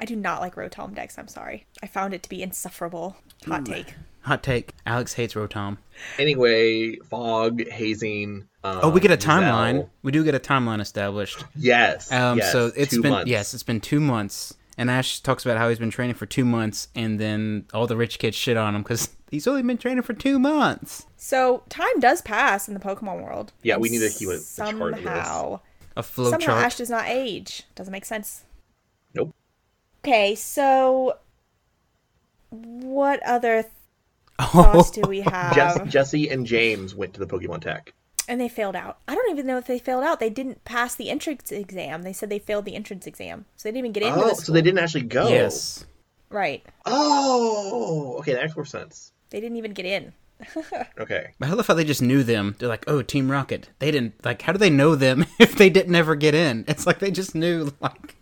Speaker 4: I do not like Rotom Dex, I'm sorry. I found it to be insufferable. Hot take.
Speaker 2: Hot take. Alex hates Rotom.
Speaker 3: Anyway, fog, hazing. Um,
Speaker 2: Oh, we get a
Speaker 3: Giselle.
Speaker 2: timeline. We do get a timeline established.
Speaker 3: Yes.
Speaker 2: Um,
Speaker 3: yes,
Speaker 2: so it's
Speaker 3: two
Speaker 2: been
Speaker 3: months.
Speaker 2: yes, it's been two months, and Ash talks about how he's been training for two months, and then all the rich kids shit on him because *laughs* he's only been training for two months.
Speaker 4: So time does pass in the Pokemon world.
Speaker 3: Yeah,
Speaker 4: And
Speaker 3: we need to keep a- a chart of this.
Speaker 4: Somehow,
Speaker 2: A flow
Speaker 4: somehow
Speaker 2: chart. *laughs*
Speaker 4: Ash does not age. Doesn't make sense.
Speaker 3: Nope.
Speaker 4: Okay, so what other th-
Speaker 2: oh,
Speaker 4: thoughts do we
Speaker 3: *laughs*
Speaker 4: have?
Speaker 3: Jess, Jesse and James went to the Pokemon Tech.
Speaker 4: And they failed out. I don't even know if they failed out. They didn't pass the entrance exam. They said they failed the entrance exam, so they didn't even get into
Speaker 3: Oh, so
Speaker 4: the
Speaker 3: they
Speaker 4: school.
Speaker 3: didn't actually go.
Speaker 2: yes.
Speaker 4: Right.
Speaker 3: Oh, okay, that makes more sense.
Speaker 4: They didn't even get in. *laughs*
Speaker 3: Okay.
Speaker 2: But I love how they just knew them. They're like, oh, Team Rocket. They didn't like. How do they know them *laughs* if they didn't ever get in? It's like they just knew. *laughs* Like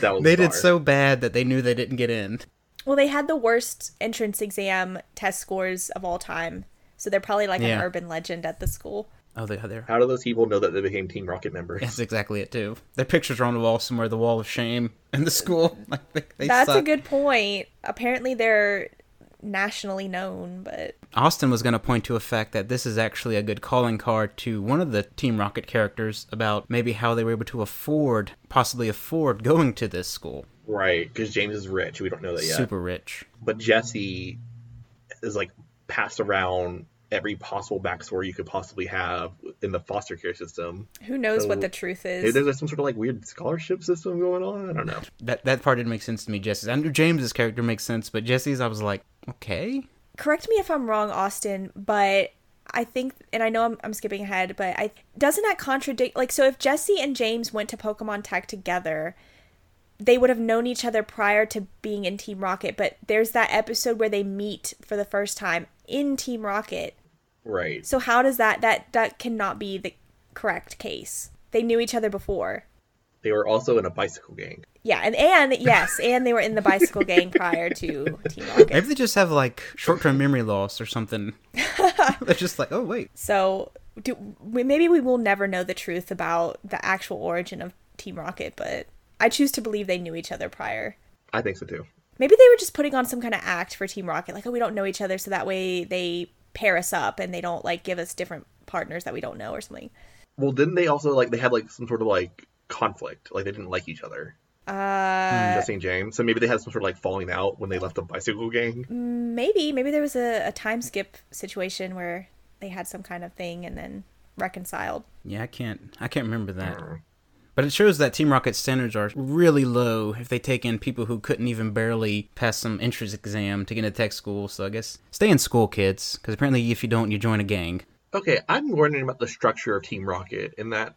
Speaker 3: That was
Speaker 2: they did
Speaker 3: bizarre.
Speaker 2: so bad that they knew they didn't get in.
Speaker 4: Well, they had the worst entrance exam test scores of all time. So they're probably like an
Speaker 2: Yeah.
Speaker 4: urban legend at the school.
Speaker 2: Oh, they they're
Speaker 3: How do those people know that they became Team Rocket members?
Speaker 2: That's exactly it too. Their pictures are on the wall somewhere, the wall of shame in the school. *laughs* Like they, they
Speaker 4: That's a
Speaker 2: suck.
Speaker 4: good point. Apparently they're nationally known, but
Speaker 2: Austin was going to point to a fact that this is actually a good calling card to one of the Team Rocket characters about maybe how they were able to afford, possibly afford, going to this school.
Speaker 3: *laughs* Right, because James is rich. We don't know that yet.
Speaker 2: Super rich.
Speaker 3: But Jesse is like passed around every possible backstory you could possibly have in the foster care system.
Speaker 4: who knows what
Speaker 3: So,
Speaker 4: the truth
Speaker 3: Maybe
Speaker 4: is.
Speaker 3: there's like, some sort of like weird scholarship system going on. I don't know.
Speaker 2: That that part didn't make sense to me. Jesse's. I knew James's character makes sense, but Jesse's, I was like, okay,
Speaker 4: Correct me if I'm wrong, Austin, but I think and I know I'm, I'm skipping ahead, but I doesn't that contradict like so if Jesse and James went to Pokemon Tech together, they would have known each other prior to being in Team Rocket, but there's that episode where they meet for the first time in Team Rocket.
Speaker 3: Right.
Speaker 4: So how does that that that cannot be the correct case? They knew each other before.
Speaker 3: They were also in a bicycle gang.
Speaker 4: Yeah, and and yes, and they were in the bicycle gang prior to Team Rocket.
Speaker 2: maybe they just have like short-term memory loss or
Speaker 4: *laughs*
Speaker 2: something. *laughs* They're just like, oh wait,
Speaker 4: So do we- maybe we will never know the truth about the actual origin of Team Rocket, but I choose to believe they knew each other prior.
Speaker 3: I think so too.
Speaker 4: Maybe they were just putting on some kind of act for Team Rocket, like oh we don't know each other, so that way they pair us up and they don't like give us different partners that we don't know or something.
Speaker 3: Well, didn't they also like they had like some sort of like conflict? Like they didn't like each other. Uh, Jesse and James. So maybe they had some sort of like falling out when they left the bicycle gang.
Speaker 4: Maybe maybe there was a, a time skip situation where they had some kind of thing and then reconciled.
Speaker 2: yeah, I can't, I can't remember that. But it shows that Team Rocket's standards are really low if they take in people who couldn't even barely pass some entrance exam to get into tech school. So I guess stay in school, kids, because apparently if you don't, you join a gang.
Speaker 3: Okay, I'm wondering about the structure of Team Rocket in that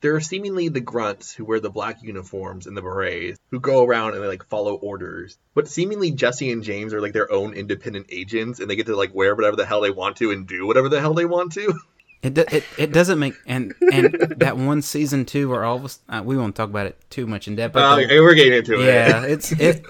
Speaker 3: there are seemingly the grunts who wear the black uniforms and the berets who go around and they like follow orders. But seemingly Jesse and James are like their own independent agents and they get to like wear whatever the hell they want to and do whatever the hell they want to.
Speaker 2: It, do, it, it doesn't make and and that one season too where all of us uh, we won't talk about it too much in depth.
Speaker 3: Uh,
Speaker 2: But the-
Speaker 3: okay, we're getting into it.
Speaker 2: yeah, it's it.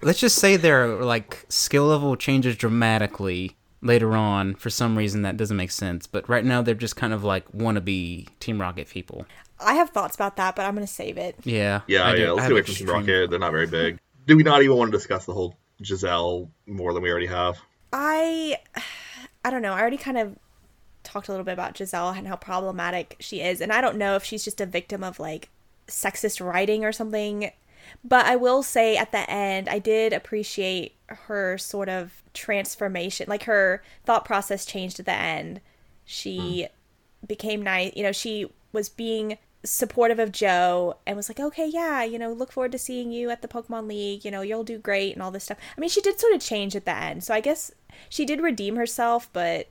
Speaker 2: Let's just say their like skill level changes dramatically later on for some reason that doesn't make sense. But right now they're just kind of like wannabe Team Rocket people.
Speaker 4: I have thoughts about that, but I'm gonna save it.
Speaker 2: Yeah,
Speaker 3: *laughs* Yeah,
Speaker 2: I do-
Speaker 3: yeah.
Speaker 2: I
Speaker 3: Let's
Speaker 2: have
Speaker 3: do it from Team
Speaker 2: extreme-
Speaker 3: Rocket. They're not very big. Do we not even want to discuss the whole Giselle more than we already have?
Speaker 4: *sighs* I I don't know. I already kind of talked a little bit about Giselle and how problematic she is. And I don't know if she's just a victim of like sexist writing or something. But I will say at the end, I did appreciate her sort of transformation. Like her thought process changed at the end. She became nice. You know, she was being supportive of Joe and was like, okay, yeah, you know, look forward to seeing you at the Pokemon League. You know, you'll do great and all this stuff. I mean, she did sort of change at the end. So I guess she did redeem herself, but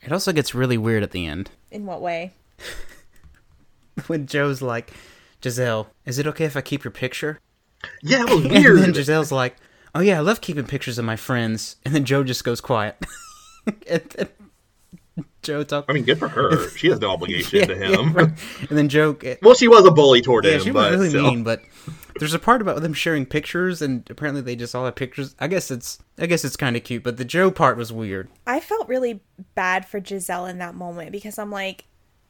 Speaker 2: It also gets really weird at the end. *laughs*
Speaker 4: in what way?
Speaker 2: When Joe's like, Giselle, is it okay if I keep your picture?
Speaker 3: Yeah, it
Speaker 2: *laughs*
Speaker 3: was
Speaker 2: And then
Speaker 3: weird.
Speaker 2: Giselle's like, "Oh yeah, I love keeping pictures of my friends." And then Joe just goes quiet. *laughs* and then Joe talks.
Speaker 3: I mean, good for her.
Speaker 2: *laughs*
Speaker 3: She has no obligation to him.
Speaker 2: And then Joe. Yeah,
Speaker 3: Well, she was a bully toward him,
Speaker 2: she was
Speaker 3: but
Speaker 2: really
Speaker 3: still.
Speaker 2: mean, but there's a part about them sharing pictures, and apparently they just all have pictures. I guess it's I guess it's kind of cute, but the Joe part was weird.
Speaker 4: I felt really bad for Giselle in that moment because I'm like,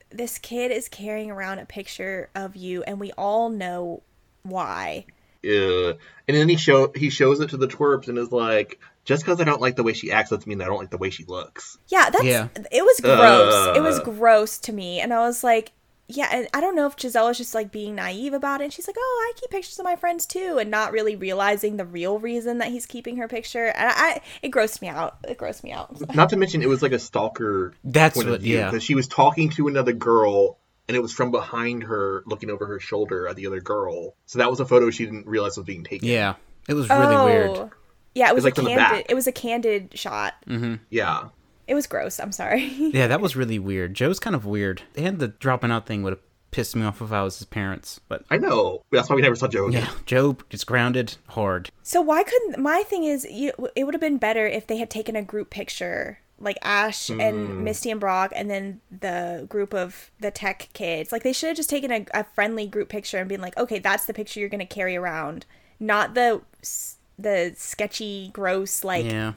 Speaker 4: this kid is carrying around a picture of you, and we all know why.
Speaker 3: Ugh. uh, And then he show he shows it to the twerps and is like, just because I don't like the way she acts, doesn't mean I don't like the way she looks.
Speaker 4: Yeah, that's
Speaker 2: Yeah.
Speaker 4: it was gross. it was
Speaker 3: Uh.
Speaker 4: gross to me, and I was like, yeah, and I don't know if Giselle was just like being naive about it. And she's like, oh, I keep pictures of my friends too, and not really realizing the real reason that he's keeping her picture. And I, I it grossed me out. It grossed me out.
Speaker 3: Not to mention, it was like a stalker.
Speaker 2: *laughs* That's
Speaker 3: point of
Speaker 2: what-
Speaker 3: view,
Speaker 2: yeah.
Speaker 3: 'cause she was talking to another girl, and it was from behind her, looking over her shoulder at the other girl. So that was a photo she didn't realize was being taken.
Speaker 2: Yeah, it was really
Speaker 4: Oh.
Speaker 2: weird.
Speaker 4: Yeah, it was,
Speaker 3: like,
Speaker 4: a
Speaker 3: from the
Speaker 4: candid.
Speaker 3: back.
Speaker 4: It was a candid shot.
Speaker 2: Mm.
Speaker 3: Yeah.
Speaker 4: It was gross. I'm sorry. *laughs*
Speaker 2: Yeah, that was really weird. Joe's kind of weird, and the dropping out thing would have pissed me off if I was his parents. But *clears throat*
Speaker 3: I know. That's why we never saw Joe. again.
Speaker 2: yeah, Joe gets grounded hard.
Speaker 4: So why couldn't my thing is you, it would have been better if they had taken a group picture like Ash
Speaker 2: Hmm.
Speaker 4: and Misty and Brock and then the group of the tech kids. Like they should have just taken a, a friendly group picture and been like, "Okay, that's the picture you're going to carry around, not the s- the sketchy, gross like
Speaker 2: Yeah.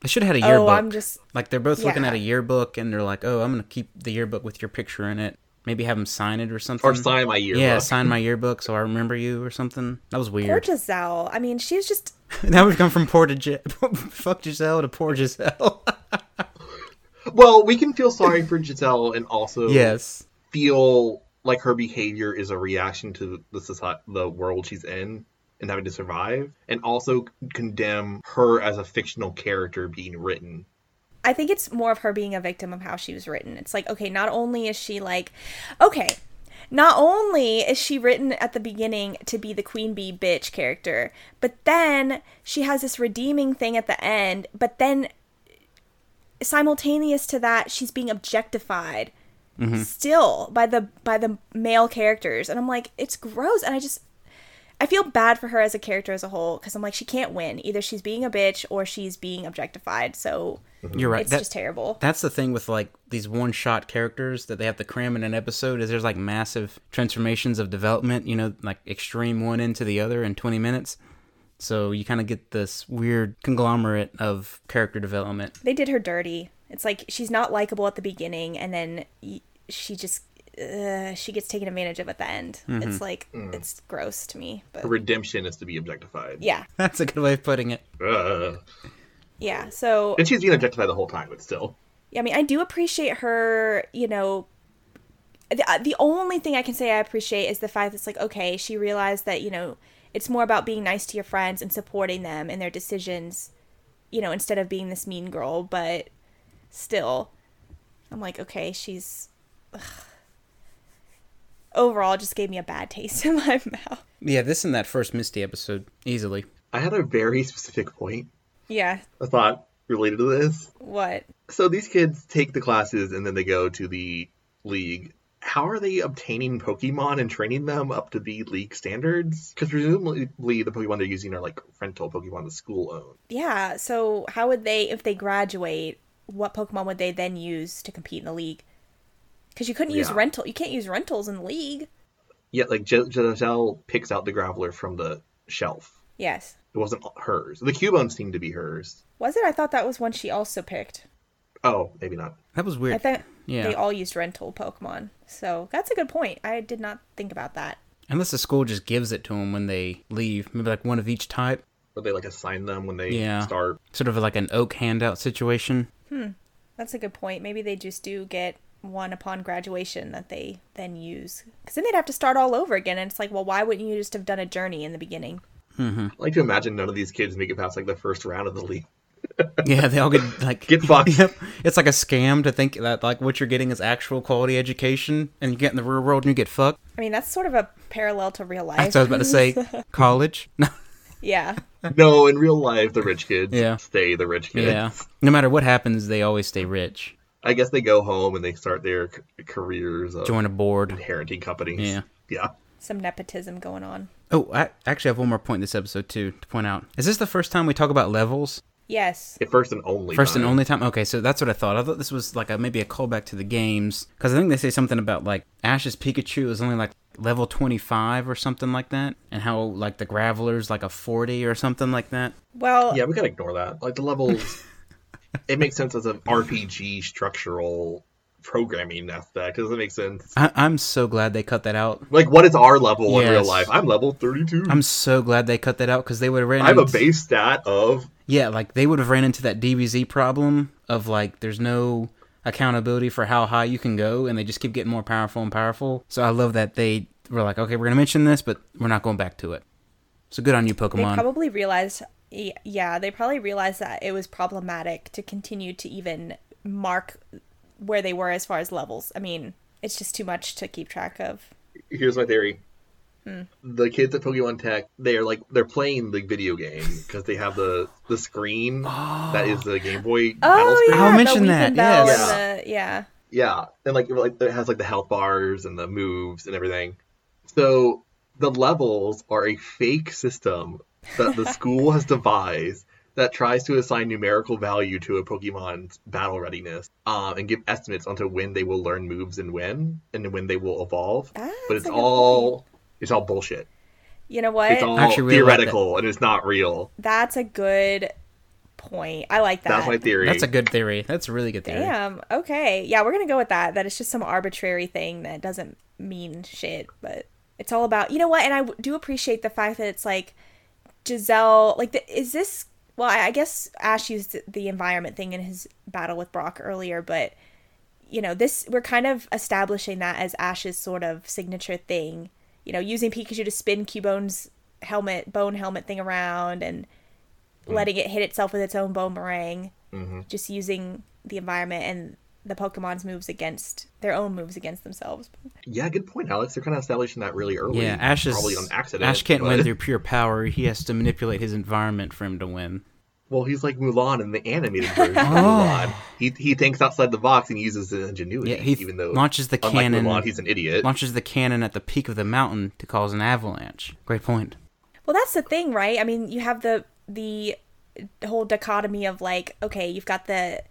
Speaker 2: They should have had a
Speaker 4: Oh,
Speaker 2: yearbook.
Speaker 4: I'm just-
Speaker 2: like they're both looking
Speaker 4: Yeah.
Speaker 2: at a yearbook and they're like, "Oh, I'm gonna keep the yearbook with your picture in it. Maybe have them sign it or something."
Speaker 3: Or sign my yearbook.
Speaker 2: Yeah, sign my yearbook so I remember you or something. That was
Speaker 4: Poor
Speaker 2: weird.
Speaker 4: Giselle. I mean, she's just
Speaker 2: that would come from poor to Gi- *laughs* fuck Giselle to poor Giselle.
Speaker 3: Well, we can feel sorry for Giselle and also
Speaker 2: yes.
Speaker 3: feel like her behavior is a reaction to the society, the world she's in and having to survive, and also condemn her as a fictional character being written.
Speaker 4: I think it's more of her being a victim of how she was written. It's like, okay, not only is she like, okay, not only is she written at the beginning to be the queen bee bitch character, but then she has this redeeming thing at the end, but then simultaneous to that, she's being objectified still by the by the male characters. And I'm like, it's gross and I just I feel bad for her as a character as a whole because I'm like she can't win. Either she's being a bitch or she's being objectified. So
Speaker 2: You're right.
Speaker 4: it's
Speaker 2: That-
Speaker 4: just terrible.
Speaker 2: That's the thing with like these one-shot characters that they have to cram in an episode is there's like massive transformations of development, you know, like extreme one into the other in 20 minutes. So you kind of get this weird conglomerate of character development. *laughs*
Speaker 4: they did her dirty. It's like she's not likable at the beginning, and then y- she just uh, she gets taken advantage of at the end. It's like it's gross to me, but
Speaker 3: Her redemption is to be objectified.
Speaker 4: yeah,
Speaker 2: That's a good way of putting it.
Speaker 3: Ugh.
Speaker 4: yeah. So
Speaker 3: And she's being objectified the whole time, but still.
Speaker 4: I mean, I do appreciate her. You know, the, uh, the only thing I can say I appreciate is the fact that it's like okay, she realized that you know it's more about being nice to your friends and supporting them in their decisions. You know, instead of being this mean girl, but still, I'm like okay, she's. ugh. Overall, just gave me a bad taste *laughs* in my mouth.
Speaker 2: Yeah, this and that first Misty episode easily.
Speaker 3: I had a very specific point,
Speaker 4: Yeah.
Speaker 3: I thought, related to this.
Speaker 4: What?
Speaker 3: So these kids take the classes and then they go to the league. How are they obtaining Pokemon and training them up to the league standards? Because presumably the Pokemon they're using are like rental Pokemon the school owns.
Speaker 4: Yeah. So, how would they, if they graduate, what Pokemon would they then use to compete in the league? Because you couldn't use
Speaker 3: Yeah.
Speaker 4: rental. You can't use rentals in the league.
Speaker 3: Yet, like Gi- Giselle picks out the Graveler from the shelf.
Speaker 4: Yes.
Speaker 3: It wasn't hers. The Cubone seemed to be hers.
Speaker 4: Was it? I thought that was one she also picked.
Speaker 3: Oh, maybe not.
Speaker 2: That was
Speaker 4: I
Speaker 2: weird.
Speaker 4: thought
Speaker 2: Yeah.
Speaker 4: they all used rental Pokemon. So, that's a good point. I did not think about that.
Speaker 2: Unless the school just gives it to them when they leave, maybe like one of each type,
Speaker 3: But they like assign them when they
Speaker 2: Yeah.
Speaker 3: start.
Speaker 2: sort of like an oak handout situation. *laughs*
Speaker 4: That's a good point. Maybe they just do get one upon graduation that they then use. Because then they'd have to start all over again. And it's like, well, why wouldn't you just have done a journey in the beginning?
Speaker 3: I like to imagine none of these kids make it past like the first round of the league. *laughs*
Speaker 2: Yeah, they all get like
Speaker 3: Get fucked.
Speaker 2: *laughs* Yep. It's like a scam to think that like what you're getting is actual quality education, and you get in the real world and you get fucked.
Speaker 4: I mean, that's sort of a parallel to real life.
Speaker 2: That's what I was about to say. College.
Speaker 4: *laughs*
Speaker 2: *laughs*
Speaker 4: yeah.
Speaker 3: No, in real life, the rich kids
Speaker 2: Yeah.
Speaker 3: stay the rich kids.
Speaker 2: yeah. *laughs* No matter what happens, they always stay rich.
Speaker 3: I guess they go home and they start their c- careers of
Speaker 2: Join a board.
Speaker 3: parenting companies.
Speaker 2: Yeah.
Speaker 3: Yeah.
Speaker 4: Some nepotism going on.
Speaker 2: Oh, I actually have one more point in this episode too to point out. Is this the first time we talk about levels?
Speaker 4: Yes.
Speaker 3: The First and only.
Speaker 2: First
Speaker 3: time.
Speaker 2: and only time. Okay, so that's what I thought. I thought this was like a, maybe a callback to the games because I think they say something about like Ash's Pikachu is only like level twenty five or something like that, and how like the Graveler's like a forty or something like that.
Speaker 4: Well,
Speaker 3: Yeah, we gotta ignore that. Like
Speaker 2: *laughs*
Speaker 3: the levels, it makes sense as an RPG structural programming aspect. It doesn't make sense.
Speaker 2: I- I'm so glad they cut that out.
Speaker 3: Like, what is our level in real
Speaker 2: Yes.
Speaker 3: life? I'm level 32.
Speaker 2: I'm so glad they cut that out because they would have ran.
Speaker 3: I have a
Speaker 2: into-
Speaker 3: base stat of
Speaker 2: Yeah, like they would have ran into that DBZ problem of like there's no accountability for how high you can go, and they just keep getting more powerful and powerful. So I love that they were like, okay, we're gonna mention this, but we're not going back to it. So good on you,
Speaker 4: they
Speaker 2: Pokemon.
Speaker 4: probably realized, y- yeah, they probably realized that it was problematic to continue to even mark where they were as far as levels. I mean, it's just too much to keep track of.
Speaker 3: here's my theory. The kids at Pokemon Tech, they're like they're playing the video game because they have the the screen
Speaker 2: Ah.
Speaker 3: that is the Game Boy battle
Speaker 4: Oh
Speaker 3: screen.
Speaker 4: yeah,
Speaker 2: I'll
Speaker 4: the
Speaker 2: mention
Speaker 4: Weeping
Speaker 2: that,
Speaker 4: Bell
Speaker 2: yes.
Speaker 4: and the- yeah.
Speaker 3: Yeah, and like it, like it has like the health bars and the moves and everything. So the levels are a fake system that
Speaker 4: *laughs*
Speaker 3: the school has devised that tries to assign numerical value to a Pokemon's battle readiness, um, and give estimates onto when they will learn moves and when, and when they will evolve.
Speaker 4: Ah, That's
Speaker 3: but it's
Speaker 4: a good
Speaker 3: all it's all bullshit.
Speaker 4: You know what?
Speaker 3: It's all
Speaker 2: actually really like
Speaker 3: theoretical and it's not real.
Speaker 4: That's a good point. I like that.
Speaker 3: That's my theory.
Speaker 2: That's a good theory. That's a really good theory.
Speaker 4: Damn. Okay. Yeah, we're gonna go with that. That it's just some arbitrary thing that doesn't mean shit, but it's all about you know what. And I w- do appreciate the fact that it's like Giselle. Like, the, is this? Well, I, I guess Ash used the environment thing in his battle with Brock earlier, but you know, this we're kind of establishing that as Ash's sort of signature thing. You know, using Pikachu to spin Cubone's helmet, bone helmet thing around, and letting it hit itself with its own boomerang just using the environment and the Pokemon's moves against their own moves against themselves.
Speaker 3: Yeah, good point, Alex. They're kind of establishing that really early.
Speaker 2: Yeah, Ash is
Speaker 3: probably on accident.
Speaker 2: Ash can't win
Speaker 3: but-
Speaker 2: through pure power. He has to manipulate his environment for him to win.
Speaker 3: Well, he's like Mulan in
Speaker 2: *laughs*
Speaker 3: the animated version
Speaker 2: Oh.
Speaker 3: of Mulan. He, he thinks outside the box and uses his ingenuity.
Speaker 2: Yeah, he th-
Speaker 3: even though
Speaker 2: launches the
Speaker 3: unlike
Speaker 2: cannon.
Speaker 3: Mulan, he's an idiot.
Speaker 2: Launches the cannon at the peak of the mountain to cause an avalanche. Great
Speaker 4: *laughs*
Speaker 2: point.
Speaker 4: Well, that's the thing, right? I mean, you have the the whole dichotomy of like, okay, you've got the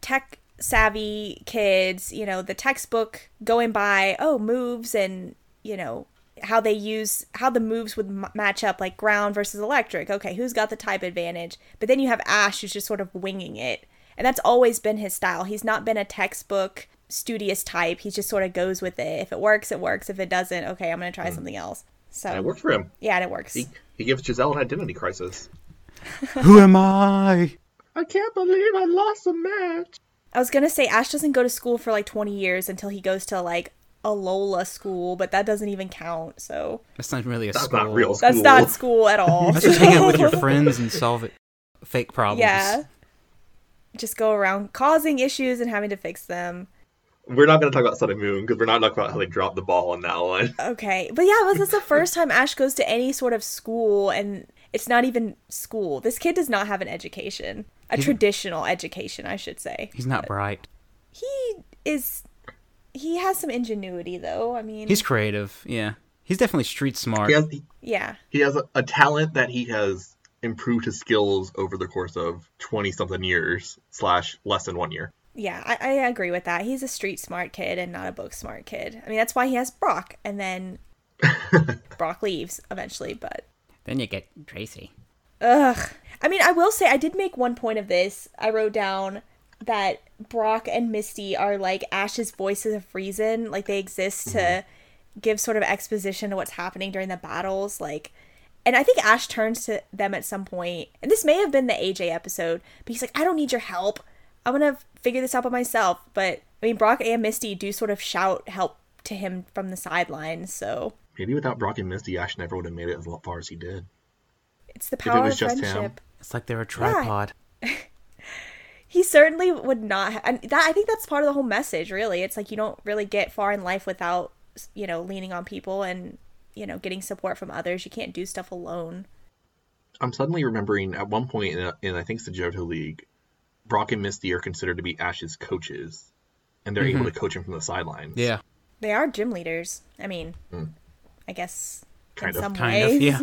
Speaker 4: tech savvy kids, you know, the textbook going by oh moves and you know how they use how the moves would m- match up like ground versus electric. Okay, who's got the type advantage? But then you have Ash who's just sort of winging it. And that's always been his style. He's not been a textbook studious type. He just sort of goes with it. If it works, it works. If it doesn't, okay, I'm going to try something else. So
Speaker 3: Hmm. And it worked for him.
Speaker 4: yeah, and it works.
Speaker 3: He, he gives Giselle an identity crisis.
Speaker 2: Who am I?
Speaker 3: I can't believe I lost a match.
Speaker 4: I was gonna say Ash doesn't go to school for like 20 years until he goes to like Alola school, but that doesn't even count. So
Speaker 2: That's not really a
Speaker 3: That's
Speaker 2: school.
Speaker 3: not real school.
Speaker 4: that's not school at
Speaker 2: *laughs*
Speaker 4: all.
Speaker 2: Let's just hang out
Speaker 4: *laughs*
Speaker 2: with your friends and solve it. Fake problems.
Speaker 4: yeah, just go around causing issues and having to fix them.
Speaker 3: We're not going to talk about Sun and Moon because we're not talking about how they dropped the ball on that one. *laughs*
Speaker 4: Okay, but yeah, this is the first time Ash goes to any sort of school, and it's not even school. This kid does not have an education, a traditional education, I should say.
Speaker 2: He's not bright.
Speaker 4: He is. He has some ingenuity, though. I mean,
Speaker 2: He's creative. Yeah. He's definitely street smart.
Speaker 3: He has, he,
Speaker 4: yeah.
Speaker 3: he has a, a talent that he has improved his skills over the course of 20 something years slash less than one year.
Speaker 4: Yeah, I, I agree with that. He's a street smart kid and not a book smart kid. I mean, that's why he has Brock, and then Brock leaves eventually. But
Speaker 2: Then you get Tracy.
Speaker 4: ugh, I mean, I will say I did make one point of this. I wrote down that Brock and Misty are like Ash's voices of reason, like they exist to
Speaker 3: Mm-hmm.
Speaker 4: give sort of exposition to what's happening during the battles, like. And I think Ash turns to them at some point, and this may have been the AJ episode, but he's like, "I don't need your help. I'm gonna figure this out by myself. But I mean, Brock and Misty do sort of shout help to him from the sidelines, so
Speaker 3: Maybe without Brock and Misty, Ash never would have made it as far as he did.
Speaker 4: it's the power
Speaker 3: was
Speaker 4: of
Speaker 3: just him.
Speaker 4: friendship.
Speaker 2: It's like they're a tripod.
Speaker 4: He certainly would not. Ha- and that I think that's part of the whole message. Really, it's like you don't really get far in life without you know leaning on people and you know getting support from others. You can't do stuff alone.
Speaker 3: I'm suddenly remembering at one point in, in I think it's the Johto League, Brock and Misty are considered to be Ash's coaches, and they're able to coach him from the sidelines.
Speaker 2: Mm-hmm. Yeah.
Speaker 4: They are gym leaders. I mean, I guess
Speaker 3: Hmm. Kind
Speaker 4: in
Speaker 3: of.
Speaker 4: some
Speaker 2: Kind of,
Speaker 4: ways,
Speaker 2: yeah.
Speaker 4: *laughs*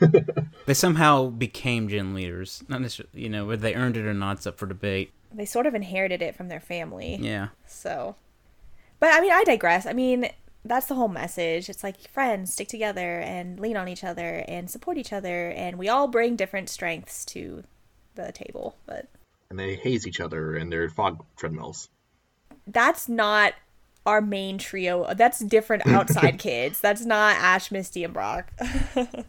Speaker 4: but
Speaker 2: They somehow became gym leaders. Not necessarily, you know, whether they earned it or not, it's up for debate.
Speaker 4: they sort of inherited it from their family.
Speaker 2: Yeah.
Speaker 4: So, but I mean, I digress. I mean, that's the whole message. It's like friends stick together and lean on each other and support each other, and we all bring different strengths to the table. But
Speaker 3: And they haze each other, and they're fog treadmills.
Speaker 4: that's not our main trio. That's different outside kids. That's not Ash, Misty, and Brock. *laughs*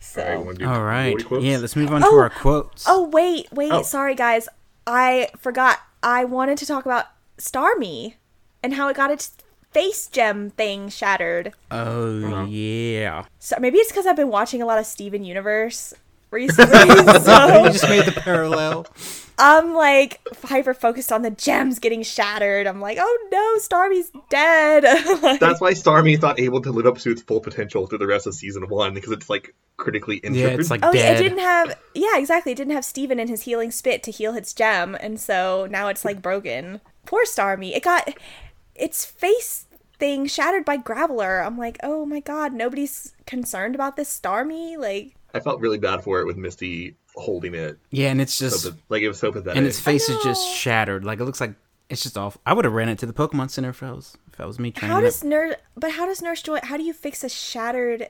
Speaker 4: so.
Speaker 2: All right. Yeah, let's move on
Speaker 4: Oh!
Speaker 2: to our quotes.
Speaker 4: Oh wait, wait,
Speaker 3: Oh.
Speaker 4: sorry guys. I forgot. I wanted to talk about Starmie and how it got its face gem thing shattered.
Speaker 2: Oh,
Speaker 4: *laughs*
Speaker 2: yeah.
Speaker 4: So maybe it's because I've been watching a lot of Steven Universe recently. so
Speaker 2: you just made the parallel.
Speaker 4: I'm like hyper focused on the gems getting shattered. I'm like, oh no, Starmie's dead. *laughs* Like,
Speaker 3: That's why Starmie's not able to live up to its full potential through the rest of season one because it's like critically injured.
Speaker 2: Yeah, it's like
Speaker 4: oh, yeah,
Speaker 2: dead.
Speaker 4: it didn't have. Yeah, exactly. It didn't have Steven in his healing spit to heal its gem, and so now it's like broken. Poor Starmie. It got its face thing shattered by Graveler. I'm like, oh my god, nobody's concerned about this Starmie. Like,
Speaker 3: I felt really bad for it with Misty holding it.
Speaker 2: yeah, and it's just
Speaker 3: So, pa- like it was so pathetic.
Speaker 2: and its face is just
Speaker 4: know.
Speaker 2: shattered. Like it looks like it's just awful. I would have ran it to the Pokemon Center if I was if I was me training.
Speaker 4: how
Speaker 2: it.
Speaker 4: does nurse? But how does Nurse Joy? How do you fix a shattered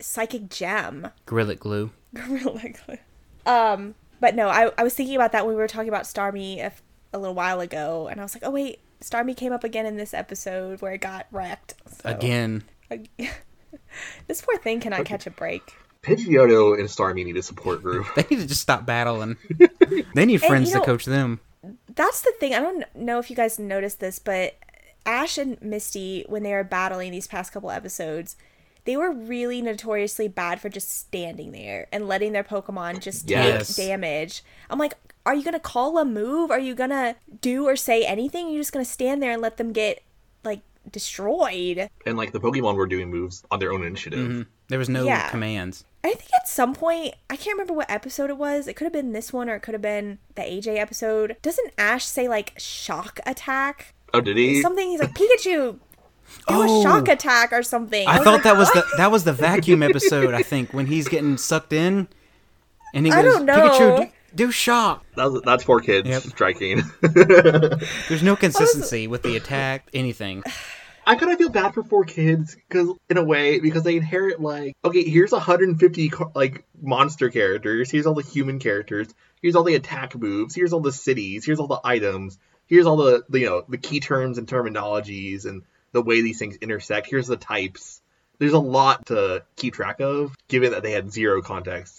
Speaker 4: psychic gem? *laughs*
Speaker 2: Gorilla glue?
Speaker 4: Real likely. Um, but no, I, I was thinking about that when we were talking about Starmie a, f- a little while ago, and I was like, oh wait, Starmie came up again in this episode where it got wrecked.
Speaker 2: Oh.
Speaker 4: So,
Speaker 2: Again, *laughs*
Speaker 4: ag- *laughs* this poor thing cannot catch a break.
Speaker 3: Pidgeotto and Starmie need a support group.
Speaker 2: they need to just stop *laughs* battling. they need friends
Speaker 4: you
Speaker 2: to
Speaker 4: know-
Speaker 2: coach them.
Speaker 4: That's the thing. I don't know if you guys noticed this, but Ash and Misty, when they were battling these past couple episodes, they were really notoriously bad for just standing there and letting their Pokemon just
Speaker 3: Yes.
Speaker 4: take damage. I'm like, are you gonna call a move? Are you gonna do or say anything? You're just gonna stand there and let them get like destroyed.
Speaker 3: and like the Pokemon were doing moves on their own initiative.
Speaker 2: There was no
Speaker 4: Yeah.
Speaker 2: commands.
Speaker 4: I think at some point, I can't remember what episode it was. It could have been this one or it could have been the AJ episode. Doesn't Ash say like shock attack?
Speaker 3: Oh, did he?
Speaker 4: something. He's like Pikachu, do
Speaker 2: Oh.
Speaker 4: a shock attack or something.
Speaker 2: I
Speaker 4: was
Speaker 2: thought
Speaker 4: like,
Speaker 2: that was the that was the
Speaker 4: *laughs*
Speaker 2: vacuum episode. I think when he's getting sucked in, and he goes,
Speaker 4: I don't know.
Speaker 2: "Pikachu, do, do shock."
Speaker 3: That was- that's four kids
Speaker 2: Yep.
Speaker 3: striking. *laughs*
Speaker 2: There's no consistency with the attack, anything.
Speaker 3: I kind of feel bad for four kids because, in a way, because they inherit like, okay, here's 150 ca- like monster characters. Here's all the human characters. Here's all the attack moves. Here's all the cities. Here's all the items. Here's all the the, you know the key terms and terminologies and the way these things intersect. Here's the types. There's a lot to keep track of, given that they had zero context.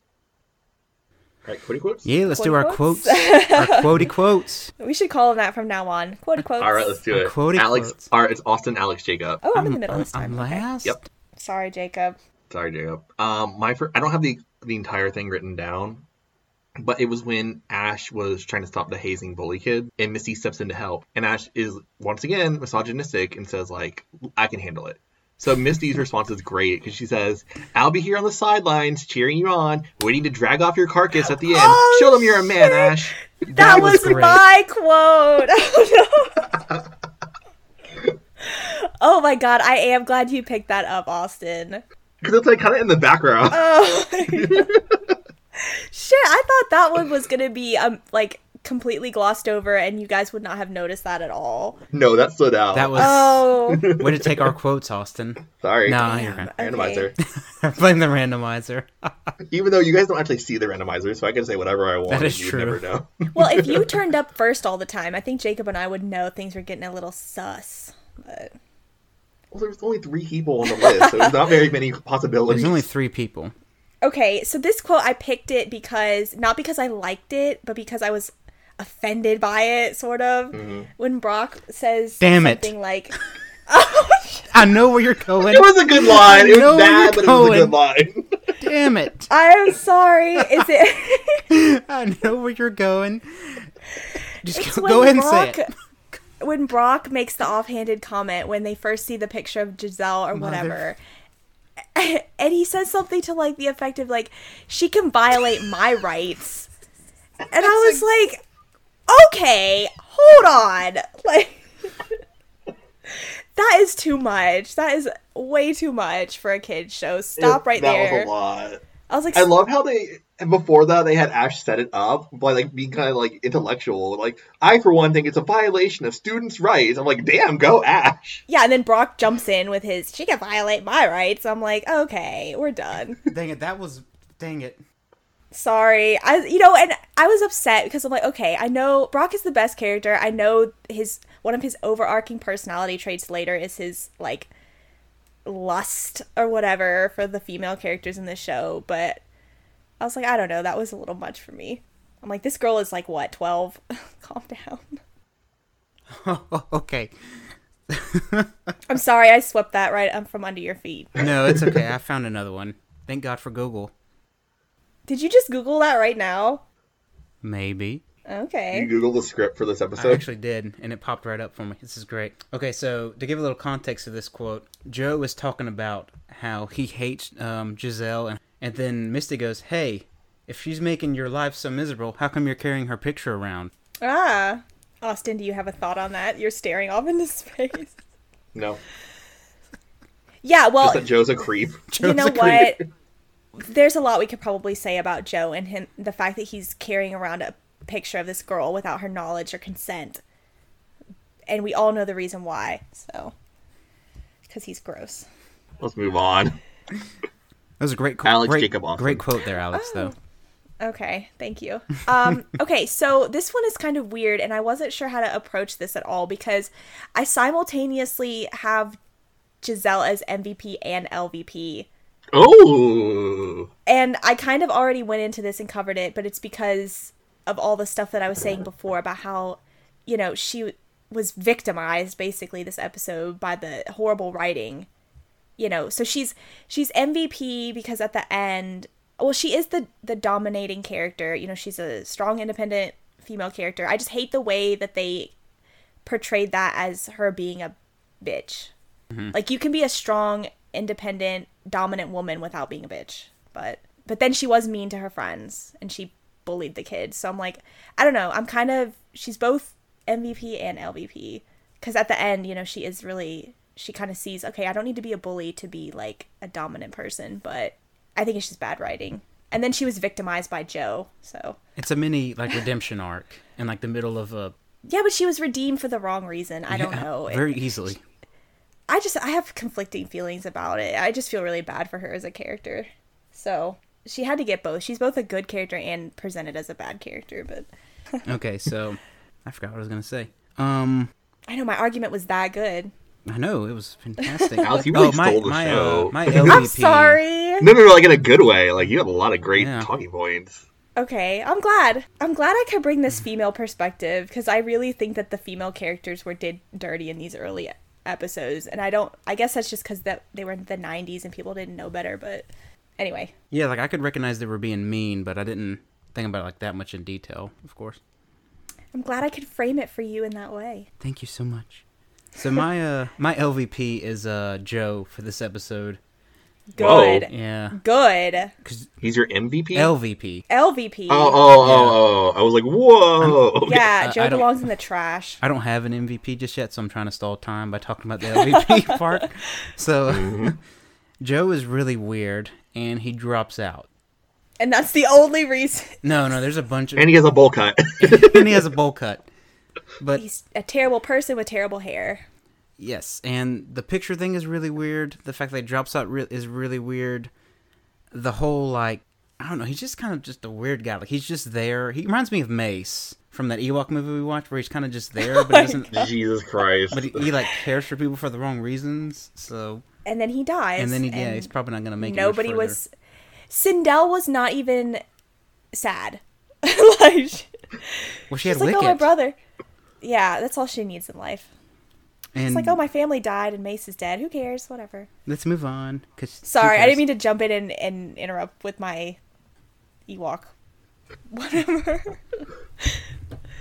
Speaker 3: All right, quote quotes.
Speaker 2: Yeah, let's do
Speaker 4: Quotey
Speaker 2: our
Speaker 4: quotes?
Speaker 2: quotes, our quotey quotes.
Speaker 4: *laughs* we should call him that from now on. Quote quotes.
Speaker 3: All right, let's do
Speaker 2: Our
Speaker 3: it.
Speaker 2: quotey
Speaker 3: Alex,
Speaker 2: quotes.
Speaker 3: all right, it's Austin, Alex, Jacob.
Speaker 4: Oh, I'm, in the middle this
Speaker 2: I'm
Speaker 4: time.
Speaker 2: last.
Speaker 3: Yep.
Speaker 4: Sorry, Jacob.
Speaker 3: Sorry, Jacob. Um, my fir- I don't have the the entire thing written down, but it was when Ash was trying to stop the hazing bully kid, and Misty steps in to help, and Ash is once again misogynistic and says like, "I can handle it." So Misty's response is great because she says, "I'll be here on the sidelines cheering you on, waiting to drag off your carcass at the end.
Speaker 4: Oh,
Speaker 3: Show them you're a man,
Speaker 4: shit.
Speaker 3: Ash."
Speaker 4: That,
Speaker 2: was
Speaker 4: was,
Speaker 2: great.
Speaker 4: my
Speaker 3: *laughs*
Speaker 4: quote. *laughs* Oh, no. oh my god, I am glad you picked that up, Austin.
Speaker 3: Because it's like kind of in the background.
Speaker 4: Oh. Shit, I thought that one was gonna be um like completely glossed over, and you guys would not have noticed that at
Speaker 2: *laughs*
Speaker 4: all.
Speaker 3: *laughs* no, that stood out.
Speaker 2: That was *laughs*
Speaker 4: Oh,
Speaker 2: way to take our quotes,
Speaker 4: *laughs*
Speaker 2: Austin.
Speaker 3: sorry.
Speaker 2: Nah, you're right.
Speaker 3: Randomizer.
Speaker 2: *laughs* Blame the randomizer.
Speaker 3: Even though you guys don't actually see the randomizer, so I can say whatever I want.
Speaker 2: That
Speaker 3: and
Speaker 2: is
Speaker 3: you'd
Speaker 2: true.
Speaker 3: never know. *laughs*
Speaker 4: Well, if you turned up first all the time, I think Jacob and I would know things were getting a little sus. But
Speaker 3: Well, there was only three people on the list, so there's not very many possibilities.
Speaker 2: *laughs* There's only three people.
Speaker 4: okay, so this quote I picked it because not because I liked it, but because I was offended by it, sort of. When Brock says
Speaker 2: Damn it.
Speaker 4: something like,
Speaker 2: I know where you're going.
Speaker 4: *laughs*
Speaker 3: It was a good line. It was
Speaker 2: No, you're
Speaker 3: bad, but it was a
Speaker 2: going.
Speaker 3: good line.
Speaker 2: Damn it.
Speaker 4: I'm sorry, is it.
Speaker 2: I know where you're going. Just
Speaker 4: It's
Speaker 2: go,
Speaker 4: when
Speaker 2: go ahead and
Speaker 4: Brock,
Speaker 2: say it.
Speaker 4: *laughs* When Brock makes the offhanded comment when they first see the picture of Giselle or whatever. *laughs* And he says something to like the effect of like, she can violate my rights. And I was like, okay, hold on. *laughs* Like that is too much. That is way too much for a kid's show. Stop
Speaker 3: *laughs*
Speaker 4: right
Speaker 3: that was
Speaker 4: there.
Speaker 3: a lot.
Speaker 4: I was like,
Speaker 3: I love how they and before that they had Ash set it up by like being kind of like intellectual. Like I for one think it's a violation of students' rights. I'm like, damn, go Ash.
Speaker 4: yeah, and then Brock jumps in with his, she can violate my rights. I'm like, okay, we're done.
Speaker 2: Dang it, that was. Dang it. *laughs*
Speaker 4: sorry i you know and i was upset because i'm like okay i know brock is the best character i know his one of his overarching personality traits later is his like lust or whatever for the female characters in the show but i was like i don't know that was a little much for me i'm like this girl is like what 12 *laughs* calm down
Speaker 2: Oh, okay.
Speaker 4: i'm sorry i swept that right um, from under your feet
Speaker 2: No, it's okay. I found another one. Thank God for Google.
Speaker 4: did you just google that right now
Speaker 2: Maybe.
Speaker 4: okay
Speaker 3: You Google the script for this episode.
Speaker 2: I actually did, and it popped right up for me. This is great. Okay, so to give a little context to this quote, Joe was talking about how he hates um, Giselle, and, and then Misty goes, Hey, if she's making your life so miserable, how come you're carrying her picture around?
Speaker 4: ah austin do you have a thought on that you're staring off into *laughs* space
Speaker 3: no,
Speaker 4: yeah well
Speaker 3: just that Joe's a creep.
Speaker 4: *laughs* you
Speaker 2: *laughs* Joe's
Speaker 4: know
Speaker 2: a creep.
Speaker 4: what? There's a lot we could probably say about Joe and him the fact that he's carrying around a picture of this girl without her knowledge or consent. And we all know the reason why. So cuz he's gross.
Speaker 3: Let's move on.
Speaker 2: That was a great, qu-
Speaker 3: Alex
Speaker 2: great,
Speaker 3: Jacob Austin.
Speaker 2: great quote there, Alex,
Speaker 4: Oh.
Speaker 2: though.
Speaker 4: Okay,
Speaker 2: *laughs*
Speaker 4: thank you. Um, okay, so this one is kind of weird, and I wasn't sure how to approach this at all because I simultaneously have Giselle as MVP and LVP.
Speaker 3: Oh,
Speaker 4: And I kind of already went into this and covered it, but it's because of all the stuff that I was saying before about how, you know, she was victimized basically this episode by the horrible writing. You know, so she's she's MVP because at the end, well, she is the the dominating character. You know, she's a strong, independent female character. I just hate the way that they portrayed that as her being a bitch. Like you can be a strong, independent, dominant woman without being a bitch. But but then she was mean to her friends and she bullied the kids. So I'm like, I don't know. I'm kind of she's both MVP and LVP cuz at the end, you know, she is really she kind of sees, okay, I don't need to be a bully to be like a dominant person, but I think it's just bad writing. And then she was victimized by Joe. So
Speaker 2: It's a mini, like, redemption arc in, like, the middle of a.
Speaker 4: yeah, but she was redeemed for the wrong reason. I don't know. Oh, It-
Speaker 2: Very easily.
Speaker 4: I just I have conflicting feelings about it. I just feel really bad for her as a character. So she had to get both. She's both a good character and presented as a bad character, but
Speaker 2: Okay, so I forgot what I was going to say. Um,
Speaker 4: I know my argument was that good.
Speaker 2: I know, it was fantastic.
Speaker 3: Alex, you
Speaker 2: oh,
Speaker 3: really
Speaker 2: my,
Speaker 3: stole the
Speaker 2: my,
Speaker 3: show.
Speaker 2: Uh, my
Speaker 3: *laughs* I'm
Speaker 2: LVP.
Speaker 4: I'm sorry.
Speaker 3: no, no, no, like in a good way. Like you had a lot of great
Speaker 2: Yeah.
Speaker 3: talking points.
Speaker 4: Okay, I'm glad. I'm glad I could bring this female perspective because I really think that the female characters were did dirty in these early episodes, and I don't. I guess that's just because that they were in the '90s and people didn't know better. But anyway,
Speaker 2: Yeah, like I could recognize they were being mean, but I didn't think about it like that much in detail, of course.
Speaker 4: I'm glad I could frame it for you in that way.
Speaker 2: Thank you so much. So my uh my LVP is uh Joe for this episode.
Speaker 3: Whoa.
Speaker 4: Good.
Speaker 2: Yeah.
Speaker 4: Good.
Speaker 3: He's your MVP.
Speaker 2: LVP.
Speaker 4: LVP.
Speaker 3: oh, oh, oh, oh! I was like, whoa. Okay.
Speaker 4: Yeah,
Speaker 2: I-
Speaker 4: Joe
Speaker 2: I don't-
Speaker 4: belongs in the trash.
Speaker 2: I don't have an MVP just yet, so I'm trying to stall time by talking about the LVP part. So Joe is really weird and he drops out.
Speaker 4: And that's the *laughs* only reason.
Speaker 2: No, no, there's a bunch of
Speaker 3: And he has a
Speaker 2: *laughs*
Speaker 3: bowl cut. *laughs*
Speaker 2: and he has a bowl cut. But
Speaker 4: He's a terrible person with terrible hair.
Speaker 2: Yes, and the picture thing is really weird. The fact that he drops out re- is really weird. The whole like I don't know. He's just kind of just a weird guy. Like he's just there. He reminds me of Mace from that Ewok movie we watched, where he's kind of just there,
Speaker 4: *laughs*
Speaker 2: but he doesn't.
Speaker 3: Jesus Christ.
Speaker 2: But he, he like cares for people for the wrong reasons. So
Speaker 4: And then he dies.
Speaker 2: and then he, yeah, he's probably not gonna make
Speaker 4: nobody
Speaker 2: it. much further.
Speaker 4: was. Sindel was not even sad. *laughs* like,
Speaker 2: Well, she
Speaker 4: She's
Speaker 2: had
Speaker 4: like,
Speaker 2: Wicket.
Speaker 4: oh, my brother. Yeah, that's all she needs in life.
Speaker 2: And
Speaker 4: It's like, oh, my family died and Mace is dead. Who cares? Whatever.
Speaker 2: Let's move on. 'cause
Speaker 4: Sorry, I didn't
Speaker 2: who
Speaker 4: mean to jump in and, and interrupt with my Ewok. Whatever.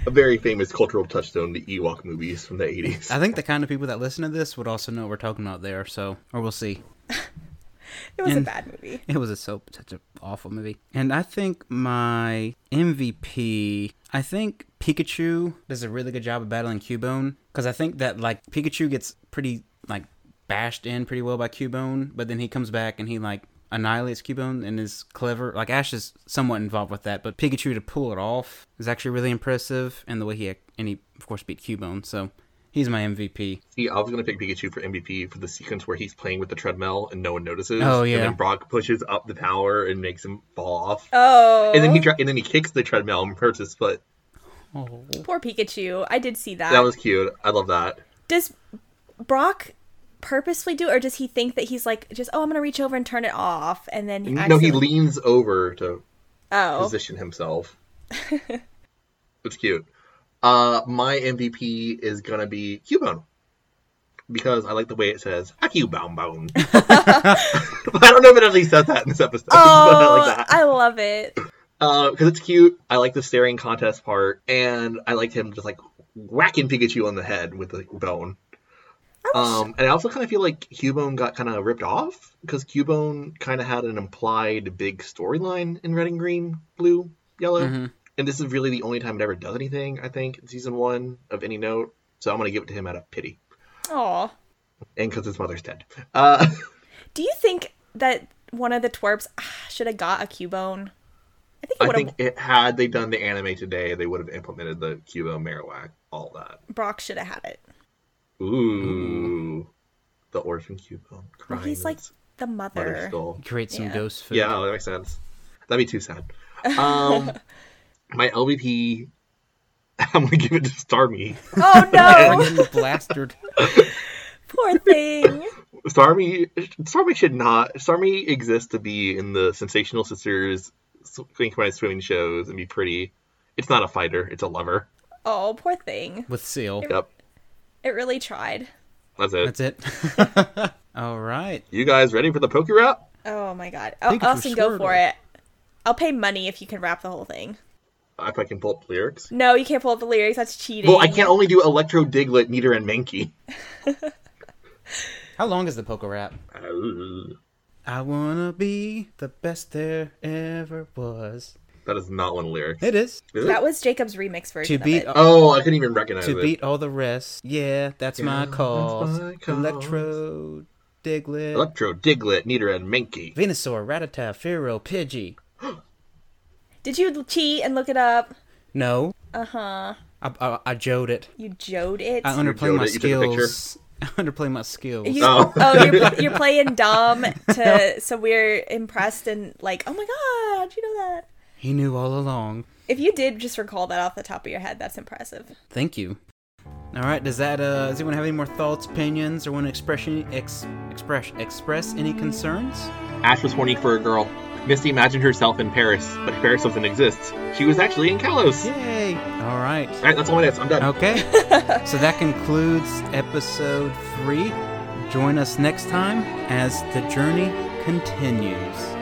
Speaker 3: A very famous cultural touchstone, the Ewok movies from the 80s.
Speaker 2: cares? I think the kind of people that listen to this would also know what we're talking about there. So, or we'll see.
Speaker 4: it was a
Speaker 2: And-
Speaker 4: bad movie.
Speaker 2: It was a so such an awful movie. And I think my MVP, I think Pikachu does a really good job of battling Cubone because I think that like Pikachu gets pretty like bashed in pretty well by Cubone, but then he comes back and he like annihilates Cubone and is clever. Like Ash is somewhat involved with that, but Pikachu to pull it off is actually really impressive. And the way he and he of course beat Cubone, so he's my MVP.
Speaker 3: See, I was gonna pick Pikachu for MVP for the sequence where he's playing with the treadmill and no one notices.
Speaker 2: Oh, yeah.
Speaker 3: And then Brock pushes up the tower and makes him fall off.
Speaker 4: Oh.
Speaker 3: And then he dra- and then he kicks the treadmill and hurts his foot.
Speaker 2: Oh,
Speaker 4: Poor Pikachu. I did see that.
Speaker 3: That was cute. I love that.
Speaker 4: does Brock purposely do it, or does he think that he's like, just, oh, I'm going to reach over and turn it off? And then.
Speaker 3: No, he
Speaker 4: accidentally-
Speaker 3: leans over to
Speaker 4: Oh.
Speaker 3: position *laughs* himself. it's cute. Uh, my MVP is gonna be Cubone because I like the way it says "a Cubone *laughs* bone." I don't know if it actually says that in this episode, *laughs* but I
Speaker 4: Oh,
Speaker 3: like that.
Speaker 4: I love it.
Speaker 3: because Uh, it's cute. I like the staring contest part, and I like him just like whacking Pikachu on the head with the bone. Um, and I also kind of feel like Cubone got kind of ripped off because Cubone kind of had an implied big storyline in Red and Green, Blue, Yellow, and this is really the only time it ever does anything. I think in season one of any note, so I'm gonna give it to him out of pity
Speaker 4: Aw.
Speaker 3: and because his mother's dead. Uh, *laughs*
Speaker 4: Do you think that one of the twerps ah, should have got a Cubone? I think it
Speaker 3: I
Speaker 4: would
Speaker 3: think
Speaker 4: have.
Speaker 3: it, had they done the anime today, they would have implemented the Cubone Marowak, all that.
Speaker 4: Brock should have had it.
Speaker 3: Ooh. The orphan Cubone
Speaker 4: Well,
Speaker 3: crying.
Speaker 4: he's like
Speaker 3: its
Speaker 4: the
Speaker 3: mother
Speaker 4: mother.
Speaker 3: stole.
Speaker 2: create some
Speaker 4: Yeah.
Speaker 2: ghost food.
Speaker 3: Yeah, that makes sense. That'd be too sad. Um,
Speaker 4: *laughs*
Speaker 3: my LVP, *laughs* I'm gonna give it to Starmie.
Speaker 4: Oh
Speaker 3: *laughs*
Speaker 4: no,
Speaker 2: Friggin' blasted.
Speaker 4: poor thing.
Speaker 3: Starmie, Starmie should not. Starmie exists to be in the Sensational Sisters synchronized swimming shows and be pretty. It's not a fighter. It's a lover.
Speaker 4: Oh, poor thing.
Speaker 2: with seal.
Speaker 3: Yep,
Speaker 4: It really tried.
Speaker 3: that's it.
Speaker 2: That's it. *laughs* All right.
Speaker 3: You guys ready for the poker rap?
Speaker 4: Oh my god. Oh,
Speaker 2: Pikachu
Speaker 4: Austin, go for
Speaker 2: Squirtle.
Speaker 4: it. I'll pay money if you can wrap the whole thing.
Speaker 3: If I can pull up the lyrics.
Speaker 4: No, you can't pull up the lyrics. That's cheating.
Speaker 3: Well, I can't only do Electro, Diglett, Meter, and Mankey.
Speaker 2: How long is the poker rap?
Speaker 3: Uh,
Speaker 2: I wanna be the best there ever was.
Speaker 3: That is not one lyric.
Speaker 2: It is.
Speaker 3: Is it?
Speaker 4: That was Jacob's remix version.
Speaker 2: To beat
Speaker 4: Of it.
Speaker 3: Oh, I couldn't even recognize
Speaker 2: to
Speaker 3: it.
Speaker 2: beat all the rest. Yeah, that's my
Speaker 3: that's
Speaker 2: call.
Speaker 3: my cause.
Speaker 2: Electro Diglett.
Speaker 3: Electro, Diglett, Nidoran, and Mankey.
Speaker 2: Venusaur, Rattata, Firo, Pidgey.
Speaker 4: Did you cheat and look it up?
Speaker 2: No.
Speaker 4: Uh huh.
Speaker 2: I I, I jode it.
Speaker 4: You jode it.
Speaker 2: I underplay
Speaker 3: jode
Speaker 2: my
Speaker 3: it, you took a picture?
Speaker 2: skills. *laughs* I underplay my skills.
Speaker 4: You,
Speaker 3: Oh.
Speaker 4: oh,
Speaker 2: *laughs*
Speaker 4: you're, pl- you're playing dumb to so we're impressed and like, oh my god, how'd you know that?
Speaker 2: He knew all along.
Speaker 4: If you did just recall that off the top of your head, that's impressive.
Speaker 2: Thank you. All right. Does that uh? Does anyone have any more thoughts, opinions, or want to express any, ex, express express any concerns?
Speaker 3: Ash was horny for a girl. Misty imagined herself in Paris, but Paris doesn't exist. She was actually in Kalos.
Speaker 2: Yay! All right.
Speaker 3: All right, that's all minutes. I'm done.
Speaker 2: Okay. so that concludes episode three. Join us next time as the journey continues.